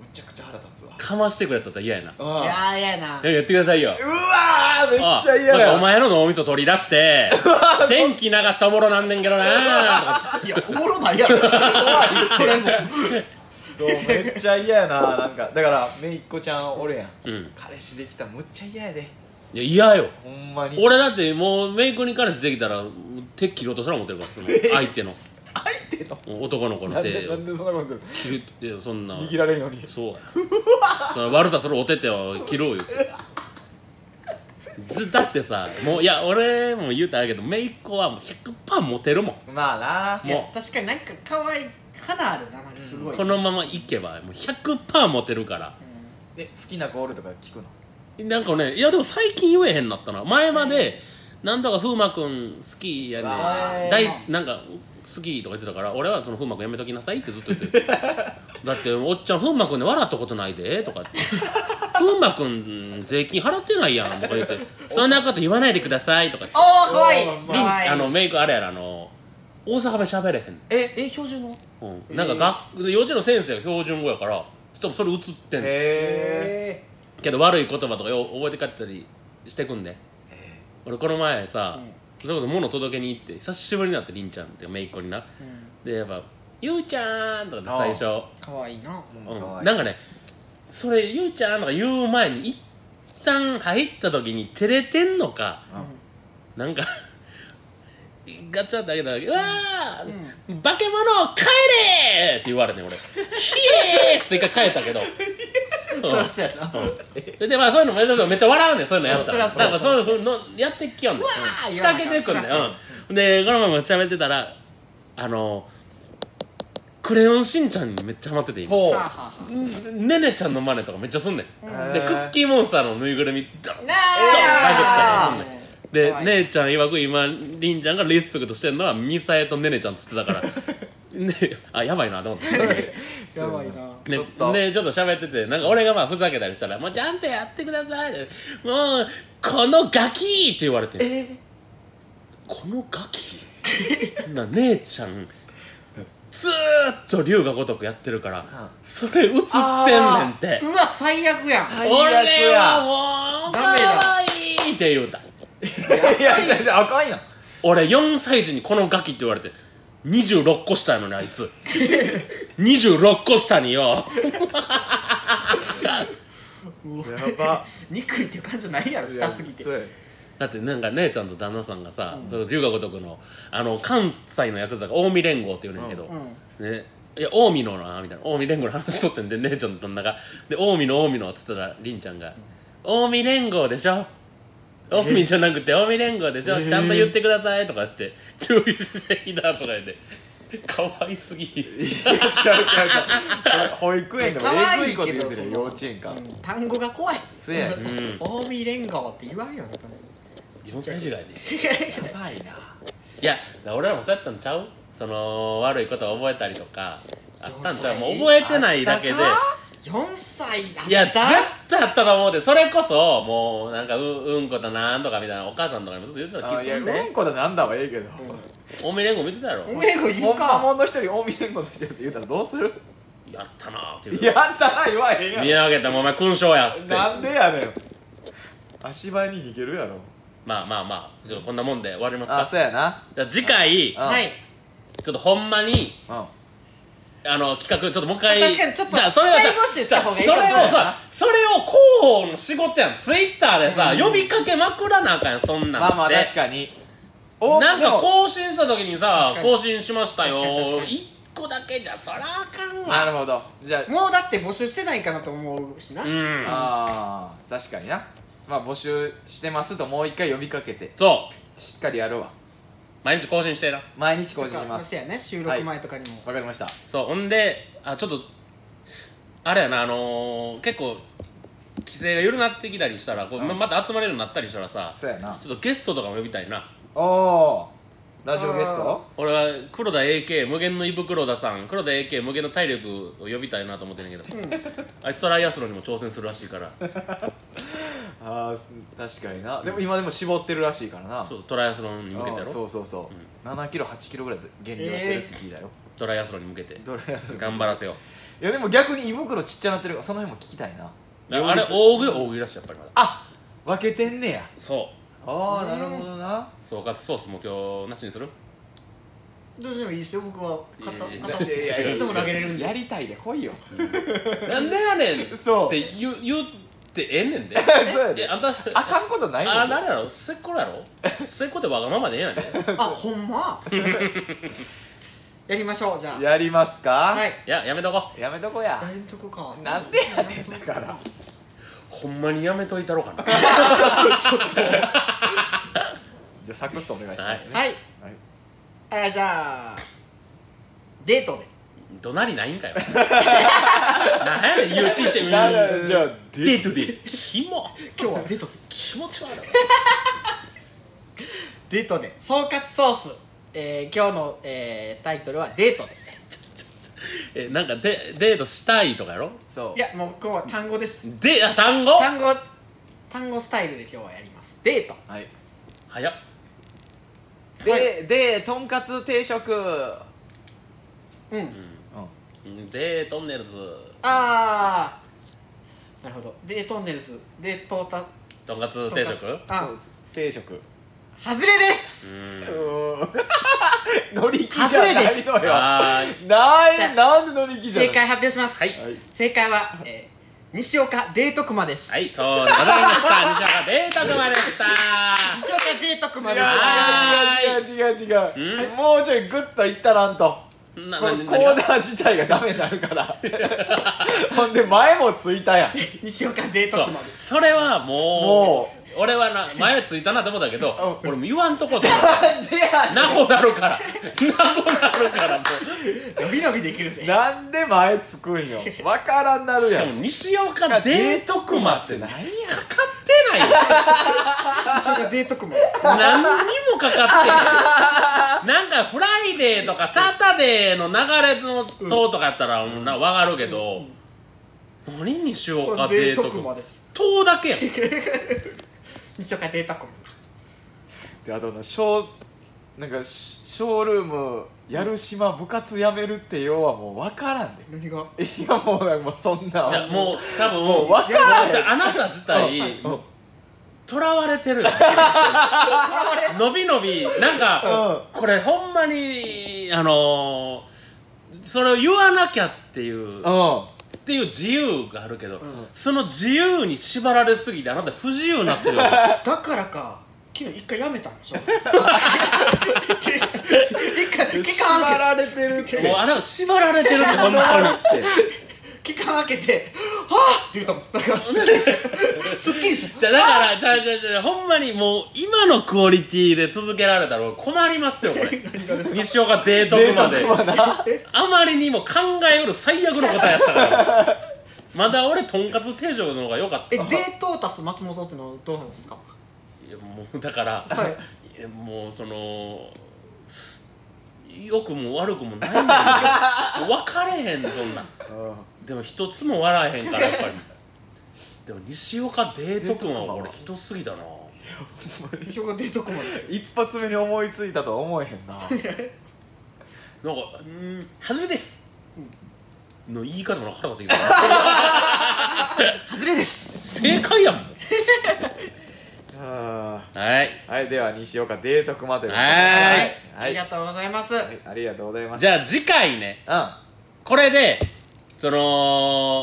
Speaker 1: むちゃくちゃ腹立つわ
Speaker 2: かましてくるやつだったら嫌やな
Speaker 1: うん
Speaker 3: いやーやな
Speaker 2: えやってくださいよ
Speaker 1: うわーめっちゃ嫌
Speaker 2: あなん
Speaker 1: や
Speaker 2: かお前の脳みそ取り出 して電気流したおもろなんねんけどなとか
Speaker 3: いやおもろないやろそれも
Speaker 1: そうめっちゃ嫌やななんかだからめいっ子ちゃんおるやん
Speaker 2: うん
Speaker 1: 彼氏できたらむっちゃ嫌やで
Speaker 2: いや嫌よ
Speaker 1: ほんまに
Speaker 2: 俺だってもうメイクに彼氏できたら手切ろうとしたら思ってるからその相手の
Speaker 1: 相手の
Speaker 2: 男の子
Speaker 1: な
Speaker 2: の
Speaker 1: んで
Speaker 2: 手
Speaker 1: な
Speaker 2: を
Speaker 1: んでそんなことする
Speaker 2: 切るいやそんな
Speaker 1: 握られんように
Speaker 2: そう やその悪さするお手手を切ろうよずだってさもういや俺も言うたらあれやけどメイクはもう100%モテるもん
Speaker 1: まあない
Speaker 3: や
Speaker 2: も
Speaker 3: 確かになんか可愛い花あるななんかすごい
Speaker 2: このままいけばもう100%モテるから
Speaker 3: うん
Speaker 1: で好きなゴールとか聞くの
Speaker 2: なんかねいやでも最近言えへんなったな前までなんとか風磨君好きやね
Speaker 1: あ
Speaker 3: ー
Speaker 2: ん大好きなんか好きとか言ってたから俺はその風磨君やめときなさいってずっと言っ てるだっておっちゃん風磨君で笑ったことないでとかって風磨君税金払ってないやんとか 言ってそんなこと言わないでくださいとか
Speaker 3: おー可愛い
Speaker 1: おー
Speaker 2: う
Speaker 1: ま
Speaker 2: ん
Speaker 3: 可愛い
Speaker 2: あのメイクあれやろあの大阪弁喋れへん
Speaker 1: え
Speaker 3: え標準の
Speaker 2: うん、なんか学、幼稚園の先生が標準語やからちょっとそれ映ってんねん
Speaker 1: へえ
Speaker 3: え
Speaker 2: けど悪い言葉とかよう覚えて帰ったりしてくんで、俺この前さ、それこそ物届けに行って久しぶりになってりんちゃんってめいっ子になでやっぱ「ゆうちゃん」とかって最初、
Speaker 3: 可愛いな
Speaker 2: うん
Speaker 1: かわいい
Speaker 2: なんかねそれ「ゆうちゃん」とか言う前に一旦入った時に照れてんのか
Speaker 1: うん
Speaker 2: なんかガチャってあげたら「うわー、
Speaker 3: うんうん
Speaker 2: 化け物帰れ!」って言われて俺 「ひえー!」って一回帰ったけどうん
Speaker 3: そらそうやな
Speaker 2: うん、でまあそういうのもやるとめっちゃ笑うねんそういうのやったら
Speaker 3: そらそうや
Speaker 2: なんかそういうふうのやってきよんねん
Speaker 3: わー
Speaker 2: 仕掛けてくんねん
Speaker 3: 言わな
Speaker 2: うんでこのまま喋ってたらあの「クレヨンしんちゃん」にめっちゃハマってて今
Speaker 1: ほう
Speaker 3: はあはあは
Speaker 2: んねねちゃんの真似とかめっちゃすんねん
Speaker 3: あ
Speaker 1: うん
Speaker 2: で
Speaker 1: へー
Speaker 2: クッキーモンスターのぬいぐるみドン
Speaker 3: な
Speaker 2: あ
Speaker 3: あ
Speaker 2: で
Speaker 3: 可愛い
Speaker 2: 姉ちゃん曰く今りんちゃんがリスペクトしてるのはミサエとねねちゃんっつってた からねあやばいなと思 って。
Speaker 3: やばいな
Speaker 2: ね
Speaker 1: ちょっと
Speaker 2: ねちょっと喋っててなんか俺がまあふざけたりしたら「もうちゃんとやってください」って「もうこのガキ!」って言われて
Speaker 1: え
Speaker 2: 「このガキ?な」姉ちゃんずーっと龍が如くやってるからそれ映ってんねんって
Speaker 3: うわ最悪やん
Speaker 1: 最
Speaker 2: 俺はもうかわいいって言うた
Speaker 1: いやいやいやあかんやん
Speaker 2: 俺4歳児にこのガキって言われて26個下やのにあい つ26個下によ
Speaker 1: やば
Speaker 3: 憎いっていう感情ないやろ下すぎて
Speaker 1: いやそうや
Speaker 2: だってなんか姉ちゃんと旦那さんがさ、
Speaker 3: うん
Speaker 2: それ龍が如くのあの関西のヤクザが近江連合って言うねんけど、
Speaker 3: うん
Speaker 2: ねいや近江のなみたいな近江連合の話しとってんで 姉ちゃんと旦那がで近江の近江のっつったら凛ちゃんが「近江連合でしょ近江じゃなくて近江連合でしょ、
Speaker 1: えー
Speaker 2: ちゃんと言ってください」とか言って「注意していいだ」とか言ってかわいすぎ
Speaker 1: いやちゃうちゃうちゃう これ保育園でも
Speaker 3: 可
Speaker 1: え
Speaker 3: 愛
Speaker 1: ぐい
Speaker 3: い
Speaker 1: こと
Speaker 3: け
Speaker 1: 言
Speaker 3: ど
Speaker 1: ってるよ
Speaker 3: その
Speaker 1: 幼稚園か、
Speaker 3: うん単語が怖い
Speaker 1: そうやね
Speaker 2: うんん
Speaker 3: 近江連合って言わんよね
Speaker 2: 4歳児がいで
Speaker 1: やばいない
Speaker 2: や俺らもそうやったんちゃうその悪いことを覚えたりとかあったんちゃうもう覚えてないだけで
Speaker 1: あった
Speaker 3: 4歳だった
Speaker 2: いや絶対あったと思うでそれこそもうなんかううんこだなんとかみたいなお母さんとかにもずっと言ってたら
Speaker 1: あい
Speaker 2: 気
Speaker 1: や
Speaker 2: づ
Speaker 1: う
Speaker 2: ね
Speaker 1: んこだなんだはええけど、
Speaker 2: おめ連合見てたやろ
Speaker 3: うんおめえごい
Speaker 1: ほ
Speaker 3: る
Speaker 1: んま
Speaker 3: か
Speaker 1: もんの人に大見連合の人って言うたらどうする
Speaker 2: やったなーって言う
Speaker 1: やったら言わへんやん
Speaker 2: 見上げてもお前勲章やっつって
Speaker 1: なんでやねん足早に逃げるやろ
Speaker 2: まあまあまあちょっとこんなもんで終わります
Speaker 1: あ
Speaker 2: か
Speaker 1: そうやな
Speaker 2: じゃあ次回ち
Speaker 1: あ
Speaker 3: はい
Speaker 2: ょっとほんまに
Speaker 1: うん
Speaker 2: あの企画ちょっともう一回
Speaker 3: 確かにちょっと
Speaker 2: じゃあそれをじゃあ
Speaker 3: 再募集した方がいい
Speaker 2: じゃ
Speaker 3: か
Speaker 2: あ
Speaker 3: もし
Speaker 2: それ
Speaker 3: れない
Speaker 2: をさそれを広報の仕事やんツイッターでさ、
Speaker 3: うん
Speaker 2: 呼びかけまくらなあかんやんそんなん
Speaker 1: まあまあ
Speaker 2: で
Speaker 1: 確かに
Speaker 2: なんか
Speaker 1: う
Speaker 2: 更新した時にさ
Speaker 3: 確かに
Speaker 2: 更新しましたよ
Speaker 3: 確かに確かに
Speaker 2: 一個だけじゃそらあかん
Speaker 1: な
Speaker 2: わ
Speaker 1: るほどじゃあ
Speaker 3: もうだって募集してないかなと思うしな、
Speaker 2: うん
Speaker 1: あー確かになまあ募集してますともう一回呼びかけて
Speaker 2: そう
Speaker 1: しっかりやるわ
Speaker 2: 毎日更新してな
Speaker 1: 毎日
Speaker 3: と
Speaker 1: 更
Speaker 3: か
Speaker 1: 新します
Speaker 3: そうやね収録前とかにも、
Speaker 1: わかりました
Speaker 2: そうほんであちょっとあれやなあのー結構規制が緩なってきたりしたらこう
Speaker 1: うん
Speaker 2: ままた集まれるようになったりしたらさ
Speaker 1: そうやな
Speaker 2: ちょっとゲストとかも呼びたいな
Speaker 1: おおーラジオゲスト
Speaker 2: 俺は黒田 AK 無限の胃袋田さん黒田 AK 無限の体力を呼びたいなと思ってんねんけど
Speaker 3: うん
Speaker 2: あいつトライアスロンにも挑戦するらしいから
Speaker 1: ああ確かになでも今でも絞ってるらしいからな
Speaker 2: そうトライアスロンに向けてや
Speaker 1: あーそ
Speaker 2: ろ
Speaker 1: うそうそう、
Speaker 2: うん
Speaker 1: 7キロ8キロぐらい減量してるって聞いたよ、
Speaker 2: トライアスロンに向けて
Speaker 1: どれやそれ
Speaker 2: 頑張らせよ
Speaker 1: いやでも逆に胃袋ちっちゃなってるからその辺も聞きたいな
Speaker 2: うあれ大食い大食いらしいやっぱりまだ
Speaker 1: あ分けてんねや
Speaker 2: そう
Speaker 1: ああな
Speaker 3: うん
Speaker 1: るほどな
Speaker 2: 総括ソースも今日なしにする
Speaker 3: どうしてもいいですよ僕は買った
Speaker 2: いやいや
Speaker 3: 買った
Speaker 2: いやいや
Speaker 3: いつでも投げれるんで
Speaker 1: やりたいで来いよ
Speaker 2: なんでやねんっ
Speaker 1: そう
Speaker 2: て言う言ってええねん で
Speaker 1: そうや
Speaker 2: え
Speaker 1: で
Speaker 2: あんた
Speaker 1: あかんことない
Speaker 2: あ
Speaker 1: の
Speaker 2: あれやろ末っ子や ろ末っ子ってわがままでええやんね
Speaker 3: あほんま やりましょうじゃ
Speaker 1: やりますか
Speaker 3: あはい
Speaker 2: いややめとこ
Speaker 1: やめとこや
Speaker 3: やるとこか
Speaker 1: なんでやねんだから
Speaker 2: ほんまにやめといたろうかな
Speaker 1: じゃあサクッとお願いしますね
Speaker 3: はい
Speaker 1: はい
Speaker 3: あじゃあデートで
Speaker 2: どなりないんかよ なんやねん言うちいちゃい
Speaker 1: なるじゃあデ
Speaker 2: デートでキモ
Speaker 3: 今日はデートで
Speaker 2: 気持ち悪い
Speaker 3: デートで総括ソース、えー、今日の、えー、タイトルはデートで
Speaker 2: えなんかデデートしたいとかやろ
Speaker 1: そう
Speaker 3: いやもう今日は単語です
Speaker 2: であ単語
Speaker 3: 単語単語スタイルで今日はやりますデート
Speaker 1: はい
Speaker 2: 早っ
Speaker 3: は
Speaker 1: ででとんかつ定食
Speaker 3: う
Speaker 2: うんんデートンネルズ
Speaker 3: ああなるほどデートンネルズデートータ
Speaker 2: とんかつ定食
Speaker 3: とんかつあ
Speaker 1: 定食
Speaker 3: 外れで
Speaker 2: う
Speaker 3: す
Speaker 1: うんーん 乗り気じゃないのよ
Speaker 2: はーい
Speaker 1: ないなんで乗り気じゃ
Speaker 3: 正
Speaker 1: ない
Speaker 3: 解発表します、
Speaker 2: はい
Speaker 1: はい
Speaker 3: 正解は、えー、西岡デートクマです、
Speaker 2: はい、そうでございました。西岡デートクマでした。
Speaker 3: 西岡デートクマです
Speaker 1: 違う違う違う違う違う違うもうちょいグッといったらんと
Speaker 2: な、
Speaker 1: こ
Speaker 2: な、
Speaker 1: のコ
Speaker 2: 何
Speaker 1: ーナ
Speaker 2: が
Speaker 1: ー自体がダメになるから ほんで前もついたやん
Speaker 3: 西岡デー
Speaker 2: そ
Speaker 3: ト
Speaker 2: う
Speaker 3: クマです、
Speaker 2: それはも
Speaker 1: も
Speaker 2: う、俺はな、前ついたなと思ったけど、
Speaker 1: うん
Speaker 2: 俺も言わんとこうと思
Speaker 1: うなんで
Speaker 2: う。
Speaker 1: や
Speaker 2: な
Speaker 1: ね
Speaker 2: ほなるから。なほなるから、も
Speaker 3: 伸び伸びできるぜ
Speaker 1: んなんで前つくんよわからんな
Speaker 2: う。
Speaker 1: る
Speaker 2: し
Speaker 1: や
Speaker 2: か
Speaker 1: ん
Speaker 2: も、西岡デートクマってな、
Speaker 1: 何
Speaker 2: かか
Speaker 1: や
Speaker 2: ってないよ。
Speaker 3: 西岡デートクマです
Speaker 2: 何にもかかってない。なんか、フライデーとか、サタデーの流れの塔とかやったら、もうな、わかるけど、何西岡
Speaker 3: デ
Speaker 2: デ
Speaker 3: ー
Speaker 2: ート
Speaker 3: ト
Speaker 2: ク
Speaker 3: ク
Speaker 2: マ
Speaker 3: マです
Speaker 2: 塔だけやん。
Speaker 3: 西岡デートクマ
Speaker 1: であとなショーなんかシショールームやる島部活やめるってようはもうわからんで
Speaker 3: 何が
Speaker 1: いやもうなんかもうそんな
Speaker 2: じゃあもう多分
Speaker 1: もう分からん
Speaker 2: じゃああなた自体
Speaker 1: うん
Speaker 2: もうとらわれてるよのびのびなんか、これほんまにあのそれを言わなきゃっていう
Speaker 1: あ
Speaker 2: っていう自由があるけど、
Speaker 3: うん
Speaker 2: その自由に縛られすぎてあなた不自由になってるよ
Speaker 3: だからか昨日一回やめたんでしょ一回期間
Speaker 1: 縛
Speaker 3: 開
Speaker 1: られてるって
Speaker 2: もうあなた縛られてるって本当に
Speaker 3: け期間開けて「はあ!」って言うたもんだからすっきりしたすっきりした
Speaker 2: じゃあだからじゃあじゃあじゃあほんまにもう今のクオリティで続けられたら俺困りますよこれ西岡デートまであまりにも考えうる最悪の答えやったからまだ俺とんかつ定食の方が良かった
Speaker 3: えデート足す松本ってのはどうなんですか
Speaker 2: いやもうだから、
Speaker 3: はい
Speaker 2: いやもうその良くも悪くもないんだけど分かれへんそんなんでも一つも笑えへんからやっぱりでも西岡デート君は俺ひどすぎだな
Speaker 3: 西岡デートコマで
Speaker 1: 一発目に思いついたとは思えへ んな
Speaker 2: なんか「うーん初めです」の言い方も腹立ってき
Speaker 3: 外れです
Speaker 2: た正解やもん
Speaker 1: あ
Speaker 2: はい
Speaker 1: ーはいでは西岡デートくまで
Speaker 2: はーい
Speaker 1: は
Speaker 3: あ
Speaker 1: い
Speaker 3: りがとうございます
Speaker 1: はいありがとうございます
Speaker 2: じゃあ次回ね
Speaker 1: ゃ
Speaker 2: これでその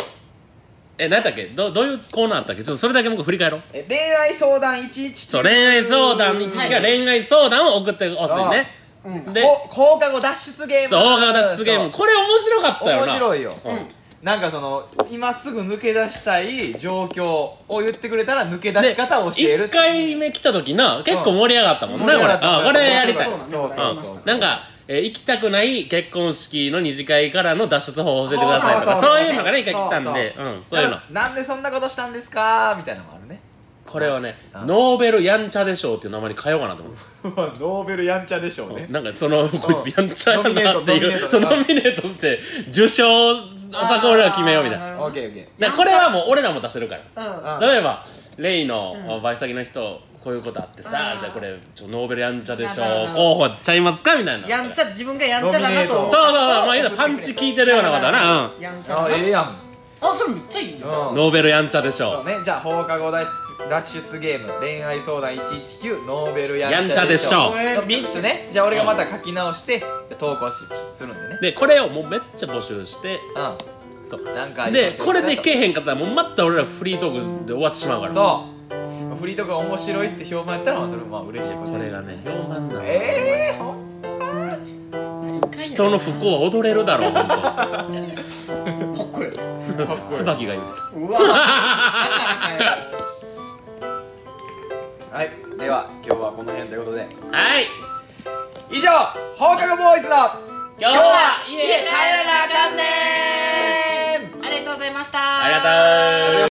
Speaker 2: え何だっけどどういうコーナーだったっけちょっとそれだけ僕振り返ろう
Speaker 1: うんえ恋愛相談119
Speaker 2: そう恋愛相談に一時が
Speaker 1: はい
Speaker 2: 恋愛相談を送ってほしいね
Speaker 3: うん
Speaker 2: で
Speaker 1: こ放課後脱出ゲーム
Speaker 2: そう大川脱出ゲームこれ面白かったよな
Speaker 1: 面白いよ
Speaker 2: うん
Speaker 3: うん
Speaker 1: なんかその今すぐ抜け出したい状況を言ってくれたら抜け出し方を教える
Speaker 2: 1回目来た時な結構盛り上がったもんねこれあこれやりたい
Speaker 3: そう
Speaker 1: そうそうそう
Speaker 3: そう
Speaker 1: そう
Speaker 2: なんか、えー行きたくない結婚式の二次会からの脱出法を教えてくださいとか
Speaker 1: そうそう
Speaker 2: そ
Speaker 1: そうう
Speaker 2: いうのがね一回来たんでうんそういうの
Speaker 1: ななんでそんなことしたんですかみたいなのも あるね
Speaker 2: これはね
Speaker 1: あ
Speaker 2: ノーベルやんちゃでしょうっていう名前に変えようかなと思って
Speaker 1: ノーベルやんちゃでしょうね
Speaker 2: なんかそのこいつやんちゃやなってい
Speaker 1: ノミネー
Speaker 2: う
Speaker 1: ト
Speaker 2: そう
Speaker 1: ノ
Speaker 2: ノ
Speaker 1: ミ
Speaker 2: ミネートして受賞を作俺は決めようみたいな
Speaker 3: あー
Speaker 1: オッケーオッケ
Speaker 2: だからこれはもう俺らも出せるから
Speaker 3: うん
Speaker 1: ー
Speaker 2: 例えばレイの
Speaker 3: うん
Speaker 2: バイト先の人こういうことあってさ
Speaker 3: あー
Speaker 2: でこれちょノーベルやんちゃでし
Speaker 3: なるほ
Speaker 2: ょ
Speaker 3: ど
Speaker 2: 候補ちゃいますかみたいな
Speaker 3: やんちゃ自分がやんちゃだなと
Speaker 1: ノミネート
Speaker 2: そうそうそうまあ言うたらパンチ効いてるようなことだなうん
Speaker 3: やんちゃだ
Speaker 1: あ
Speaker 3: な
Speaker 1: ええやん
Speaker 3: あそれめっちゃいいじゃん
Speaker 1: うん
Speaker 2: ノーベルやんちゃでし
Speaker 1: そ
Speaker 2: ょ
Speaker 1: うねじゃあ放課後脱出脱出ゲーム恋愛相談119ノーベルや
Speaker 2: や
Speaker 1: ん
Speaker 2: ん
Speaker 1: ち
Speaker 2: ち
Speaker 1: ゃ
Speaker 2: ゃ
Speaker 1: で
Speaker 2: で
Speaker 1: し
Speaker 2: し
Speaker 1: ょ
Speaker 2: ょ
Speaker 3: これ
Speaker 1: の3つねじゃあ俺がまた書き直して投稿しするんでね
Speaker 2: でこれをもうめっちゃ募集して
Speaker 1: う
Speaker 2: そう
Speaker 1: なんか
Speaker 2: でこれでけ
Speaker 1: け
Speaker 2: えへんかったらもうまた俺らフリートークで終わってしまうから
Speaker 1: そうフリートークが面白いって評判やったらまあそれまあ嬉しいこと
Speaker 2: これがね評判なの
Speaker 1: ええほん
Speaker 2: 人の不幸は踊れるだろう
Speaker 3: か
Speaker 2: ほ
Speaker 3: っこいい
Speaker 1: かっこ
Speaker 2: ん
Speaker 1: い
Speaker 2: と
Speaker 1: い
Speaker 2: 椿が言ってた
Speaker 3: う わだからかよ
Speaker 1: はい、では今日はこの辺ということで
Speaker 2: はい
Speaker 1: 以上放課後ボーイズの
Speaker 2: 今日
Speaker 1: 今日は
Speaker 2: は
Speaker 1: 家帰らなあかんねー
Speaker 3: ありがとうございまし
Speaker 2: あ
Speaker 3: た
Speaker 2: りがとう